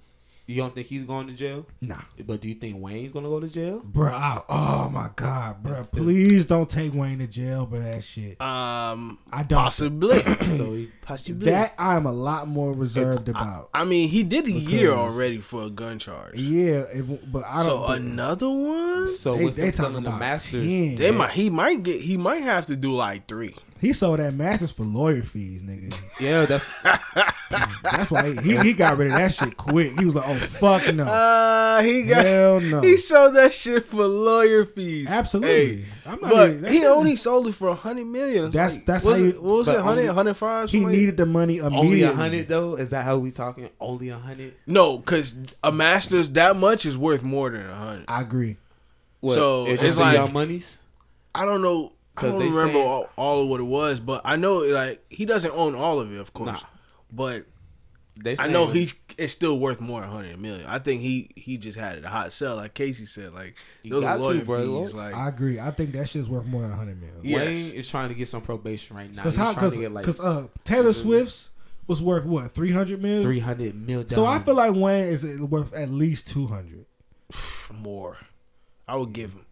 [SPEAKER 3] you don't think he's going to jail?
[SPEAKER 1] Nah,
[SPEAKER 3] But do you think Wayne's going to go to jail?
[SPEAKER 1] bro. I, oh my god, bro. Please don't take Wayne to jail for that shit.
[SPEAKER 2] um,
[SPEAKER 1] I don't.
[SPEAKER 2] possibly.
[SPEAKER 3] So he's
[SPEAKER 2] possibly.
[SPEAKER 1] That I'm a lot more reserved about.
[SPEAKER 2] I mean, he did a year
[SPEAKER 1] Because-
[SPEAKER 2] already for a gun charge.
[SPEAKER 1] yeah, if, but I
[SPEAKER 2] So uh,
[SPEAKER 1] don't. think-
[SPEAKER 2] another one.
[SPEAKER 3] so
[SPEAKER 1] they
[SPEAKER 3] with
[SPEAKER 1] they
[SPEAKER 3] him
[SPEAKER 1] talking
[SPEAKER 3] selling the
[SPEAKER 1] about
[SPEAKER 3] masters.
[SPEAKER 1] ten.
[SPEAKER 2] They might. He might get. He might have to do like three.
[SPEAKER 1] He sold that masters for lawyer fees, nigga.
[SPEAKER 3] Yeah, that's
[SPEAKER 1] That's why he, he, he got rid of that shit quick. He was like, "Oh fuck no,
[SPEAKER 2] Uh, he got.
[SPEAKER 1] hell no."
[SPEAKER 2] He sold that shit for lawyer fees.
[SPEAKER 1] Absolutely.
[SPEAKER 2] Hey,
[SPEAKER 1] I'm not
[SPEAKER 2] but
[SPEAKER 1] even- that
[SPEAKER 2] he
[SPEAKER 1] shit-
[SPEAKER 2] only sold it for a hundred million. It's
[SPEAKER 1] That's-
[SPEAKER 2] like,
[SPEAKER 1] that's
[SPEAKER 2] was
[SPEAKER 1] how you-
[SPEAKER 2] it, what was
[SPEAKER 3] but
[SPEAKER 2] it? Hundred,
[SPEAKER 3] only-
[SPEAKER 2] hundred five.
[SPEAKER 1] He needed the money
[SPEAKER 3] only
[SPEAKER 1] immediately.
[SPEAKER 3] a hundred though. Is that how we talking? Only a hundred?
[SPEAKER 2] No, because a master's that much is worth more than a hundred.
[SPEAKER 1] I agree.
[SPEAKER 3] What,
[SPEAKER 2] So,
[SPEAKER 3] it's,
[SPEAKER 2] it's
[SPEAKER 3] just
[SPEAKER 2] like-
[SPEAKER 3] young monies.
[SPEAKER 2] I don't know. I
[SPEAKER 3] 'Cause
[SPEAKER 2] don't
[SPEAKER 3] they
[SPEAKER 2] remember
[SPEAKER 3] saying-
[SPEAKER 2] all, all of what it was, but I know like he doesn't own all of it, of course.
[SPEAKER 3] Nah.
[SPEAKER 2] But
[SPEAKER 3] They
[SPEAKER 2] I know
[SPEAKER 3] saying-
[SPEAKER 2] he it's still worth more than hundred million. I think he he just had it a hot sell, like Casey said. Like
[SPEAKER 3] You
[SPEAKER 2] those
[SPEAKER 3] got
[SPEAKER 2] are
[SPEAKER 3] to,
[SPEAKER 2] lawyer
[SPEAKER 3] bro.
[SPEAKER 2] fees, like
[SPEAKER 1] I agree. I think that shit's worth more than hundred million.
[SPEAKER 2] Yeah.
[SPEAKER 3] Wayne
[SPEAKER 2] Yes.
[SPEAKER 3] is trying to get some probation right now.
[SPEAKER 1] Because
[SPEAKER 3] He's
[SPEAKER 1] how?
[SPEAKER 3] trying
[SPEAKER 1] Because
[SPEAKER 3] to get like
[SPEAKER 1] uh, Taylor Swift's was worth what three hundred million.
[SPEAKER 3] three hundred mil.
[SPEAKER 1] So I feel like Wayne is worth at least two hundred.
[SPEAKER 2] more. I would give him,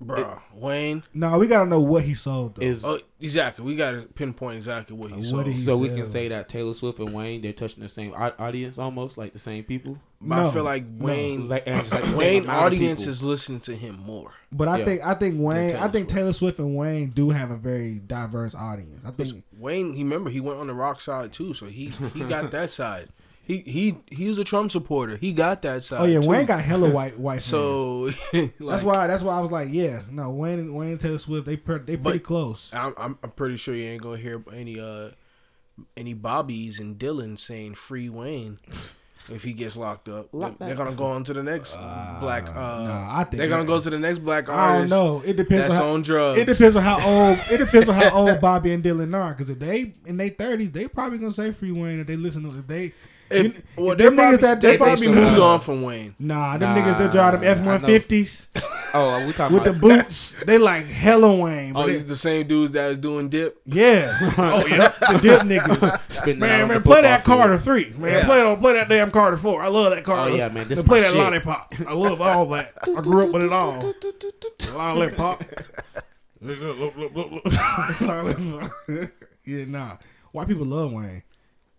[SPEAKER 2] bro. Wayne.
[SPEAKER 1] No, we gotta know what he sold though.
[SPEAKER 3] is
[SPEAKER 2] Oh, exactly. We got to pinpoint exactly what he
[SPEAKER 1] What
[SPEAKER 2] sold.
[SPEAKER 1] did he-
[SPEAKER 3] so we can
[SPEAKER 1] Giselle.
[SPEAKER 3] say that Taylor Swift and Wayne they're touching the same au- audience almost like the same people.
[SPEAKER 2] But
[SPEAKER 1] No,
[SPEAKER 2] I feel like
[SPEAKER 1] no.
[SPEAKER 2] Wayne,
[SPEAKER 3] Like, and just like the same
[SPEAKER 2] Wayne
[SPEAKER 3] amount of
[SPEAKER 2] audience
[SPEAKER 3] people.
[SPEAKER 2] is listening to him more.
[SPEAKER 1] But I
[SPEAKER 3] Yeah.
[SPEAKER 1] think I think Wayne
[SPEAKER 2] Taylor
[SPEAKER 1] I think
[SPEAKER 2] Swift.
[SPEAKER 1] Taylor Swift and Wayne do have a very diverse audience. I think
[SPEAKER 2] Wayne, he remember he went on the rock side too, so he he got that side. He he he was a Trump supporter. He got that side.
[SPEAKER 1] Oh yeah,
[SPEAKER 2] too.
[SPEAKER 1] Wayne got hella white white fans.
[SPEAKER 2] So
[SPEAKER 1] That's why that's why I was like, yeah, no, Wayne and Wayne and Taylor Swift, they pre- they pretty
[SPEAKER 2] But-
[SPEAKER 1] close.
[SPEAKER 2] I'm, I'm I'm pretty sure you ain't gonna hear any uh any Bobbies and Dylan saying free Wayne if he gets locked up.
[SPEAKER 3] Lock
[SPEAKER 2] they're,
[SPEAKER 3] that-
[SPEAKER 2] they're gonna go on to the next black. Uh,
[SPEAKER 1] Ah, nah, I think
[SPEAKER 2] they're gonna
[SPEAKER 1] that-
[SPEAKER 2] go to the next black
[SPEAKER 1] I don't
[SPEAKER 2] artist.
[SPEAKER 1] know. It depends on
[SPEAKER 2] That's
[SPEAKER 1] how,
[SPEAKER 2] on drugs.
[SPEAKER 1] It depends on how old it depends on how old Bobby and Dylan are. Because if they in their thirties, they probably gonna say free Wayne if they listen to if they
[SPEAKER 2] If,
[SPEAKER 1] you-
[SPEAKER 2] well,
[SPEAKER 1] them niggas
[SPEAKER 2] they probably,
[SPEAKER 1] that-
[SPEAKER 2] they,
[SPEAKER 1] they
[SPEAKER 2] probably
[SPEAKER 1] some-
[SPEAKER 2] moved
[SPEAKER 1] uh,
[SPEAKER 2] on from Wayne.
[SPEAKER 1] nah them
[SPEAKER 3] Nah,
[SPEAKER 1] niggas that drive them
[SPEAKER 3] I know.
[SPEAKER 1] F one fifties
[SPEAKER 3] Oh, we talking
[SPEAKER 1] with the
[SPEAKER 3] about
[SPEAKER 1] boots, they like hella Wayne. But
[SPEAKER 2] Oh,
[SPEAKER 1] it-
[SPEAKER 2] the same dudes that was doing dip.
[SPEAKER 1] yeah, oh yeah, the dip niggas.
[SPEAKER 3] spin that
[SPEAKER 1] Man,
[SPEAKER 3] on
[SPEAKER 1] man,
[SPEAKER 3] the
[SPEAKER 1] play that
[SPEAKER 3] football
[SPEAKER 1] Carter
[SPEAKER 3] field.
[SPEAKER 1] three. Man,
[SPEAKER 2] Yeah.
[SPEAKER 1] play that play that damn Carter four. I love that Carter.
[SPEAKER 3] Oh, yeah, man, this
[SPEAKER 1] And
[SPEAKER 3] is
[SPEAKER 1] play
[SPEAKER 3] my
[SPEAKER 1] that
[SPEAKER 3] shit.
[SPEAKER 1] lollipop. I love all that. I grew up with it all. lollipop. Lollipop. yeah, nah. White people love Wayne.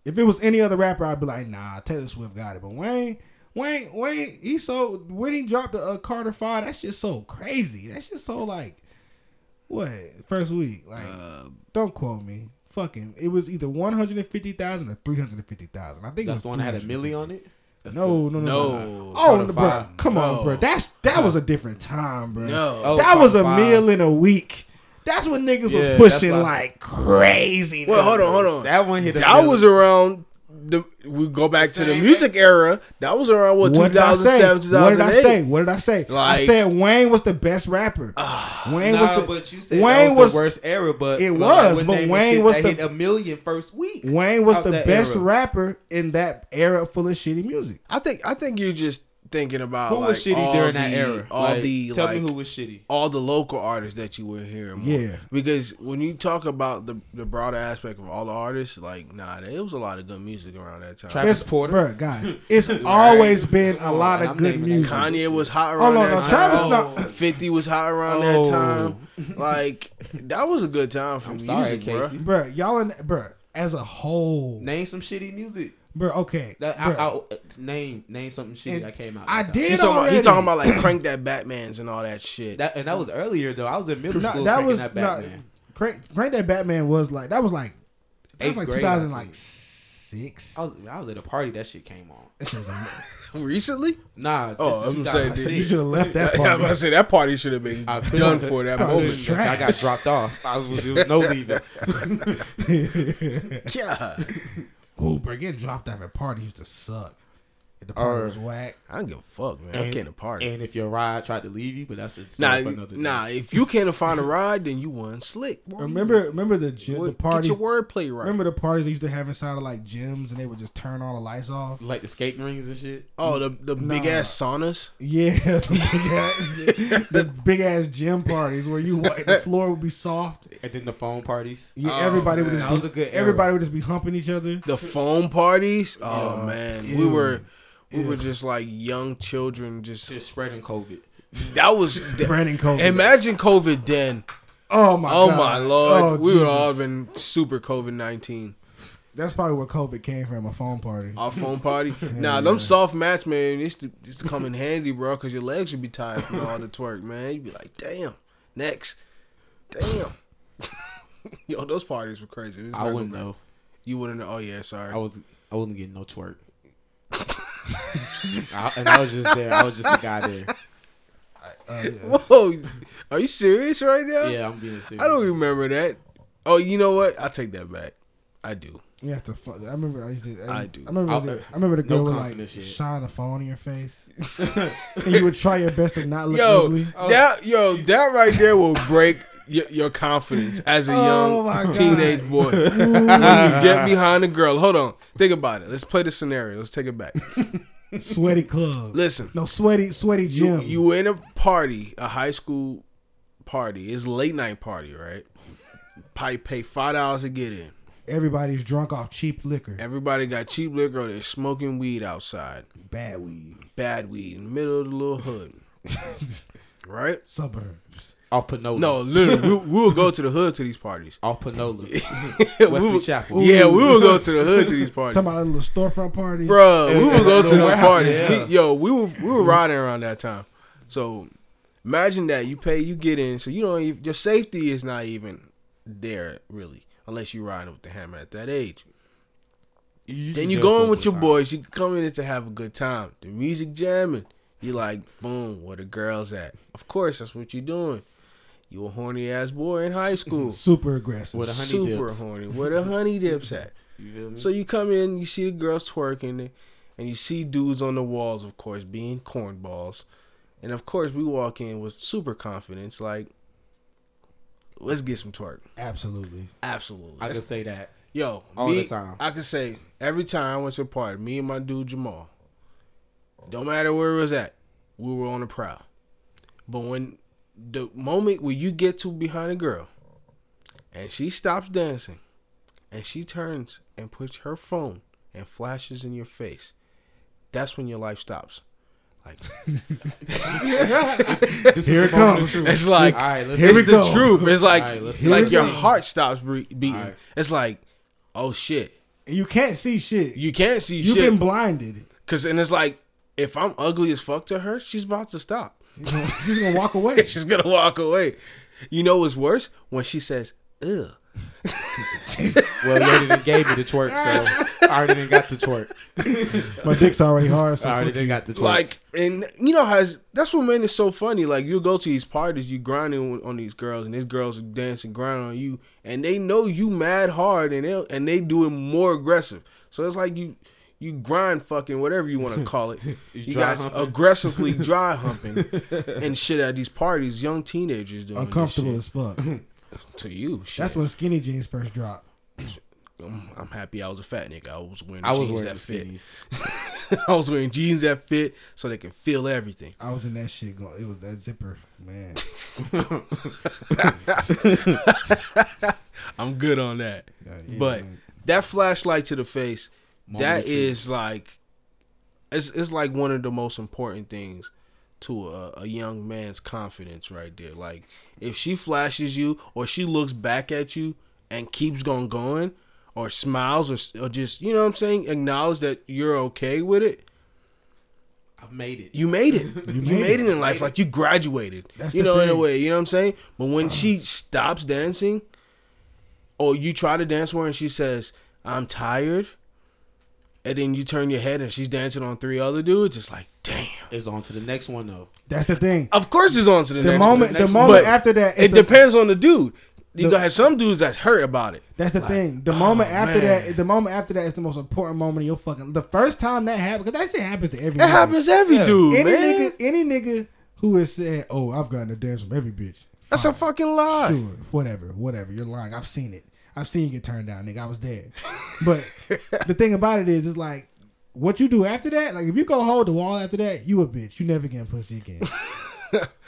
[SPEAKER 1] If it was any other rapper, I'd be like, nah, Taylor Swift got it. But Wayne, Wayne, Wayne, he so when he dropped the uh, Carter five, that shit so crazy. That shit so like What first week? Like,
[SPEAKER 2] Uh,
[SPEAKER 1] don't quote me. Fucking, it was either one hundred and fifty thousand or three hundred and fifty thousand. I think it
[SPEAKER 3] That's
[SPEAKER 1] was
[SPEAKER 3] the one that had a
[SPEAKER 1] 350,000.
[SPEAKER 3] milli on it. That's
[SPEAKER 1] No, no, no, no. no.
[SPEAKER 2] no,
[SPEAKER 1] Oh,
[SPEAKER 3] Quarter
[SPEAKER 1] bro,
[SPEAKER 3] five.
[SPEAKER 1] come on,
[SPEAKER 2] No.
[SPEAKER 1] bro. That's that was a different time, bro.
[SPEAKER 2] no.
[SPEAKER 3] Oh,
[SPEAKER 1] that was a
[SPEAKER 3] five.
[SPEAKER 1] meal in a week. That's when niggas
[SPEAKER 3] Yeah,
[SPEAKER 1] was pushing
[SPEAKER 3] that's why-
[SPEAKER 1] like crazy.
[SPEAKER 2] Well, hold on, hold
[SPEAKER 3] the-
[SPEAKER 2] on. That,
[SPEAKER 3] That one hit. a milli.
[SPEAKER 2] was around. The, we go back to the
[SPEAKER 3] Same
[SPEAKER 2] music era. That was around what,
[SPEAKER 1] What did I say?
[SPEAKER 2] 2007,
[SPEAKER 1] What did I
[SPEAKER 2] 2008.
[SPEAKER 1] say? What did I say? I
[SPEAKER 2] Like- Ah.
[SPEAKER 1] said Wayne was the best rapper. Wayne
[SPEAKER 3] nah,
[SPEAKER 1] was the
[SPEAKER 3] but you said
[SPEAKER 1] Wayne
[SPEAKER 3] that was,
[SPEAKER 1] was-
[SPEAKER 3] the worst era, but
[SPEAKER 1] It
[SPEAKER 3] but
[SPEAKER 1] was,
[SPEAKER 3] we're
[SPEAKER 1] but
[SPEAKER 3] naming
[SPEAKER 1] Wayne
[SPEAKER 3] shits
[SPEAKER 1] was
[SPEAKER 3] that
[SPEAKER 1] the-
[SPEAKER 3] hit a million first week.
[SPEAKER 1] Wayne was
[SPEAKER 3] out
[SPEAKER 1] the
[SPEAKER 3] that
[SPEAKER 1] best
[SPEAKER 3] era.
[SPEAKER 1] rapper in that era full of shitty music.
[SPEAKER 2] I think I think you're just thinking about
[SPEAKER 3] Who
[SPEAKER 2] like,
[SPEAKER 3] was shitty
[SPEAKER 2] all
[SPEAKER 3] during
[SPEAKER 2] the-
[SPEAKER 3] that era?
[SPEAKER 2] All
[SPEAKER 3] Like,
[SPEAKER 2] the
[SPEAKER 3] tell
[SPEAKER 2] like,
[SPEAKER 3] me who was shitty.
[SPEAKER 2] all the local artists that you were hearing. More.
[SPEAKER 1] Yeah.
[SPEAKER 2] Because when you talk about the the broader aspect of all the artists, like nah, there was a lot of good music around that time.
[SPEAKER 3] Travis Porter.
[SPEAKER 1] Bruh, guys, it's always been a
[SPEAKER 3] Come on,
[SPEAKER 1] lot
[SPEAKER 3] man,
[SPEAKER 1] of
[SPEAKER 3] I'm
[SPEAKER 1] good
[SPEAKER 3] naming
[SPEAKER 1] music.
[SPEAKER 3] that guy.
[SPEAKER 2] Kanye was hot
[SPEAKER 1] Hold
[SPEAKER 2] around
[SPEAKER 1] on,
[SPEAKER 2] that
[SPEAKER 1] no,
[SPEAKER 2] time.
[SPEAKER 1] Travis.
[SPEAKER 3] Oh.
[SPEAKER 1] No,
[SPEAKER 2] Fifty was hot around
[SPEAKER 3] Oh.
[SPEAKER 2] that time. Like that was a good time for
[SPEAKER 3] I'm
[SPEAKER 2] music,
[SPEAKER 3] sorry,
[SPEAKER 2] bruh.
[SPEAKER 3] Casey.
[SPEAKER 1] bruh, y'all in, bruh, as a whole,
[SPEAKER 3] Name some shitty music.
[SPEAKER 1] bruh. Okay,
[SPEAKER 3] That I,
[SPEAKER 1] bruh,
[SPEAKER 3] I, name name something shitty
[SPEAKER 1] And
[SPEAKER 3] that came out.
[SPEAKER 1] I
[SPEAKER 3] that time.
[SPEAKER 1] did
[SPEAKER 2] You talking, about, you
[SPEAKER 1] already.
[SPEAKER 2] talking about like crank that Batman's and all that shit.
[SPEAKER 3] That and that was earlier though. I was in middle
[SPEAKER 1] No,
[SPEAKER 3] school.
[SPEAKER 1] that
[SPEAKER 3] That
[SPEAKER 1] was
[SPEAKER 3] that
[SPEAKER 1] no,
[SPEAKER 3] Batman.
[SPEAKER 1] crank, crank that Batman was like that was like that
[SPEAKER 3] Eighth
[SPEAKER 1] was like
[SPEAKER 3] grade,
[SPEAKER 1] two
[SPEAKER 3] I
[SPEAKER 1] thousand like
[SPEAKER 3] think.
[SPEAKER 1] six.
[SPEAKER 3] I was, I was at a party. That shit came on.
[SPEAKER 1] That shit was amazing.
[SPEAKER 2] Recently,
[SPEAKER 3] Nah.
[SPEAKER 2] Oh,
[SPEAKER 3] this is
[SPEAKER 2] I'm saying,
[SPEAKER 3] 2006.
[SPEAKER 1] you should have left that
[SPEAKER 2] yeah, I'm
[SPEAKER 1] part.
[SPEAKER 2] about to say that party should have been
[SPEAKER 3] I couldn't-
[SPEAKER 2] done for that
[SPEAKER 1] I
[SPEAKER 3] I,
[SPEAKER 1] couldn't.
[SPEAKER 2] moment.
[SPEAKER 3] was I got
[SPEAKER 1] trash.
[SPEAKER 3] dropped off. I was, there was no leaving.
[SPEAKER 2] Yeah,
[SPEAKER 1] Ooh, bro, getting dropped off at party used to suck. The party
[SPEAKER 3] Or-
[SPEAKER 1] was whack.
[SPEAKER 2] I don't give a fuck, man. I came to party.
[SPEAKER 3] And if your ride tried to leave you, but that's it's
[SPEAKER 2] Nah,
[SPEAKER 3] for another day.
[SPEAKER 2] nah. If you can't find a ride, then you won slick. boy.
[SPEAKER 1] Remember, remember the gym,
[SPEAKER 2] Boy,
[SPEAKER 1] the parties.
[SPEAKER 2] Get your wordplay right.
[SPEAKER 1] Remember the parties they used to have inside of like gyms, and they would just turn all the lights off.
[SPEAKER 3] like the skating rings and shit.
[SPEAKER 2] oh, the the big
[SPEAKER 1] Nah.
[SPEAKER 2] ass saunas.
[SPEAKER 1] Yeah, the big ass, the big ass gym parties where you wa- the floor would be soft.
[SPEAKER 3] And then the phone parties.
[SPEAKER 1] Yeah,
[SPEAKER 2] Oh,
[SPEAKER 1] everybody would
[SPEAKER 3] man,
[SPEAKER 1] just
[SPEAKER 3] that
[SPEAKER 1] be,
[SPEAKER 3] was a good era.
[SPEAKER 1] everybody would just be humping each other.
[SPEAKER 2] The foam parties. Oh man, we
[SPEAKER 1] Ew.
[SPEAKER 2] were we were just like young children. Just
[SPEAKER 3] Just spreading COVID.
[SPEAKER 2] that was.
[SPEAKER 1] Brandon Cole.
[SPEAKER 2] Imagine COVID then.
[SPEAKER 1] oh my,
[SPEAKER 2] Oh
[SPEAKER 1] God.
[SPEAKER 2] my lord,
[SPEAKER 1] Oh,
[SPEAKER 2] we would
[SPEAKER 1] Jesus.
[SPEAKER 2] all been super COVID nineteen.
[SPEAKER 1] That's probably where COVID came from—a phone party.
[SPEAKER 2] Our phone party. nah, them soft mats, man, used to, used to come in handy, bro, because your legs would be tired from all the twerk, man. You'd be like, damn, next, damn. Yo, those parties were crazy. It was
[SPEAKER 3] I
[SPEAKER 2] like-
[SPEAKER 3] wouldn't know.
[SPEAKER 2] You wouldn't know. Oh yeah, sorry.
[SPEAKER 3] I was I wasn't getting no twerk. I, and I was just there. I was just a guy there.
[SPEAKER 1] Uh, yeah.
[SPEAKER 2] Whoa, are you serious right now?
[SPEAKER 3] Yeah, I'm being serious.
[SPEAKER 2] I don't remember that. Oh, you know what? I take that back. I do.
[SPEAKER 1] You have to. Fu- I remember. I used to. I,
[SPEAKER 2] I do.
[SPEAKER 1] I remember.
[SPEAKER 3] I'll-
[SPEAKER 1] the, I remember the
[SPEAKER 3] no
[SPEAKER 1] girl would like
[SPEAKER 3] confidence yet.
[SPEAKER 1] shine a phone in your face, and you would try your best to not look
[SPEAKER 2] Yo, uh,
[SPEAKER 1] ugly.
[SPEAKER 2] that yo, that right there will break your, your confidence as a
[SPEAKER 1] Oh, my
[SPEAKER 2] young
[SPEAKER 1] God.
[SPEAKER 2] teenage boy. when you get behind a girl, hold on, think about it. Let's play the scenario. Let's take it back.
[SPEAKER 1] Sweaty club.
[SPEAKER 2] Listen,
[SPEAKER 1] No sweaty, sweaty
[SPEAKER 2] you
[SPEAKER 1] gym.
[SPEAKER 2] you in a party, a high school party. It's late night party, right? Probably pay five dollars to get in.
[SPEAKER 1] Everybody's drunk off cheap liquor,
[SPEAKER 2] Everybody got cheap liquor. They're smoking weed outside.
[SPEAKER 1] bad weed,
[SPEAKER 2] Bad weed in the middle of the little hood. right?
[SPEAKER 1] suburbs.
[SPEAKER 3] Off Panola.
[SPEAKER 2] No, literally, we, we will go to the hood to these parties.
[SPEAKER 3] Off Panola.
[SPEAKER 2] We
[SPEAKER 3] Wesley
[SPEAKER 2] would-
[SPEAKER 3] Chapel.
[SPEAKER 2] Yeah, we will go to the hood to these parties.
[SPEAKER 1] Talking about a little storefront party.
[SPEAKER 2] Bro, we would go to
[SPEAKER 3] Yeah.
[SPEAKER 2] the parties.
[SPEAKER 3] Yeah.
[SPEAKER 2] We, yo, we were we were riding around that time. So imagine that you pay, you get in, so you don't even your safety is not even there really, unless you riding with the hammer at that age. Then you going with your boys, you coming in to have a good time. The music jamming. You like, boom, where the girls at? Of course, that's what you doing. You a horny ass boy in high school.
[SPEAKER 1] Super aggressive.
[SPEAKER 3] With a honey
[SPEAKER 2] Super
[SPEAKER 3] dips.
[SPEAKER 2] horny. Where the honey dips at?
[SPEAKER 3] You feel me?
[SPEAKER 2] So you come in, you see the girls twerking, and you see dudes on the walls, of course, being cornballs. And of course, we walk in with super confidence, like, let's get some twerk.
[SPEAKER 1] Absolutely.
[SPEAKER 2] Absolutely.
[SPEAKER 3] I
[SPEAKER 2] That's-
[SPEAKER 3] can say that.
[SPEAKER 2] yo,
[SPEAKER 3] all
[SPEAKER 2] me-
[SPEAKER 3] the time.
[SPEAKER 2] I can say every time I went to a party, me and my dude Jamal, don't matter where it was at, we were on the prowl. But when the moment where you get to behind a girl and she stops dancing and she turns and puts her phone and flashes in your face, that's when your life stops. Like
[SPEAKER 3] This is
[SPEAKER 1] Here
[SPEAKER 3] the
[SPEAKER 1] it
[SPEAKER 3] moment of
[SPEAKER 1] comes.
[SPEAKER 3] truth.
[SPEAKER 2] it's like
[SPEAKER 3] All right, let's
[SPEAKER 1] Here
[SPEAKER 2] it's
[SPEAKER 1] we
[SPEAKER 2] the
[SPEAKER 1] go.
[SPEAKER 2] truth. It's like
[SPEAKER 3] All right, let's
[SPEAKER 1] Here
[SPEAKER 2] like
[SPEAKER 1] we
[SPEAKER 2] your
[SPEAKER 1] go.
[SPEAKER 2] heart stops bre- beating.
[SPEAKER 3] All right.
[SPEAKER 2] It's like oh shit.
[SPEAKER 1] And you can't see shit. You,
[SPEAKER 2] You can't see
[SPEAKER 1] have
[SPEAKER 2] shit.
[SPEAKER 1] been blinded.
[SPEAKER 2] Cause and it's like if I'm ugly as fuck to her, she's about to stop.
[SPEAKER 1] She's gonna walk away.
[SPEAKER 2] She's gonna walk away. You know what's worse? When she says, ugh.
[SPEAKER 3] Well, you already done gave me the twerk, so I already done got the twerk.
[SPEAKER 1] My dick's already hard. So
[SPEAKER 3] I already
[SPEAKER 1] fuck you.
[SPEAKER 3] done got the twerk.
[SPEAKER 2] Like, and you know how it's- that's what made it so funny. Like, you go to these parties, you grinding on these girls, and these girls dance and grind on you, and they know you mad hard, and they and they do it more aggressive. So it's like you you grind fucking whatever you want to call it. you
[SPEAKER 3] dry
[SPEAKER 2] guys
[SPEAKER 3] humping.
[SPEAKER 2] aggressively dry humping and shit at these parties. Young teenagers doing
[SPEAKER 1] uncomfortable
[SPEAKER 2] This
[SPEAKER 1] as fuck.
[SPEAKER 2] shit. To you, shit.
[SPEAKER 1] That's when skinny jeans first dropped.
[SPEAKER 2] I'm, I'm happy I was a fat nigga. I was wearing
[SPEAKER 3] I was
[SPEAKER 2] jeans
[SPEAKER 3] wearing the
[SPEAKER 2] that fit.
[SPEAKER 3] skinnies.
[SPEAKER 2] I was wearing jeans that fit so they can feel everything.
[SPEAKER 1] I was in that shit going. It was that zipper, man.
[SPEAKER 2] I'm good on that.
[SPEAKER 1] Yeah, yeah,
[SPEAKER 2] but
[SPEAKER 1] man.
[SPEAKER 2] that flashlight to the face,
[SPEAKER 3] Moment of
[SPEAKER 2] that
[SPEAKER 3] truth.
[SPEAKER 2] is like, it's it's like one of the most important things to a, a young man's confidence right there. Like if she flashes you or she looks back at you and keeps going going or smiles or, s- or just you know what I'm saying acknowledge that you're okay with it.
[SPEAKER 3] I made it.
[SPEAKER 2] You made it. You, made, it, in life. Like you graduated.
[SPEAKER 1] That's
[SPEAKER 2] you
[SPEAKER 1] the
[SPEAKER 2] know, in a
[SPEAKER 1] thing.
[SPEAKER 2] way. You know what I'm saying? But when she stops dancing, or you try to dance with her and she says, I'm tired, and then you turn your head and she's dancing on three other dudes, it's like, damn.
[SPEAKER 3] It's on to the next one though.
[SPEAKER 1] That's the thing.
[SPEAKER 2] Of course it's on to the,
[SPEAKER 1] The
[SPEAKER 2] next
[SPEAKER 1] moment,
[SPEAKER 2] one.
[SPEAKER 1] the
[SPEAKER 3] next
[SPEAKER 1] moment
[SPEAKER 2] But
[SPEAKER 1] after that, is
[SPEAKER 2] It
[SPEAKER 1] the-
[SPEAKER 2] depends on the dude. You
[SPEAKER 1] The-
[SPEAKER 2] gotta have some dudes that's hurt about it.
[SPEAKER 1] That's the
[SPEAKER 2] Like, oh,
[SPEAKER 1] thing. The moment after
[SPEAKER 2] man.
[SPEAKER 1] that, the moment after that is the most important moment of your fucking. The first time that happens, because that shit happens to every.
[SPEAKER 2] That
[SPEAKER 1] nigga.
[SPEAKER 2] happens to every
[SPEAKER 3] Yeah.
[SPEAKER 2] dude,
[SPEAKER 1] Any
[SPEAKER 2] man.
[SPEAKER 1] nigga, any nigga who has said, "Oh, I've gotten a dance from every bitch."
[SPEAKER 2] that's a fucking lie.
[SPEAKER 1] Sure, whatever, whatever. You're lying. I've seen it. I've seen you get turned down, nigga. I was there. But the thing about it is, it's like what you do after that. Like if you go hold the wall after that, you a bitch. You never getting pussy again.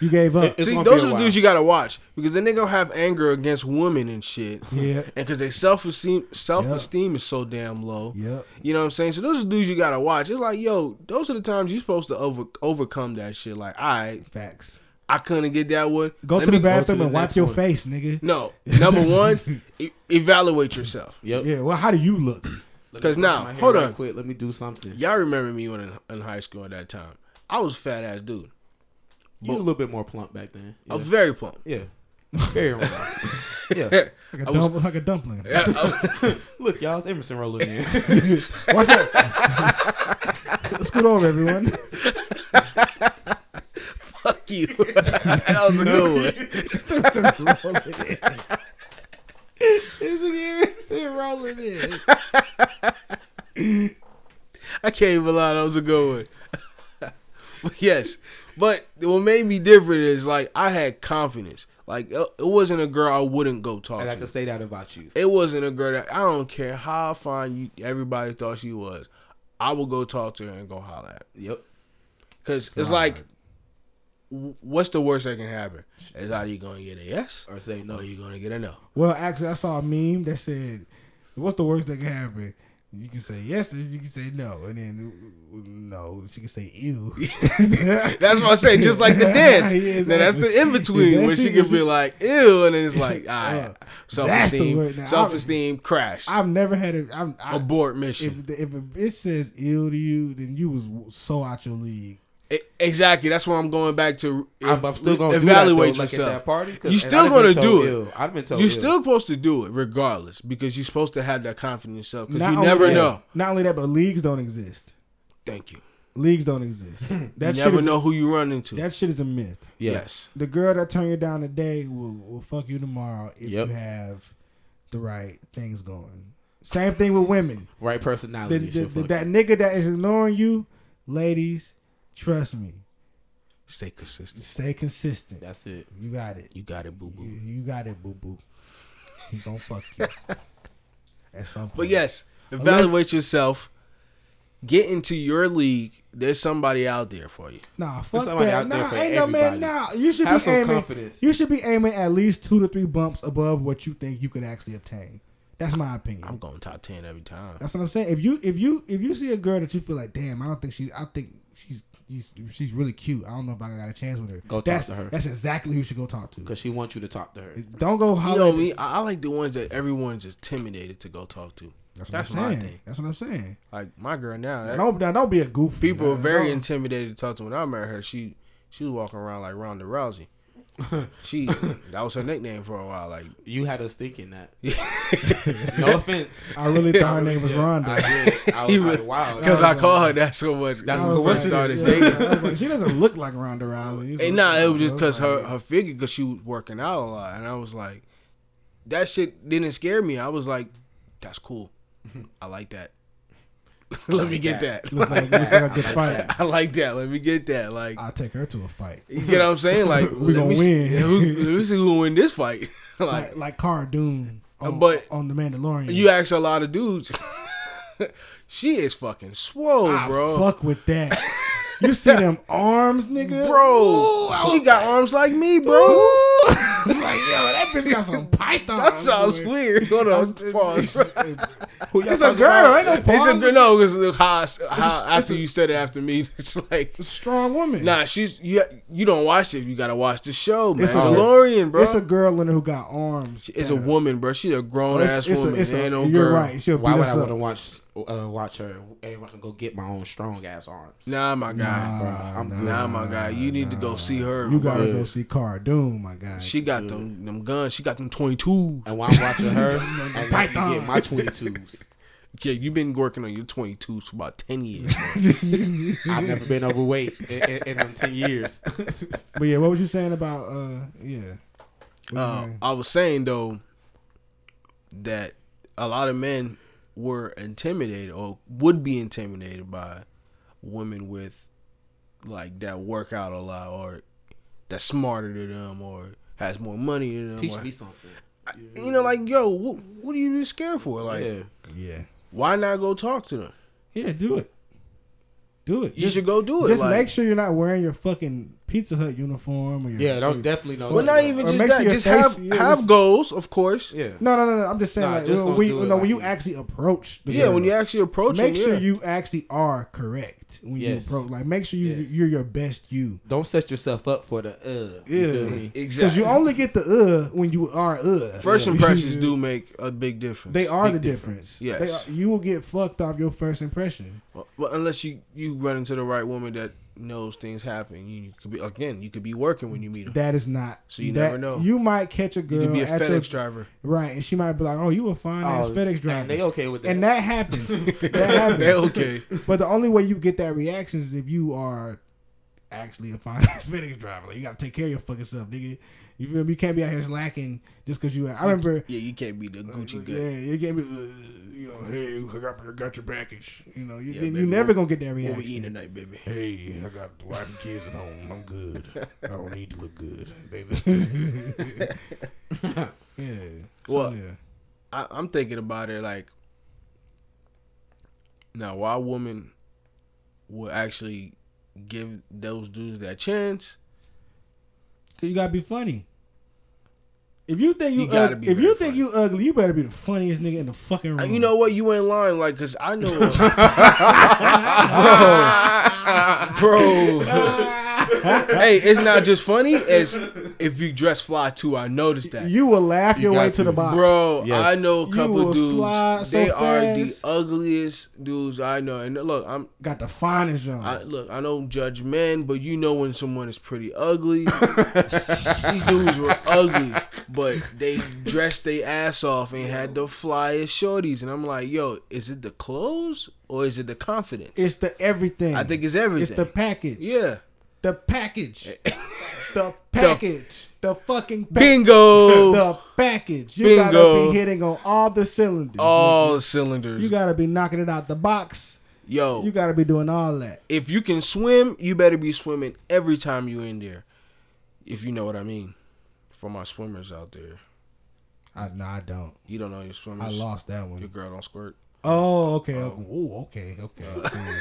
[SPEAKER 1] you gave up.
[SPEAKER 3] It's
[SPEAKER 2] See,
[SPEAKER 3] gonna be
[SPEAKER 2] those
[SPEAKER 3] a
[SPEAKER 2] are the
[SPEAKER 3] while.
[SPEAKER 2] dudes you gotta watch because then they gonna have anger against women and shit.
[SPEAKER 1] Yeah.
[SPEAKER 2] and because their self esteem self esteem is so damn low.
[SPEAKER 1] Yep.
[SPEAKER 2] You know what I'm saying? So those are dudes you gotta watch. It's like, yo, those are the times you're supposed to over overcome that shit. Like, all right,
[SPEAKER 1] Facts.
[SPEAKER 2] I couldn't get that one.
[SPEAKER 1] Go
[SPEAKER 2] Let
[SPEAKER 1] to
[SPEAKER 2] me
[SPEAKER 1] the bathroom
[SPEAKER 3] the
[SPEAKER 1] and wipe
[SPEAKER 3] next
[SPEAKER 1] your
[SPEAKER 3] one.
[SPEAKER 1] face, nigga.
[SPEAKER 2] No, number one, e- evaluate yourself.
[SPEAKER 3] Yep.
[SPEAKER 1] Yeah. Well, how do you look?
[SPEAKER 3] Let me
[SPEAKER 2] 'Cause
[SPEAKER 3] brush
[SPEAKER 2] now,
[SPEAKER 3] my hair
[SPEAKER 2] hold
[SPEAKER 3] right
[SPEAKER 2] on.
[SPEAKER 3] Quick, let me do something.
[SPEAKER 2] Y'all remember me when in, in high school at that time? I was a fat ass dude.
[SPEAKER 3] You a little bit more plump back then.
[SPEAKER 2] I
[SPEAKER 3] Yeah.
[SPEAKER 2] was very plump.
[SPEAKER 3] yeah. Very wrong. yeah.
[SPEAKER 1] Like
[SPEAKER 2] I
[SPEAKER 1] a,
[SPEAKER 2] was-
[SPEAKER 1] dump, like a dumpling.
[SPEAKER 2] Yeah, I was-
[SPEAKER 3] Look, y'all, it's Emerson rolling in.
[SPEAKER 1] Watch out. Scoot over, everyone.
[SPEAKER 2] fuck you. that was a good one.
[SPEAKER 1] It's rolling in.
[SPEAKER 2] I can't even lie, that was a good one. yes, but what made me different is like I had confidence. Like it it wasn't a girl I wouldn't go talk
[SPEAKER 3] and I
[SPEAKER 2] to.
[SPEAKER 3] can say that about you.
[SPEAKER 2] It wasn't a girl that I don't care how fine you everybody thought she was. I will go talk to her and go holler at. her.
[SPEAKER 3] Yep.
[SPEAKER 2] Cause it's like, w- what's the worst that can happen? Is either you gonna get a yes
[SPEAKER 3] Or say no.
[SPEAKER 2] or you gonna get a no.
[SPEAKER 1] Well, actually, I saw a meme that said, "What's the worst that can happen? You can say yes, or you can say no, and then no, she can say ew."
[SPEAKER 2] That's what I say. Just like the dance.
[SPEAKER 1] Yeah,
[SPEAKER 2] Now that's
[SPEAKER 1] exactly.
[SPEAKER 2] the in between
[SPEAKER 1] That
[SPEAKER 2] where she
[SPEAKER 1] shit
[SPEAKER 2] can
[SPEAKER 1] was
[SPEAKER 2] be
[SPEAKER 1] just-
[SPEAKER 2] like, ew, and then it's like, ah,
[SPEAKER 1] Uh,
[SPEAKER 2] self
[SPEAKER 1] word. Now,
[SPEAKER 2] esteem,
[SPEAKER 1] I-
[SPEAKER 2] self esteem crash,
[SPEAKER 1] I've never had a. I'm, I,
[SPEAKER 2] abort mission.
[SPEAKER 1] if the, if a bitch says ew to you, then you was so out your league.
[SPEAKER 2] E- exactly. That's where I'm going back to.
[SPEAKER 3] I'm, I'm still gonna
[SPEAKER 2] evaluate
[SPEAKER 3] do that, though,
[SPEAKER 2] yourself.
[SPEAKER 3] Like at that party, 'cause-
[SPEAKER 2] You
[SPEAKER 3] and I
[SPEAKER 2] still
[SPEAKER 3] done
[SPEAKER 2] gonna
[SPEAKER 3] been told
[SPEAKER 2] do it.
[SPEAKER 3] ill. I've been told
[SPEAKER 2] You're
[SPEAKER 3] ill.
[SPEAKER 2] still supposed to do it regardless because you're supposed to have that confidence in yourself because
[SPEAKER 1] Not
[SPEAKER 2] you
[SPEAKER 1] only
[SPEAKER 2] never
[SPEAKER 1] that-
[SPEAKER 2] know.
[SPEAKER 1] Not only that, but leagues don't exist.
[SPEAKER 2] Thank you.
[SPEAKER 1] Leagues don't exist. That
[SPEAKER 2] you
[SPEAKER 1] shit
[SPEAKER 2] never
[SPEAKER 1] is,
[SPEAKER 2] know who you run into.
[SPEAKER 1] That shit is a myth.
[SPEAKER 3] Yeah.
[SPEAKER 2] Yes.
[SPEAKER 1] The girl that turn you down today will will fuck you tomorrow if
[SPEAKER 3] Yep.
[SPEAKER 1] you have the right things going. Same thing with women.
[SPEAKER 3] right
[SPEAKER 1] The,
[SPEAKER 3] personality.
[SPEAKER 1] the,
[SPEAKER 3] shit
[SPEAKER 1] the,
[SPEAKER 3] fuck
[SPEAKER 1] that nigga that is ignoring you, ladies, trust me,
[SPEAKER 2] Stay consistent.
[SPEAKER 1] stay consistent.
[SPEAKER 3] That's it.
[SPEAKER 1] You got it.
[SPEAKER 2] You got it, boo
[SPEAKER 1] You,
[SPEAKER 2] boo.
[SPEAKER 1] you got it, boo boo. He gonna fuck you at some point.
[SPEAKER 2] But yes, evaluate yourself. Get into your league. There's somebody out there for you.
[SPEAKER 1] Nah, fuck
[SPEAKER 3] somebody
[SPEAKER 1] that.
[SPEAKER 3] out there
[SPEAKER 1] Nah,
[SPEAKER 3] for
[SPEAKER 1] ain't no man.
[SPEAKER 3] everybody.
[SPEAKER 1] Nah, you should
[SPEAKER 3] Have
[SPEAKER 1] be
[SPEAKER 3] some
[SPEAKER 1] aiming.
[SPEAKER 3] confidence.
[SPEAKER 1] You should be aiming at least two to three bumps above what you think you could actually obtain. That's my opinion.
[SPEAKER 2] I'm going top ten every time.
[SPEAKER 1] That's what I'm saying. If you if you if you see a girl that you feel like, damn, I don't think she, I think she's she's, she's really cute. I don't know if I got a chance with her.
[SPEAKER 3] Go talk
[SPEAKER 1] that's,
[SPEAKER 3] to her.
[SPEAKER 1] That's exactly who you should go talk to.
[SPEAKER 3] Because she wants you to talk to her.
[SPEAKER 1] Don't go
[SPEAKER 2] You
[SPEAKER 1] holler.
[SPEAKER 2] know
[SPEAKER 1] at
[SPEAKER 2] me. I, I like the ones that everyone's intimidated to go talk to.
[SPEAKER 1] That's what
[SPEAKER 2] That's
[SPEAKER 1] I'm
[SPEAKER 2] my
[SPEAKER 1] saying.
[SPEAKER 2] thing.
[SPEAKER 1] That's what I'm saying.
[SPEAKER 2] Like my girl now. that-
[SPEAKER 1] Don't now, don't be a goofy.
[SPEAKER 2] people
[SPEAKER 1] Now,
[SPEAKER 2] are very
[SPEAKER 1] don't-
[SPEAKER 2] intimidated to talk to. When I met her, she she was walking around like Ronda Rousey. She that was her nickname for a while. Like
[SPEAKER 3] You had us thinking that. no offense.
[SPEAKER 1] I really thought her name was
[SPEAKER 3] Yeah,
[SPEAKER 1] Rhonda.
[SPEAKER 3] I did. I
[SPEAKER 2] He
[SPEAKER 3] was like,
[SPEAKER 2] was-
[SPEAKER 3] wow.
[SPEAKER 2] because I
[SPEAKER 1] was
[SPEAKER 2] call her that so much.
[SPEAKER 3] That's
[SPEAKER 1] I
[SPEAKER 3] a
[SPEAKER 1] was
[SPEAKER 3] coincidence.
[SPEAKER 1] yeah, I was like, she doesn't look like Ronda Rousey.
[SPEAKER 2] And nah, it was just because her her figure, because she was working out a lot, and I was like, that shit didn't scare me. I was like, that's cool. I like that. Let me get that.
[SPEAKER 1] It was like, it was like a good fight.
[SPEAKER 2] I like that. Let me get that. Like,
[SPEAKER 1] I'll take her to a fight.
[SPEAKER 2] you get what I'm saying? Like,
[SPEAKER 1] We
[SPEAKER 2] let
[SPEAKER 1] gonna
[SPEAKER 2] me see-
[SPEAKER 1] win.
[SPEAKER 2] who- let me see who gonna win this fight. like, Uh,
[SPEAKER 1] Like like Cara Dune on,
[SPEAKER 2] But-
[SPEAKER 1] on the Mandalorian.
[SPEAKER 2] you ask a lot of dudes. she is fucking swole,
[SPEAKER 1] I
[SPEAKER 2] bro.
[SPEAKER 1] fuck with that. You see them arms, nigga?
[SPEAKER 2] bro, she got arms like me, bro.
[SPEAKER 1] I was like, yo, that bitch got some python.
[SPEAKER 2] That sounds weird. Hold on, pause.
[SPEAKER 3] Who y'all
[SPEAKER 1] It's a
[SPEAKER 3] talking
[SPEAKER 1] girl,
[SPEAKER 3] about?
[SPEAKER 1] ain't no
[SPEAKER 2] It's a
[SPEAKER 1] pause.
[SPEAKER 2] no, because how, how
[SPEAKER 1] it's
[SPEAKER 2] after
[SPEAKER 1] a-
[SPEAKER 2] you said it after me, it's like
[SPEAKER 1] Strong woman.
[SPEAKER 2] nah, she's you. You don't watch it. You gotta watch the show, man.
[SPEAKER 1] It's
[SPEAKER 2] It's
[SPEAKER 1] a-
[SPEAKER 2] bro.
[SPEAKER 1] It's a girl in there who got arms.
[SPEAKER 2] it's a
[SPEAKER 1] that-
[SPEAKER 2] woman, bro. She's a grown
[SPEAKER 1] It's-
[SPEAKER 2] ass
[SPEAKER 1] it's a-
[SPEAKER 2] woman.
[SPEAKER 1] it's a-
[SPEAKER 2] ain't no
[SPEAKER 1] you're
[SPEAKER 2] girl.
[SPEAKER 1] right. She'll
[SPEAKER 3] Why
[SPEAKER 1] beat
[SPEAKER 3] would
[SPEAKER 1] us
[SPEAKER 3] I want to
[SPEAKER 1] up.
[SPEAKER 3] watch uh, watch her and want to go get my own strong ass arms?
[SPEAKER 2] Nah, my guy.
[SPEAKER 1] Nah,
[SPEAKER 3] I'm
[SPEAKER 2] Nah,
[SPEAKER 3] good.
[SPEAKER 2] my guy. You need to go see her.
[SPEAKER 1] You gotta
[SPEAKER 2] bro.
[SPEAKER 1] go see Cara Dune, my guy.
[SPEAKER 2] She got them them guns. She got them twenty two.
[SPEAKER 3] And while I'm watching her, I'm going
[SPEAKER 1] Python.
[SPEAKER 3] to get my 22s.
[SPEAKER 2] Yeah, you've been working on your twenty twos for about ten years. bro.
[SPEAKER 3] I've never been overweight in, in, in them 10 years.
[SPEAKER 1] But yeah, what was you saying about? uh Yeah, What you
[SPEAKER 2] Uh,
[SPEAKER 1] saying?
[SPEAKER 2] I was saying though that a lot of men were intimidated or would be intimidated by women with like that work out a lot or that's smarter than them or has more money than them.
[SPEAKER 3] Teach
[SPEAKER 2] or-
[SPEAKER 3] me something.
[SPEAKER 2] you know, like yo, what, what are you just scared for? Like,
[SPEAKER 3] yeah.
[SPEAKER 1] yeah,
[SPEAKER 2] why not go talk to them?
[SPEAKER 1] yeah. Do it. Do it.
[SPEAKER 2] You should go do it.
[SPEAKER 1] Just
[SPEAKER 2] like,
[SPEAKER 1] make sure you're not wearing your fucking Pizza Hut uniform. Or your,
[SPEAKER 3] Yeah,
[SPEAKER 1] your-
[SPEAKER 3] don't definitely know.
[SPEAKER 2] Well, not even
[SPEAKER 1] Or
[SPEAKER 2] just
[SPEAKER 1] make sure
[SPEAKER 2] that.
[SPEAKER 1] your
[SPEAKER 2] Just
[SPEAKER 1] face-
[SPEAKER 2] have
[SPEAKER 1] yeah,
[SPEAKER 2] have
[SPEAKER 1] just-
[SPEAKER 2] goals, of course. Yeah,
[SPEAKER 3] Yeah.
[SPEAKER 1] No, no, no, no. I'm just saying,
[SPEAKER 3] Nah,
[SPEAKER 1] like,
[SPEAKER 3] just
[SPEAKER 1] when,
[SPEAKER 3] don't
[SPEAKER 1] we,
[SPEAKER 3] do it
[SPEAKER 1] no, when
[SPEAKER 3] like
[SPEAKER 1] you
[SPEAKER 3] you-
[SPEAKER 1] actually approach, the
[SPEAKER 2] when
[SPEAKER 1] girl,
[SPEAKER 2] you actually approach
[SPEAKER 1] make
[SPEAKER 2] them,
[SPEAKER 1] sure
[SPEAKER 2] yeah.
[SPEAKER 1] you actually are correct when
[SPEAKER 3] Yes.
[SPEAKER 1] you approach. Like, make sure you
[SPEAKER 3] Yes.
[SPEAKER 1] you're your best you.
[SPEAKER 3] Don't set yourself up for the uh.
[SPEAKER 1] Yeah.
[SPEAKER 3] You feel me?
[SPEAKER 1] Because
[SPEAKER 2] exactly.
[SPEAKER 1] you only get the uh when you are uh.
[SPEAKER 2] First
[SPEAKER 1] Yeah.
[SPEAKER 2] impressions do make a big difference.
[SPEAKER 1] They are
[SPEAKER 3] Big
[SPEAKER 1] the difference.
[SPEAKER 3] difference.
[SPEAKER 2] Yes.
[SPEAKER 1] They are, you will get fucked off your first impression.
[SPEAKER 2] Well, well, unless you you run into the right woman that knows things happen. You, you could be again. You could be working when you meet her.
[SPEAKER 1] That is not.
[SPEAKER 2] So you
[SPEAKER 1] that-
[SPEAKER 2] never know.
[SPEAKER 1] You might catch a
[SPEAKER 2] you
[SPEAKER 1] girl
[SPEAKER 2] could be a
[SPEAKER 1] at
[SPEAKER 2] FedEx
[SPEAKER 1] your,
[SPEAKER 2] driver.
[SPEAKER 1] right, and she might be like, "Oh, you a fine ass
[SPEAKER 3] Oh,
[SPEAKER 1] FedEx
[SPEAKER 3] And they
[SPEAKER 1] driver,"
[SPEAKER 3] okay with that.
[SPEAKER 1] and that happens. that happens.
[SPEAKER 2] They okay.
[SPEAKER 1] But the only way you get that reaction is if you are actually a fine ass FedEx driver. Like, you got to take care of your fucking self, nigga. You feel me? You can't be out here slacking just because you. I remember.
[SPEAKER 2] Yeah, you can't be the Gucci
[SPEAKER 1] Yeah,
[SPEAKER 2] guy.
[SPEAKER 1] you can't be. uh, You know, hey, I got, I got your package. You know, you,
[SPEAKER 2] Yeah,
[SPEAKER 1] then you
[SPEAKER 2] baby,
[SPEAKER 1] never gonna get that
[SPEAKER 2] What we eating
[SPEAKER 1] reaction.
[SPEAKER 2] tonight, baby?
[SPEAKER 1] Hey, I got the wife and kids at home. I'm good. I don't need to look good, baby. yeah. So,
[SPEAKER 2] Well,
[SPEAKER 1] yeah.
[SPEAKER 2] I, I'm thinking about it like now. Why women will actually give those dudes that chance?
[SPEAKER 1] Cause you gotta be funny. If you think you,
[SPEAKER 2] You gotta
[SPEAKER 1] ug-
[SPEAKER 2] be
[SPEAKER 1] if
[SPEAKER 2] very
[SPEAKER 1] you think
[SPEAKER 2] funny.
[SPEAKER 1] you ugly, you better be the funniest nigga in the fucking
[SPEAKER 2] Uh,
[SPEAKER 1] room.
[SPEAKER 2] You know what? You ain't lying, like, cause I know, bro. bro. hey, it's not just funny. It's if you dress fly too. I noticed that,
[SPEAKER 1] you will laugh your
[SPEAKER 3] You
[SPEAKER 1] way
[SPEAKER 3] got
[SPEAKER 1] to the
[SPEAKER 3] to.
[SPEAKER 1] box,
[SPEAKER 2] bro.
[SPEAKER 3] Yes.
[SPEAKER 2] I know a
[SPEAKER 1] You
[SPEAKER 2] couple
[SPEAKER 1] will
[SPEAKER 2] dudes.
[SPEAKER 1] slide so
[SPEAKER 2] they are the
[SPEAKER 1] fast.
[SPEAKER 2] ugliest dudes I know. And look, I'm
[SPEAKER 1] Got the finest joint.
[SPEAKER 2] I, look. I don't judge men, but you know when someone is pretty ugly. These dudes were ugly, but they dressed their ass off and had the flyest shorties. And I'm like, yo, is it the clothes or is it the confidence?
[SPEAKER 1] It's the everything.
[SPEAKER 2] I think it's
[SPEAKER 1] it's
[SPEAKER 2] everything.
[SPEAKER 1] the package.
[SPEAKER 2] yeah.
[SPEAKER 1] the package, the package, the fucking package,
[SPEAKER 2] Bingo.
[SPEAKER 1] the package. You gotta
[SPEAKER 2] Bingo.
[SPEAKER 1] be hitting on all the cylinders.
[SPEAKER 2] All
[SPEAKER 1] nigga.
[SPEAKER 2] cylinders.
[SPEAKER 1] you gotta be knocking it out the box.
[SPEAKER 2] yo,
[SPEAKER 1] You gotta be doing all that.
[SPEAKER 2] if you can swim, you better be swimming every time you're in there. If you know what I mean. For my swimmers out there.
[SPEAKER 1] I, no, I don't.
[SPEAKER 2] You don't know your swimmers.
[SPEAKER 1] I lost that
[SPEAKER 2] Your
[SPEAKER 1] one.
[SPEAKER 2] girl don't squirt.
[SPEAKER 1] Oh, okay. okay. Ooh, okay, okay. cool.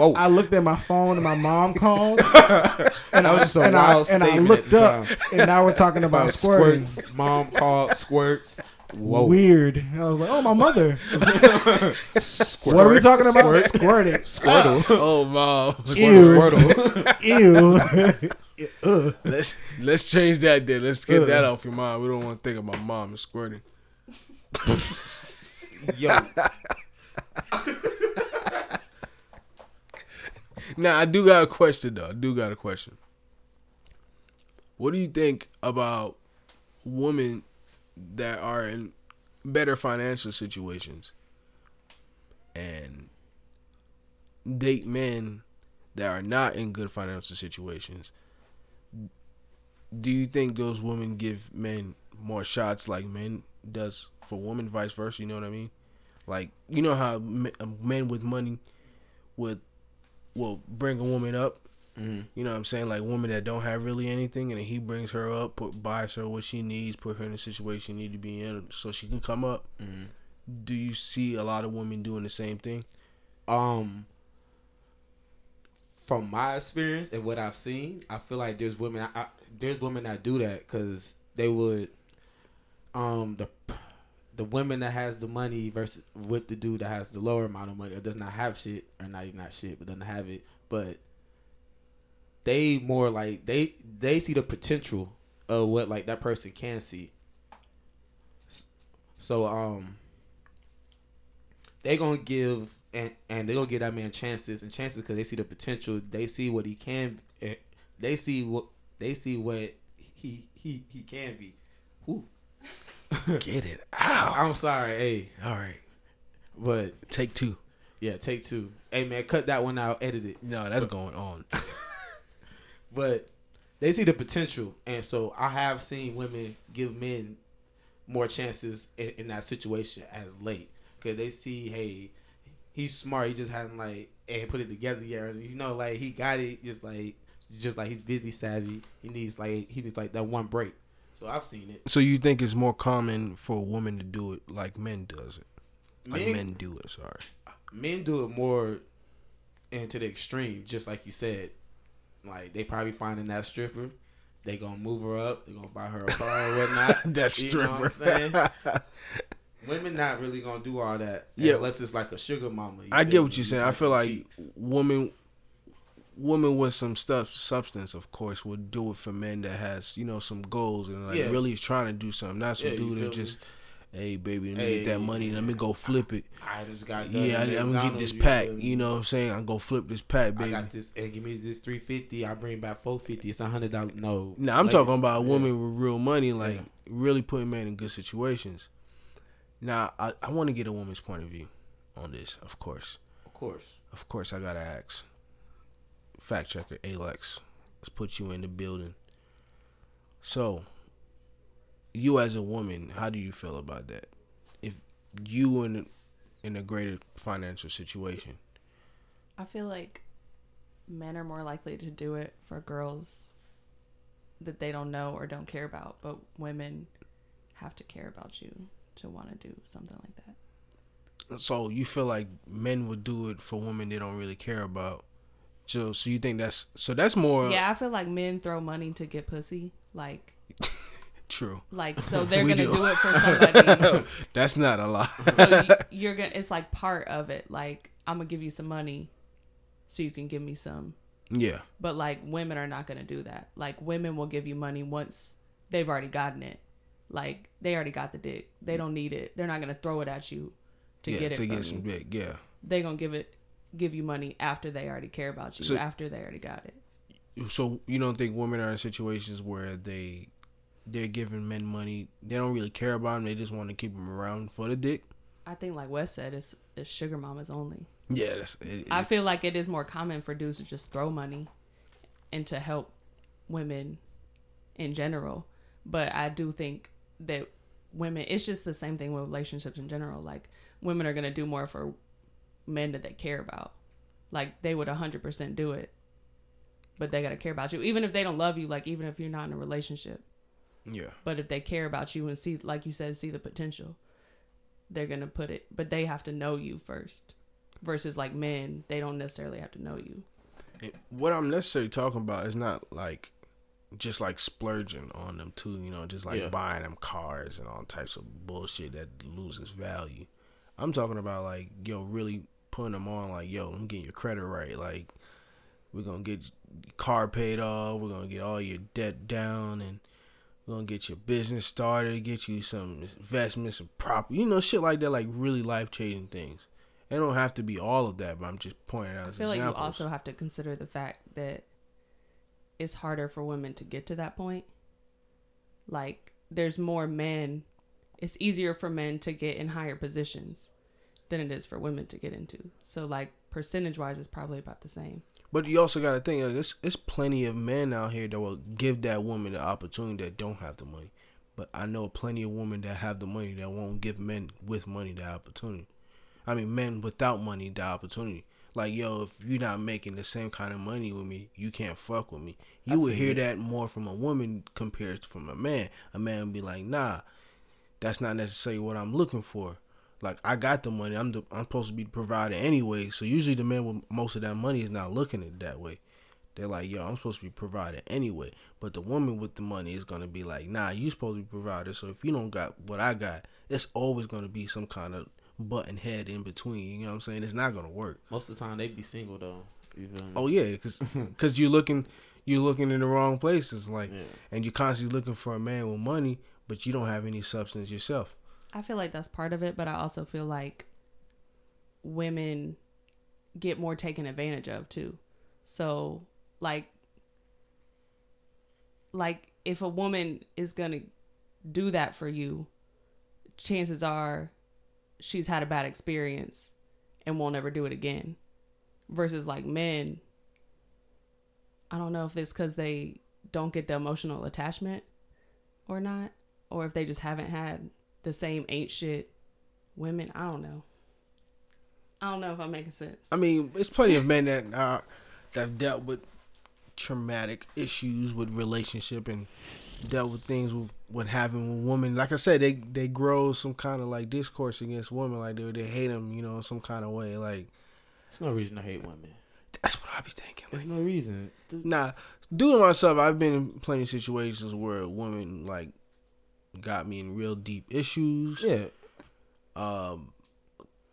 [SPEAKER 3] Whoa.
[SPEAKER 1] I looked at my phone and my mom called,
[SPEAKER 3] that was just a
[SPEAKER 1] and I
[SPEAKER 3] wild
[SPEAKER 1] and
[SPEAKER 3] statement.
[SPEAKER 1] I
[SPEAKER 3] at
[SPEAKER 1] looked
[SPEAKER 3] the
[SPEAKER 1] up,
[SPEAKER 3] time.
[SPEAKER 1] and now we're talking about
[SPEAKER 3] About
[SPEAKER 1] squirting.
[SPEAKER 3] Uh, squirts. Mom called squirts. Whoa.
[SPEAKER 1] Weird. I was like, oh, my mother.
[SPEAKER 3] Squirt.
[SPEAKER 1] What are we talking about? Squirting.
[SPEAKER 3] Squirtle.
[SPEAKER 2] Oh mom.
[SPEAKER 3] Squirtle.
[SPEAKER 1] Ew.
[SPEAKER 2] let's let's change that then. Let's get that off your mind. We don't want to think about mom and squirting.
[SPEAKER 3] Squirtle. Yo.
[SPEAKER 2] Now I do got a question though. I do got a question. What do you think about women that are in better financial situations and date men that are not in good financial situations? Do you think those women give men more shots like men does for women, vice versa? You know what I mean? Like you know how me- men with money would will bring a woman up you know what I'm saying? Like women that don't have really anything, and then he brings her up, put, buys her what she needs, put her in the situation she need to be in, so she can come up. Do you see a lot of women doing the same thing?
[SPEAKER 3] Um, from my experience and what I've seen, I feel like there's women. I, I, there's women that do that because they would. Um the the women that has the money versus with the dude that has the lower amount of money or does not have shit or not even not shit but doesn't have it, but they more like they they see the potential of what like that person can see. S- So um they gonna give and and they gonna give that man chances and chances because they see the potential. They see what he can. eh, They see what they see what he he he can be. Whew.
[SPEAKER 2] Get it out.
[SPEAKER 3] I'm sorry, hey,
[SPEAKER 2] All right,
[SPEAKER 3] but
[SPEAKER 2] take two.
[SPEAKER 3] yeah, take two. Hey man, cut that one out, edit it.
[SPEAKER 2] No, that's going on.
[SPEAKER 3] But they see the potential, and so I have seen women give men more chances in, in that situation as late because they see, hey, he's smart. He just hasn't like and put it together yet. or, You know, like he got it. Just like just like he's busy savvy. He needs like he needs like that one break. So I've seen it.
[SPEAKER 2] So you think it's more common for a woman to do it like men does it? Like
[SPEAKER 3] Men-
[SPEAKER 2] men do it. Sorry.
[SPEAKER 3] men do it more into the extreme, just like you said. Like they probably finding that stripper, they gonna move her up, they gonna buy her a car or whatnot.
[SPEAKER 2] That
[SPEAKER 3] You know what I'm
[SPEAKER 2] stripper.
[SPEAKER 3] saying? Women not really gonna do all that,
[SPEAKER 2] Yeah.
[SPEAKER 3] unless it's like a sugar mama.
[SPEAKER 2] I
[SPEAKER 3] feel
[SPEAKER 2] get what
[SPEAKER 3] me?
[SPEAKER 2] you're saying. I feel like
[SPEAKER 3] Cheeks.
[SPEAKER 2] women, women with some stuff, substance, of course, would do it for men that has you know some goals and like
[SPEAKER 3] Yeah.
[SPEAKER 2] really is trying to do something. Not some
[SPEAKER 3] Yeah, you
[SPEAKER 2] dude
[SPEAKER 3] feel
[SPEAKER 2] that
[SPEAKER 3] me?
[SPEAKER 2] just, hey baby, let me get that
[SPEAKER 3] Hey.
[SPEAKER 2] money, let me go flip it.
[SPEAKER 3] I just got done
[SPEAKER 2] Yeah, I, I'm
[SPEAKER 3] at
[SPEAKER 2] gonna get
[SPEAKER 3] McDonald's,
[SPEAKER 2] this
[SPEAKER 3] you
[SPEAKER 2] pack.
[SPEAKER 3] feel me?
[SPEAKER 2] You know what I'm saying? I'm gonna flip this pack,
[SPEAKER 3] I
[SPEAKER 2] baby.
[SPEAKER 3] got this, and give me this three fifty. I bring back four fifty. It's a hundred dollar. No,
[SPEAKER 2] Now I'm
[SPEAKER 3] Like,
[SPEAKER 2] talking about
[SPEAKER 3] yeah.
[SPEAKER 2] women with real money, like
[SPEAKER 3] Yeah.
[SPEAKER 2] really putting men in good situations. Now I, I want to get a woman's point of view on this, of course.
[SPEAKER 3] Of course,
[SPEAKER 2] Of course, I gotta ask. Fact checker Alex, let's put you in the building. So, you as a woman, how do you feel about that? If you in in a greater financial situation,
[SPEAKER 4] I feel like men are more likely to do it for girls that they don't know or don't care about, but women have to care about you to want to do something like that.
[SPEAKER 2] so you feel like men would do it for women they don't really care about. So, so you think that's so that's more
[SPEAKER 4] yeah, I feel like men throw money to get pussy. Like,
[SPEAKER 2] true.
[SPEAKER 4] like so they're
[SPEAKER 2] We
[SPEAKER 4] gonna
[SPEAKER 2] do.
[SPEAKER 4] do. it for somebody.
[SPEAKER 2] That's not a lie.
[SPEAKER 4] so y- you're gonna. It's like part of it. Like I'm gonna give you some money, so you can give me some.
[SPEAKER 2] yeah,
[SPEAKER 4] But like women are not gonna do that. Like women will give you money once they've already gotten it. Like they already got the dick. They don't need it. They're not gonna throw it at you to
[SPEAKER 2] yeah,
[SPEAKER 4] get it.
[SPEAKER 2] to
[SPEAKER 4] from
[SPEAKER 2] get some
[SPEAKER 4] you.
[SPEAKER 2] big. Yeah,
[SPEAKER 4] They're gonna give it, give you money after they already care about you.
[SPEAKER 2] So-
[SPEAKER 4] after they already got it.
[SPEAKER 2] so you don't think women are in situations where they they're giving men money they don't really care about them they just want to keep them around for the dick
[SPEAKER 4] I think like Wes said, it's, it's sugar mamas only.
[SPEAKER 2] yeah that's it,
[SPEAKER 4] I
[SPEAKER 2] it-
[SPEAKER 4] feel like it is more common for dudes to just throw money and to help women in general. But I do think that women, it's just the same thing with relationships in general. Like, women are going to do more for men that they care about. Like, they would 100% do it, but they got to care about you. Even if they don't love you, like, even if you're not in a relationship,
[SPEAKER 2] yeah
[SPEAKER 4] but if they care about you and see, like you said, see the potential, they're gonna put it. But they have to know you first. Versus like men, they don't necessarily have to know you.
[SPEAKER 2] And what i'm necessarily talking about is not like just like splurging on them too you know just like
[SPEAKER 3] Yeah.
[SPEAKER 2] buying them cars and all types of bullshit that loses value i'm talking about like yo really putting them on like yo i'm getting your credit right like we're gonna get your car paid off we're gonna get all your debt down and we're gonna get your business started get you some investments and property you know shit like that like really life-changing things it don't have to be all of that but i'm just pointing out
[SPEAKER 4] I
[SPEAKER 2] as
[SPEAKER 4] feel like you
[SPEAKER 2] examples.
[SPEAKER 4] also have to consider the fact that it's harder for women to get to that point. Like there's more men. It's easier for men to get in higher positions than it is for women to get into. So like percentage wise, it's probably about the same.
[SPEAKER 2] But you also got to think like, there's there's plenty of men out here that will give that woman the opportunity that don't have the money. But I know plenty of women that have the money that won't give men with money the opportunity. I mean, men without money the opportunity. Like yo, if you're not making the same kind of money with me, you can't fuck with me. You would hear that more from a woman compared to from a man. A man would be like, nah, that's not necessarily what I'm looking for. Like I got the money, I'm the, I'm supposed to be the provider anyway. So usually the man with most of that money is not looking at it that way. They're like, yo, I'm supposed to be provider anyway. But the woman with the money is gonna be like, nah, you supposed to be provider. So if you don't got what I got, it's always gonna be some kind of butt and head in between. You know what I'm saying? It's not gonna work.
[SPEAKER 3] Most of the time they be single though. You feel me?
[SPEAKER 2] Oh yeah, because cause you're looking you're looking in the wrong places, like,
[SPEAKER 3] Yeah.
[SPEAKER 2] and you're constantly looking for a man with money, but you don't have any substance yourself.
[SPEAKER 4] I feel like that's part of it, but I also feel like women get more taken advantage of too. So like like if a woman is going to do that for you, chances are she's had a bad experience and won't ever do it again. Versus like men I don't know if it's cuz they don't get the emotional attachment or not or if they just haven't had the same ain't shit women. I don't know. I don't know if I'm making sense.
[SPEAKER 2] I mean, it's plenty of men that uh, that have dealt with traumatic issues with relationship and dealt with things with what happened with women. Like I said, they they grow some kind of like discourse against women, like they they hate them, you know, in some kind of way. Like
[SPEAKER 3] There's no reason to hate women.
[SPEAKER 2] that's what I be thinking. Like,
[SPEAKER 3] There's no reason.
[SPEAKER 2] Nah, due to myself, I've been in plenty of situations where women like got me in real deep issues.
[SPEAKER 3] Yeah.
[SPEAKER 2] Um,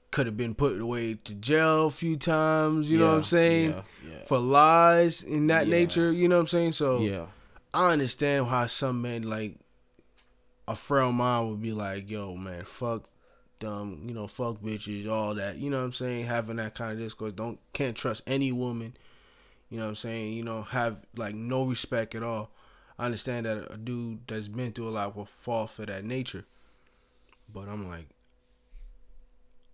[SPEAKER 2] could have been put away to jail a few times. You know what I'm saying?
[SPEAKER 3] Yeah. Yeah.
[SPEAKER 2] For lies in that
[SPEAKER 3] Yeah.
[SPEAKER 2] nature. You know what I'm saying? So
[SPEAKER 3] yeah.
[SPEAKER 2] I understand why some men like a frail mind would be like, "Yo, man, fuck." Dumb, you know, fuck bitches, all that. You know what I'm saying? Having that kind of discourse, don't can't trust any woman. You know what I'm saying? You know, have like no respect at all. I understand that a dude that's been through a lot will fall for that nature. But I'm like,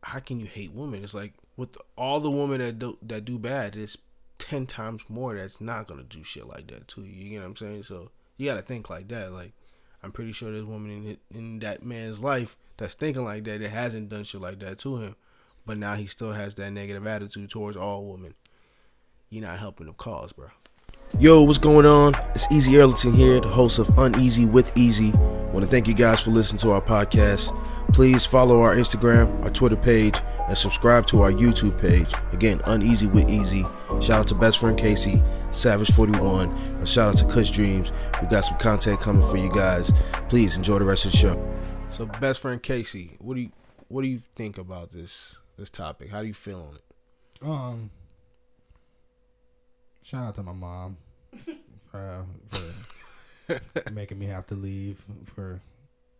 [SPEAKER 2] how can you hate women? It's like with all the women that do that do bad, it's ten times more that's not gonna do shit like that to you. You get what I'm saying? So you gotta think like that. Like I'm pretty sure there's women in it- in that man's life that's thinking like that that hasn't done shit like that to him, but now he still has that negative attitude towards all women. You're not helping the cause, bro.
[SPEAKER 5] Yo, what's going on? It's Easy Erlington here, the host of Uneasy with Easy. want to thank you guys for listening to our podcast. Please follow our Instagram, our Twitter page, and subscribe to our YouTube page. Again, Uneasy with Easy. Shout out to best friend Casey, Savage41, and shout out to Kush Dreams. We got some content coming for you guys. Please enjoy the rest of the show.
[SPEAKER 2] So best friend Casey, what do you what do you think about this this topic? How do you feel on it?
[SPEAKER 1] Um, shout out to my mom uh, for making me have to leave for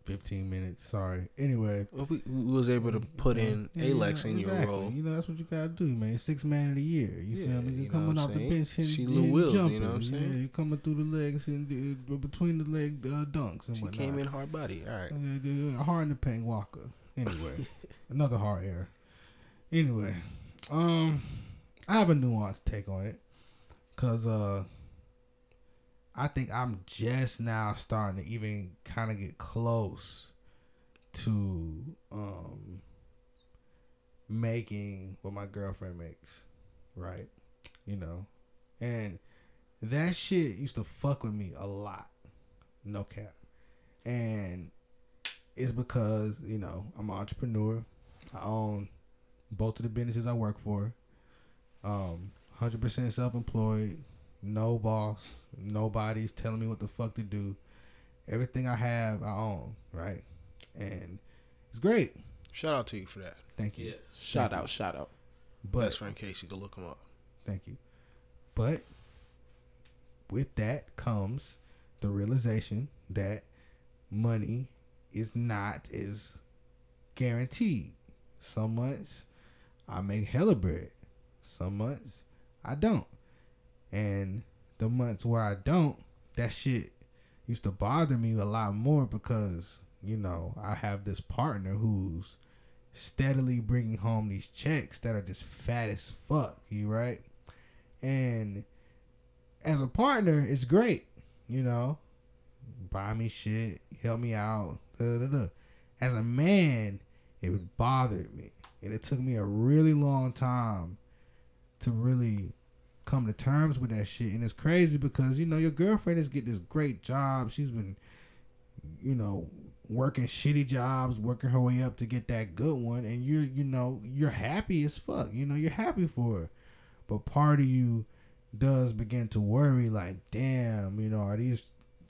[SPEAKER 1] 15 minutes. Sorry. Anyway,
[SPEAKER 2] Well, we, we was able to put in
[SPEAKER 1] Yeah,
[SPEAKER 2] Alex in your
[SPEAKER 1] exactly.
[SPEAKER 2] role.
[SPEAKER 1] You know that's what you gotta do, man. Six man of the year. You
[SPEAKER 2] Yeah,
[SPEAKER 1] feel me?
[SPEAKER 2] you
[SPEAKER 1] You
[SPEAKER 2] know
[SPEAKER 1] coming
[SPEAKER 2] what I'm
[SPEAKER 1] off the
[SPEAKER 2] saying?
[SPEAKER 1] bench hitting,
[SPEAKER 2] She Lou
[SPEAKER 1] hitting
[SPEAKER 2] Willed, you know
[SPEAKER 1] jumpers.
[SPEAKER 2] what I'm saying?
[SPEAKER 1] Yeah, you coming through the legs and uh, between the leg uh, dunks and
[SPEAKER 2] She
[SPEAKER 1] whatnot.
[SPEAKER 2] came in hard body. All right.
[SPEAKER 1] Uh, uh, hard in the paint, Walker. Anyway, another hard error. Anyway, um, I have a nuanced take on it because uh, I think I'm just now starting to even kind of get close to um making what my girlfriend makes, right? You know, and that shit used to fuck with me a lot, no cap, and it's because you know I'm an entrepreneur. I own both of the businesses I work for. Um, hundred percent self-employed, no boss, nobody's telling me what the fuck to do. Everything I have, I own, right? And it's great.
[SPEAKER 2] Shout out to you for that.
[SPEAKER 1] Thank you.
[SPEAKER 3] Shout out, shout out.
[SPEAKER 2] Best
[SPEAKER 1] But
[SPEAKER 2] friend Casey, go look him up.
[SPEAKER 1] thank you. But with that comes the realization that money is not as guaranteed. Some months I make hella bread. Some months I don't. And the months where I don't, that shit used to bother me a lot more because you know I have this partner who's steadily bringing home these checks that are just fat as fuck. You right? And as a partner, it's great. You know, buy me shit, help me out. Da, da, da. As a man, it bothered me, and it took me a really long time to really come to terms with that shit. And it's crazy because you know your girlfriend is get this great job. She's been, you know, working shitty jobs, working her way up to get that good one, and you're you know you're happy as fuck. You know you're happy for her, but part of you does begin to worry like, damn, you know, are these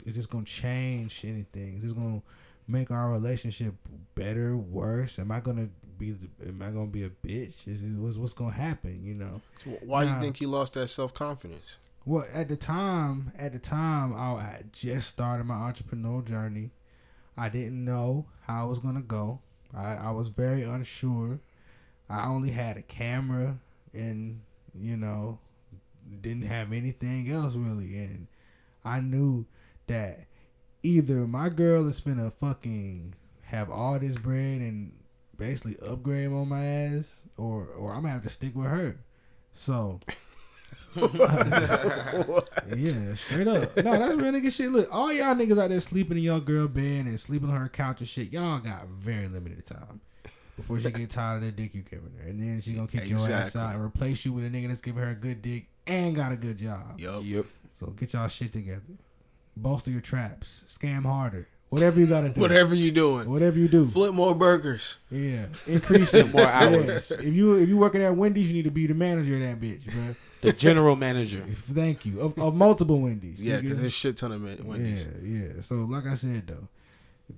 [SPEAKER 1] is this gonna change anything? Is this gonna make our relationship better, worse? Am I gonna be the- am I gonna be a bitch? Is it, what's, what's gonna happen? You know.
[SPEAKER 2] So Why do
[SPEAKER 1] Nah.
[SPEAKER 2] you think he lost that self confidence?
[SPEAKER 1] Well, at the time, at the time, I I just started my entrepreneurial journey. I didn't know how I was gonna go. I, I was very unsure. I only had a camera, and you know, didn't have anything else really. And I knew that either my girl is finna fucking have all this bread and basically upgrade on my ass, or or I'm gonna have to stick with her. So. Yeah, straight up. No, that's real nigga shit. Look, all y'all niggas out there sleeping in your girl bed and sleeping on her couch and shit, y'all got very limited time before she get tired of the dick you giving her, and then she gonna kick your ass
[SPEAKER 2] Exactly.
[SPEAKER 1] out and replace you with a nigga that's giving her a good dick and got a good job.
[SPEAKER 2] Yup.
[SPEAKER 3] Yep.
[SPEAKER 1] So get y'all shit together, bolster your traps, scam harder, whatever you gotta do,
[SPEAKER 2] Whatever you doing,
[SPEAKER 1] whatever you do,
[SPEAKER 2] flip more burgers.
[SPEAKER 1] yeah, increase it
[SPEAKER 3] More hours.
[SPEAKER 1] Yes. If you if you working at Wendy's, you need to be the manager of that bitch, bro.
[SPEAKER 3] The general manager.
[SPEAKER 1] Thank you of, of multiple Wendy's.
[SPEAKER 2] Yeah,
[SPEAKER 1] nigga.
[SPEAKER 2] because there's shit ton of men. Wendy's.
[SPEAKER 1] Yeah, yeah. So like I said though,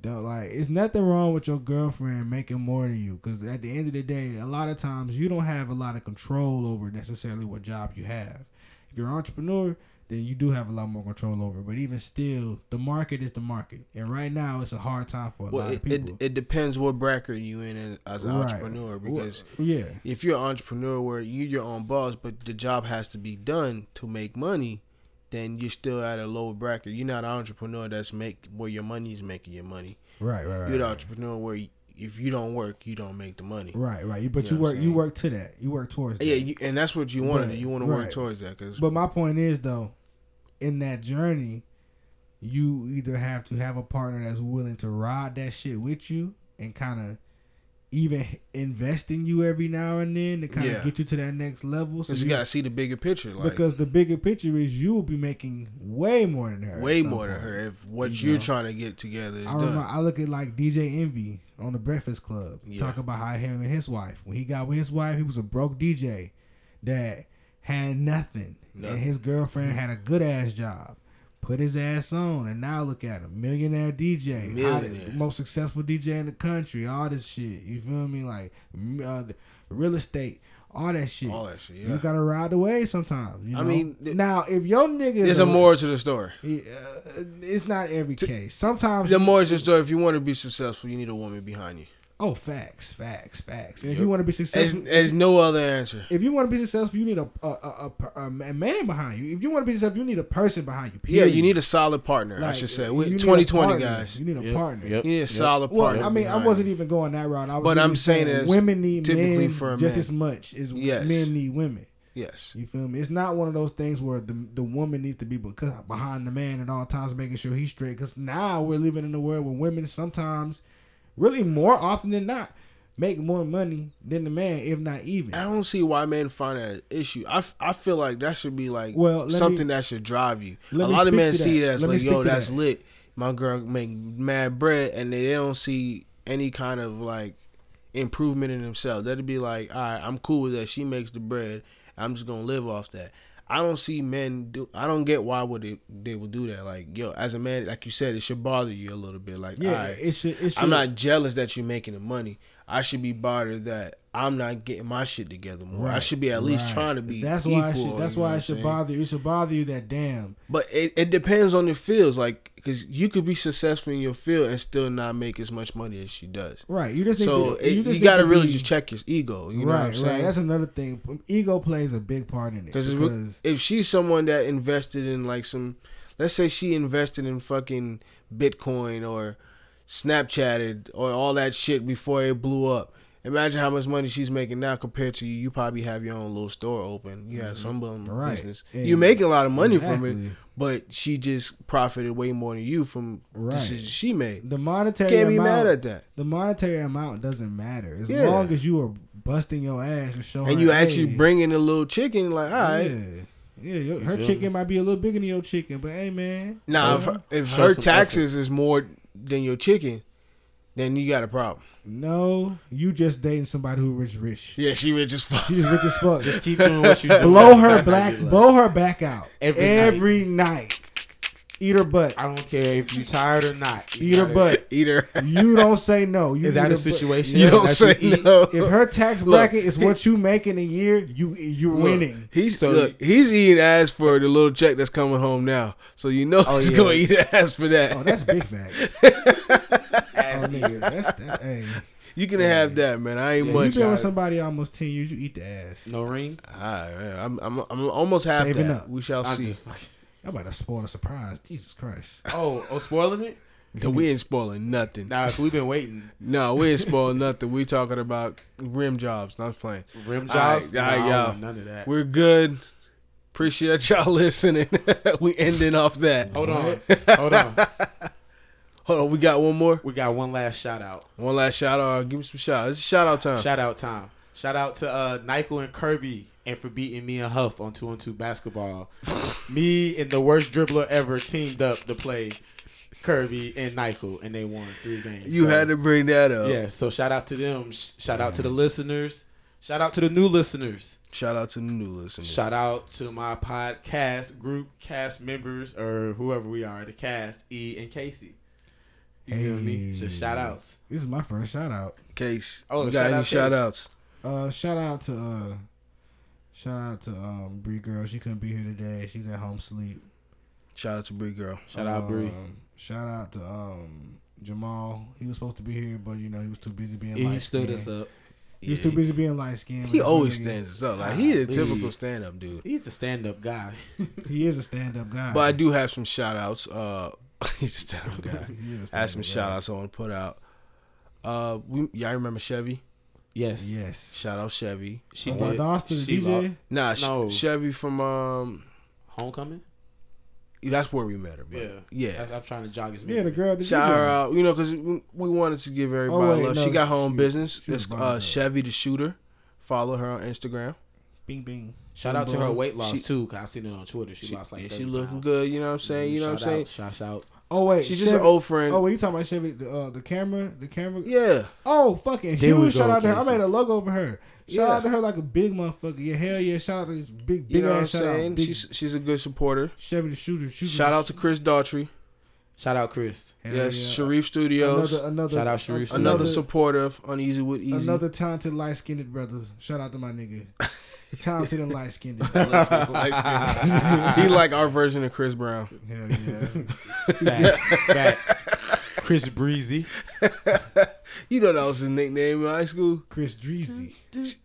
[SPEAKER 1] don't like it's nothing wrong with your girlfriend making more than you because at the end of the day, a lot of times you don't have a lot of control over necessarily what job you have. If you're an entrepreneur, then you do have a lot more control over. it. But even still, the market is the market, and right now it's a hard time for a
[SPEAKER 2] Well,
[SPEAKER 1] lot
[SPEAKER 2] it,
[SPEAKER 1] of
[SPEAKER 2] it,
[SPEAKER 1] people.
[SPEAKER 2] it depends what bracket you in as- as an
[SPEAKER 1] Right.
[SPEAKER 2] entrepreneur because
[SPEAKER 1] Well, yeah,
[SPEAKER 2] if you're an entrepreneur where you're your own boss, but the job has to be done to make money, then you're still at a lower bracket. You're not an entrepreneur that's make where your money's making your money.
[SPEAKER 1] right, right, right.
[SPEAKER 2] You're an entrepreneur where y if you don't work, you don't make the money.
[SPEAKER 1] Right, right. You, but
[SPEAKER 2] You
[SPEAKER 1] you,
[SPEAKER 2] know what I'm
[SPEAKER 1] work, you
[SPEAKER 2] saying?
[SPEAKER 1] work to that. You work towards. That.
[SPEAKER 2] Yeah, you, and that's what you want to
[SPEAKER 1] Right,
[SPEAKER 2] do. You want to
[SPEAKER 1] right.
[SPEAKER 2] work towards that because
[SPEAKER 1] But my point is though, in that journey, you either have to have a partner that's willing to ride that shit with you and kind of even invest in you every now and then to kind of
[SPEAKER 2] Yeah.
[SPEAKER 1] get you to that next level. So
[SPEAKER 2] you,
[SPEAKER 1] you-
[SPEAKER 2] gotta see the bigger picture. Like
[SPEAKER 1] because the bigger picture is you will be making way more than her. at
[SPEAKER 2] way
[SPEAKER 1] some
[SPEAKER 2] more than
[SPEAKER 1] point.
[SPEAKER 2] her if what
[SPEAKER 1] You
[SPEAKER 2] you are
[SPEAKER 1] know.
[SPEAKER 2] trying to get together is
[SPEAKER 1] I
[SPEAKER 2] done.
[SPEAKER 1] remember I look at like DJ Envy on the Breakfast Club.
[SPEAKER 2] Yeah.
[SPEAKER 1] Talk about how him and his wife, when he got with his wife, he was a broke DJ that had nothing.
[SPEAKER 2] Nothing.
[SPEAKER 1] And his girlfriend had a good ass job. Put his ass on and now look at him. Millionaire DJ. how the-
[SPEAKER 2] Millionaire.
[SPEAKER 1] most successful DJ in the country. All this shit. You feel me? Like m- uh, real estate. All that shit.
[SPEAKER 2] All that shit. Yeah.
[SPEAKER 1] You gotta ride the wave sometimes. You know?
[SPEAKER 2] I mean, th-
[SPEAKER 1] now if your nigga is
[SPEAKER 2] There's a moral to the story.
[SPEAKER 1] yeah, uh, it's not every case. Sometimes
[SPEAKER 2] The moral to the story. If you want to be successful, you need a woman behind you.
[SPEAKER 1] Oh, facts, facts, facts. And if you want to be
[SPEAKER 2] There's,
[SPEAKER 1] successful,
[SPEAKER 2] there's no other answer.
[SPEAKER 1] if you want to be successful, you need a a, a, a a man behind you. If you want to be successful, you need a person behind you.
[SPEAKER 2] Yeah,
[SPEAKER 1] Period.
[SPEAKER 2] you need a solid partner. I
[SPEAKER 1] Like,
[SPEAKER 2] should say.
[SPEAKER 1] you
[SPEAKER 2] We,
[SPEAKER 1] need a
[SPEAKER 2] 2020
[SPEAKER 1] partner.
[SPEAKER 2] guys.
[SPEAKER 1] You need a
[SPEAKER 5] Yep,
[SPEAKER 1] partner.
[SPEAKER 5] yep.
[SPEAKER 2] You need a solid
[SPEAKER 1] Well,
[SPEAKER 2] partner.
[SPEAKER 1] I mean, I
[SPEAKER 2] behind
[SPEAKER 1] wasn't
[SPEAKER 2] you.
[SPEAKER 1] even going that route. I was
[SPEAKER 2] But
[SPEAKER 1] literally
[SPEAKER 2] I'm saying it's
[SPEAKER 1] women need
[SPEAKER 2] typically
[SPEAKER 1] men
[SPEAKER 2] for a
[SPEAKER 1] just
[SPEAKER 2] man.
[SPEAKER 1] as much as
[SPEAKER 2] Yes.
[SPEAKER 1] men need women.
[SPEAKER 2] Yes.
[SPEAKER 1] You feel me? It's not one of those things where the the woman needs to be beca- behind the man at all times, making sure he's straight. Because now we're living in a world where women sometimes, really more often than not, make more money than the man, if not even.
[SPEAKER 2] I don't see why men find that an issue. I, f- I feel like that should be like
[SPEAKER 1] Well, let me-
[SPEAKER 2] something that should drive you. A
[SPEAKER 1] let me
[SPEAKER 2] lot of
[SPEAKER 1] speak
[SPEAKER 2] men
[SPEAKER 1] to that.
[SPEAKER 2] see that as
[SPEAKER 1] Let me
[SPEAKER 2] like,
[SPEAKER 1] speak
[SPEAKER 2] yo,
[SPEAKER 1] to
[SPEAKER 2] that's
[SPEAKER 1] that.
[SPEAKER 2] lit. My girl make mad bread, and they, they don't see any kind of like improvement in themselves. That'd be like, all right, I'm cool with that. She makes the bread. I'm just gonna live off that. I don't see men do. I don't get why would they they would do that. Like yo, as a man, like you said, it should bother you a little bit. Like
[SPEAKER 1] Yeah,
[SPEAKER 2] all right,
[SPEAKER 1] it should. It should.
[SPEAKER 2] I'm not jealous that you're making the money. I should be bothered that I'm not getting my shit together more. I
[SPEAKER 1] Right,
[SPEAKER 2] should be at least
[SPEAKER 1] right.
[SPEAKER 2] trying to be.
[SPEAKER 1] That's
[SPEAKER 2] equal,
[SPEAKER 1] why. I should, that's
[SPEAKER 2] you know
[SPEAKER 1] why
[SPEAKER 2] what
[SPEAKER 1] I
[SPEAKER 2] I'm
[SPEAKER 1] should
[SPEAKER 2] saying?
[SPEAKER 1] bother you. It should bother you that damn.
[SPEAKER 2] But it, it depends on the fields, like because you could be successful in your field and still not make as much money as she does.
[SPEAKER 1] Right. You just need
[SPEAKER 2] So
[SPEAKER 1] to,
[SPEAKER 2] it, you,
[SPEAKER 1] just need
[SPEAKER 2] gotta
[SPEAKER 1] to
[SPEAKER 2] really
[SPEAKER 1] be-
[SPEAKER 2] just check your ego. You know
[SPEAKER 1] right.
[SPEAKER 2] what I'm saying?
[SPEAKER 1] Right. That's another thing. Ego plays a big part in it
[SPEAKER 2] Cause
[SPEAKER 1] because
[SPEAKER 2] it's re- if she's someone that invested in like some, let's say she invested in fucking Bitcoin or Snapchatted or all that shit before it blew up. Imagine how much money she's making now compared to you. You probably have your own little store open. You have some um,
[SPEAKER 1] Mm-hmm. Right.
[SPEAKER 2] business.
[SPEAKER 1] And-
[SPEAKER 2] you make a lot of money from it,
[SPEAKER 1] Exactly.
[SPEAKER 2] but she just profited way more than you from
[SPEAKER 1] Right.
[SPEAKER 2] decisions she made.
[SPEAKER 1] the monetary
[SPEAKER 2] Can't be
[SPEAKER 1] amount,
[SPEAKER 2] mad at that.
[SPEAKER 1] the monetary amount doesn't matter as
[SPEAKER 2] Yeah.
[SPEAKER 1] long as you are busting your ass and showing
[SPEAKER 2] And you
[SPEAKER 1] her,
[SPEAKER 2] actually
[SPEAKER 1] hey,
[SPEAKER 2] bring in a little chicken, like, all right.
[SPEAKER 1] Yeah. Yeah, your, her chicken might be a little bigger than your chicken, but hey, man,
[SPEAKER 2] Now,
[SPEAKER 1] Yeah.
[SPEAKER 2] if, if
[SPEAKER 3] Show
[SPEAKER 2] her
[SPEAKER 3] some
[SPEAKER 2] taxes is more than your chicken, then you got a problem.
[SPEAKER 1] no, you just dating somebody who rich, rich.
[SPEAKER 2] Yeah, she rich as fuck.
[SPEAKER 1] She's rich as fuck.
[SPEAKER 3] Just keep doing what you do.
[SPEAKER 1] blow her black, blow her back out
[SPEAKER 3] Every
[SPEAKER 1] every, night. Eat her butt.
[SPEAKER 3] I don't care if you tired or not. You
[SPEAKER 1] Eat her
[SPEAKER 3] gotta-
[SPEAKER 1] butt.
[SPEAKER 2] Eater.
[SPEAKER 1] You don't say no. You
[SPEAKER 3] Is
[SPEAKER 1] eat
[SPEAKER 3] that a
[SPEAKER 1] her butt.
[SPEAKER 3] situation?
[SPEAKER 2] You don't
[SPEAKER 3] that
[SPEAKER 2] say
[SPEAKER 3] eat?
[SPEAKER 2] no.
[SPEAKER 1] If her tax bracket is what you make in a year, you you're winning.
[SPEAKER 2] He's
[SPEAKER 3] So-
[SPEAKER 2] look, he's eating ass for the little check that's coming home now. So you know he's
[SPEAKER 3] yeah.
[SPEAKER 2] gonna eat ass for that.
[SPEAKER 1] Oh, that's big facts. Oh, nigga, that's that. Hey,
[SPEAKER 2] you can have that, man. I ain't
[SPEAKER 1] you
[SPEAKER 2] much.
[SPEAKER 1] been
[SPEAKER 2] I-
[SPEAKER 1] with somebody almost ten years. You eat the ass.
[SPEAKER 3] No ring.
[SPEAKER 2] Alright, man. I'm, I'm, I'm almost half
[SPEAKER 1] Saving
[SPEAKER 2] that.
[SPEAKER 1] up.
[SPEAKER 2] We shall
[SPEAKER 3] I'm
[SPEAKER 2] see.
[SPEAKER 3] just fucking.
[SPEAKER 1] I'm about to spoil a surprise. Jesus Christ.
[SPEAKER 3] Oh, oh, spoiling it?
[SPEAKER 2] Th- we ain't spoiling nothing.
[SPEAKER 3] Nah, we we've been waiting.
[SPEAKER 2] No, we ain't spoiling nothing. We talking about rim jobs. No, I'm playing.
[SPEAKER 3] Rim
[SPEAKER 2] All
[SPEAKER 3] jobs.
[SPEAKER 2] right, all right,
[SPEAKER 3] nah,
[SPEAKER 2] y'all.
[SPEAKER 3] I don't want none of that.
[SPEAKER 2] We're good. Appreciate y'all listening. we ending off that.
[SPEAKER 3] Hold on. Hold on.
[SPEAKER 2] Hold on, we got one more.
[SPEAKER 3] We got one last shout out.
[SPEAKER 2] One last shout out. Give me some shout. It's shout out time.
[SPEAKER 3] Shout out time. Shout out to uh Nykel and Kirby and for beating me and Huff on two on two basketball. me and the worst dribbler ever teamed up to play Kirby and Nykel and they won three games.
[SPEAKER 2] You
[SPEAKER 3] So,
[SPEAKER 2] had to bring that up. Mm.
[SPEAKER 3] Yeah, so shout out to them. Sh- Shout out to the listeners. Shout out to the new listeners.
[SPEAKER 2] Shout out to the new listeners.
[SPEAKER 3] Shout out to my podcast group, cast members, or whoever we are, the cast, E and Casey. You feel me?
[SPEAKER 1] Hey.
[SPEAKER 3] Just shout outs.
[SPEAKER 1] This is my first shout out.
[SPEAKER 2] Case.
[SPEAKER 3] Oh,
[SPEAKER 2] you got
[SPEAKER 3] shout
[SPEAKER 2] any
[SPEAKER 3] out
[SPEAKER 2] shout
[SPEAKER 3] Case.
[SPEAKER 2] outs?
[SPEAKER 1] Uh, shout out to uh, shout out to um Bree girl. She couldn't be here today. She's at home sleep.
[SPEAKER 2] Shout out to Brie Girl.
[SPEAKER 3] Shout out Bree.
[SPEAKER 1] Um, shout out to um Jamal. He was supposed to be here, but you know he was too busy being.
[SPEAKER 3] He
[SPEAKER 1] light
[SPEAKER 3] E stood
[SPEAKER 1] skinned.
[SPEAKER 3] us up.
[SPEAKER 1] He was too busy being light skinned.
[SPEAKER 2] He always stands us up. Like he a
[SPEAKER 3] Golly.
[SPEAKER 2] typical stand up dude.
[SPEAKER 3] He's a stand up guy.
[SPEAKER 1] He is a stand up guy.
[SPEAKER 2] But I do have some shout outs. Uh he's a stand up guy.
[SPEAKER 1] He is a
[SPEAKER 2] I have
[SPEAKER 1] stand-up guy.
[SPEAKER 2] some shout outs I want to put out. Uh we y'all remember Chevy?
[SPEAKER 3] Yes.
[SPEAKER 1] Yes.
[SPEAKER 2] Shout out Chevy.
[SPEAKER 3] She
[SPEAKER 1] About
[SPEAKER 3] did.
[SPEAKER 1] Austin, the
[SPEAKER 3] she
[SPEAKER 1] DJ?
[SPEAKER 3] lo-
[SPEAKER 2] Nah, Sh-
[SPEAKER 3] No.
[SPEAKER 2] Chevy from um
[SPEAKER 3] Homecoming?
[SPEAKER 2] that's where we met her, bro. Yeah.
[SPEAKER 3] That's, I'm trying to jog his
[SPEAKER 1] Yeah,
[SPEAKER 3] memory.
[SPEAKER 1] the girl. Did
[SPEAKER 2] Shout her out, you know, because we we wanted to give everybody
[SPEAKER 1] Oh, wait,
[SPEAKER 2] love.
[SPEAKER 1] no,
[SPEAKER 2] she got her own
[SPEAKER 1] she-
[SPEAKER 2] business.
[SPEAKER 1] she was
[SPEAKER 2] It's
[SPEAKER 1] buying
[SPEAKER 2] uh,
[SPEAKER 1] her.
[SPEAKER 2] Chevy the Shooter. Follow her on Instagram.
[SPEAKER 1] Bing bing.
[SPEAKER 3] Shout out to her weight loss,
[SPEAKER 2] She-
[SPEAKER 3] too, because I seen it on Twitter. She, lost like
[SPEAKER 2] yeah,
[SPEAKER 3] 30
[SPEAKER 2] she looking
[SPEAKER 3] pounds.
[SPEAKER 2] good. You know what I'm saying? You know what I'm saying?
[SPEAKER 3] Shout out, Shout out.
[SPEAKER 1] Oh wait,
[SPEAKER 2] She's just
[SPEAKER 1] Chevy-
[SPEAKER 2] an old friend.
[SPEAKER 1] Oh, wait, you talking about Chevy? The, uh, the camera, the camera.
[SPEAKER 2] yeah.
[SPEAKER 1] Oh, fucking
[SPEAKER 3] There we
[SPEAKER 1] huge
[SPEAKER 3] go,
[SPEAKER 1] shout out to her. I
[SPEAKER 3] Casey.
[SPEAKER 1] made a logo for her. Shout
[SPEAKER 2] Yeah.
[SPEAKER 1] out to her like a big motherfucker. Yeah, hell yeah. Shout out to this big, big
[SPEAKER 2] You know what I'm
[SPEAKER 1] ass shout
[SPEAKER 2] saying?
[SPEAKER 1] out. Big
[SPEAKER 2] She's she's a good supporter.
[SPEAKER 1] Chevy the shooter. shooter
[SPEAKER 2] Shout out to Chris Daughtry.
[SPEAKER 3] Shout out, Chris.
[SPEAKER 1] Hell
[SPEAKER 2] yes,
[SPEAKER 1] yeah.
[SPEAKER 2] Sharif Studios.
[SPEAKER 1] Another,
[SPEAKER 2] Another,
[SPEAKER 1] another,
[SPEAKER 3] Shout out Sharif.
[SPEAKER 1] another, another,
[SPEAKER 2] supporter of Uneasy with Easy.
[SPEAKER 1] talented light skinned brother. Shout out to my nigga, talented and light skinned.
[SPEAKER 2] He like our version of Chris Brown.
[SPEAKER 1] Hell yeah.
[SPEAKER 3] Facts. Facts. Chris Breezy.
[SPEAKER 2] You know that was his nickname in high school.
[SPEAKER 1] Chris Dreezy.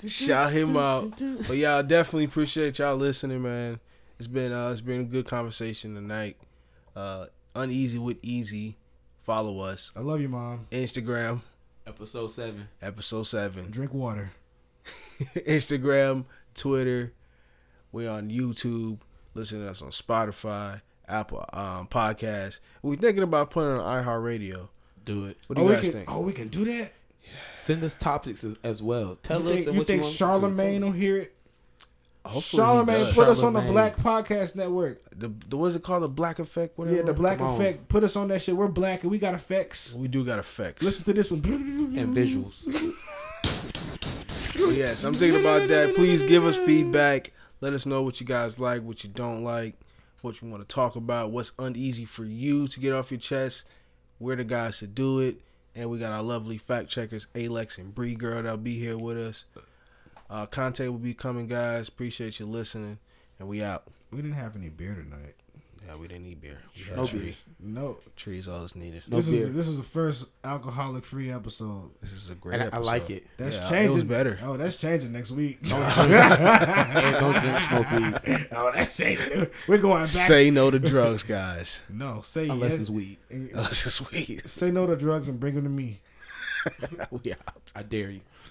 [SPEAKER 2] Shout him out. But y'all definitely appreciate y'all listening, man. It's been uh, it's been a good conversation tonight. Uh, Uneasy with Easy. Follow us
[SPEAKER 1] I love you, mom.
[SPEAKER 2] Instagram
[SPEAKER 3] Episode 7.
[SPEAKER 2] episode seven.
[SPEAKER 1] Drink water.
[SPEAKER 2] Instagram, Twitter. We're on YouTube. Listen to us on Spotify, Apple um, Podcasts. We're thinking about putting it on iHeartRadio.
[SPEAKER 3] Do it.
[SPEAKER 2] What do
[SPEAKER 1] Oh,
[SPEAKER 2] you
[SPEAKER 1] we
[SPEAKER 2] guys
[SPEAKER 1] can.
[SPEAKER 2] think?
[SPEAKER 1] Oh, we can do that.
[SPEAKER 3] Send us topics as, as well. Tell
[SPEAKER 1] You
[SPEAKER 3] us
[SPEAKER 1] think,
[SPEAKER 3] and
[SPEAKER 1] you
[SPEAKER 3] what you
[SPEAKER 1] think
[SPEAKER 3] want us to
[SPEAKER 1] Charlemagne
[SPEAKER 3] tell
[SPEAKER 1] will hear it?
[SPEAKER 2] Hopefully he
[SPEAKER 1] Charlemagne
[SPEAKER 2] does.
[SPEAKER 1] put us on the
[SPEAKER 3] Charlemagne.
[SPEAKER 1] Black Podcast Network.
[SPEAKER 2] the, the what's it called? The Black Effect. Whatever.
[SPEAKER 1] Yeah, the Black
[SPEAKER 3] Come on.
[SPEAKER 1] Effect. Put us on that shit. We're black and we got effects.
[SPEAKER 2] We do got effects.
[SPEAKER 1] Listen to this one.
[SPEAKER 3] and visuals.
[SPEAKER 2] But yes, I'm thinking about that. Please give us feedback. Let us know what you guys like, what you don't like, what you want to talk about, what's uneasy for you to get off your chest. We're the guys to do it. And we got our lovely fact checkers, Alex and Bree Girl, that'll be here with us. Uh, Conte will be coming, guys. Appreciate you listening. And we out.
[SPEAKER 1] We didn't have any beer tonight.
[SPEAKER 2] Yeah, we didn't need beer. We had
[SPEAKER 3] No
[SPEAKER 2] tree.
[SPEAKER 3] beer.
[SPEAKER 1] No.
[SPEAKER 2] Trees, all that's needed.
[SPEAKER 3] No
[SPEAKER 1] this
[SPEAKER 3] beer.
[SPEAKER 1] is this is the first alcoholic free episode.
[SPEAKER 2] This is a great
[SPEAKER 3] And I, I
[SPEAKER 2] episode.
[SPEAKER 3] like it.
[SPEAKER 1] That's
[SPEAKER 2] Yeah, it
[SPEAKER 1] changing.
[SPEAKER 2] was better.
[SPEAKER 1] Oh, that's changing next week. oh,
[SPEAKER 3] and don't drink, smoke weed
[SPEAKER 1] that's changing. Oh, We're going back.
[SPEAKER 2] Say no to drugs, guys.
[SPEAKER 1] no, say
[SPEAKER 3] unless
[SPEAKER 1] yes.
[SPEAKER 3] it's weed.
[SPEAKER 2] Unless it's weed.
[SPEAKER 1] Say no to drugs and bring them to me.
[SPEAKER 2] we out.
[SPEAKER 3] I dare you.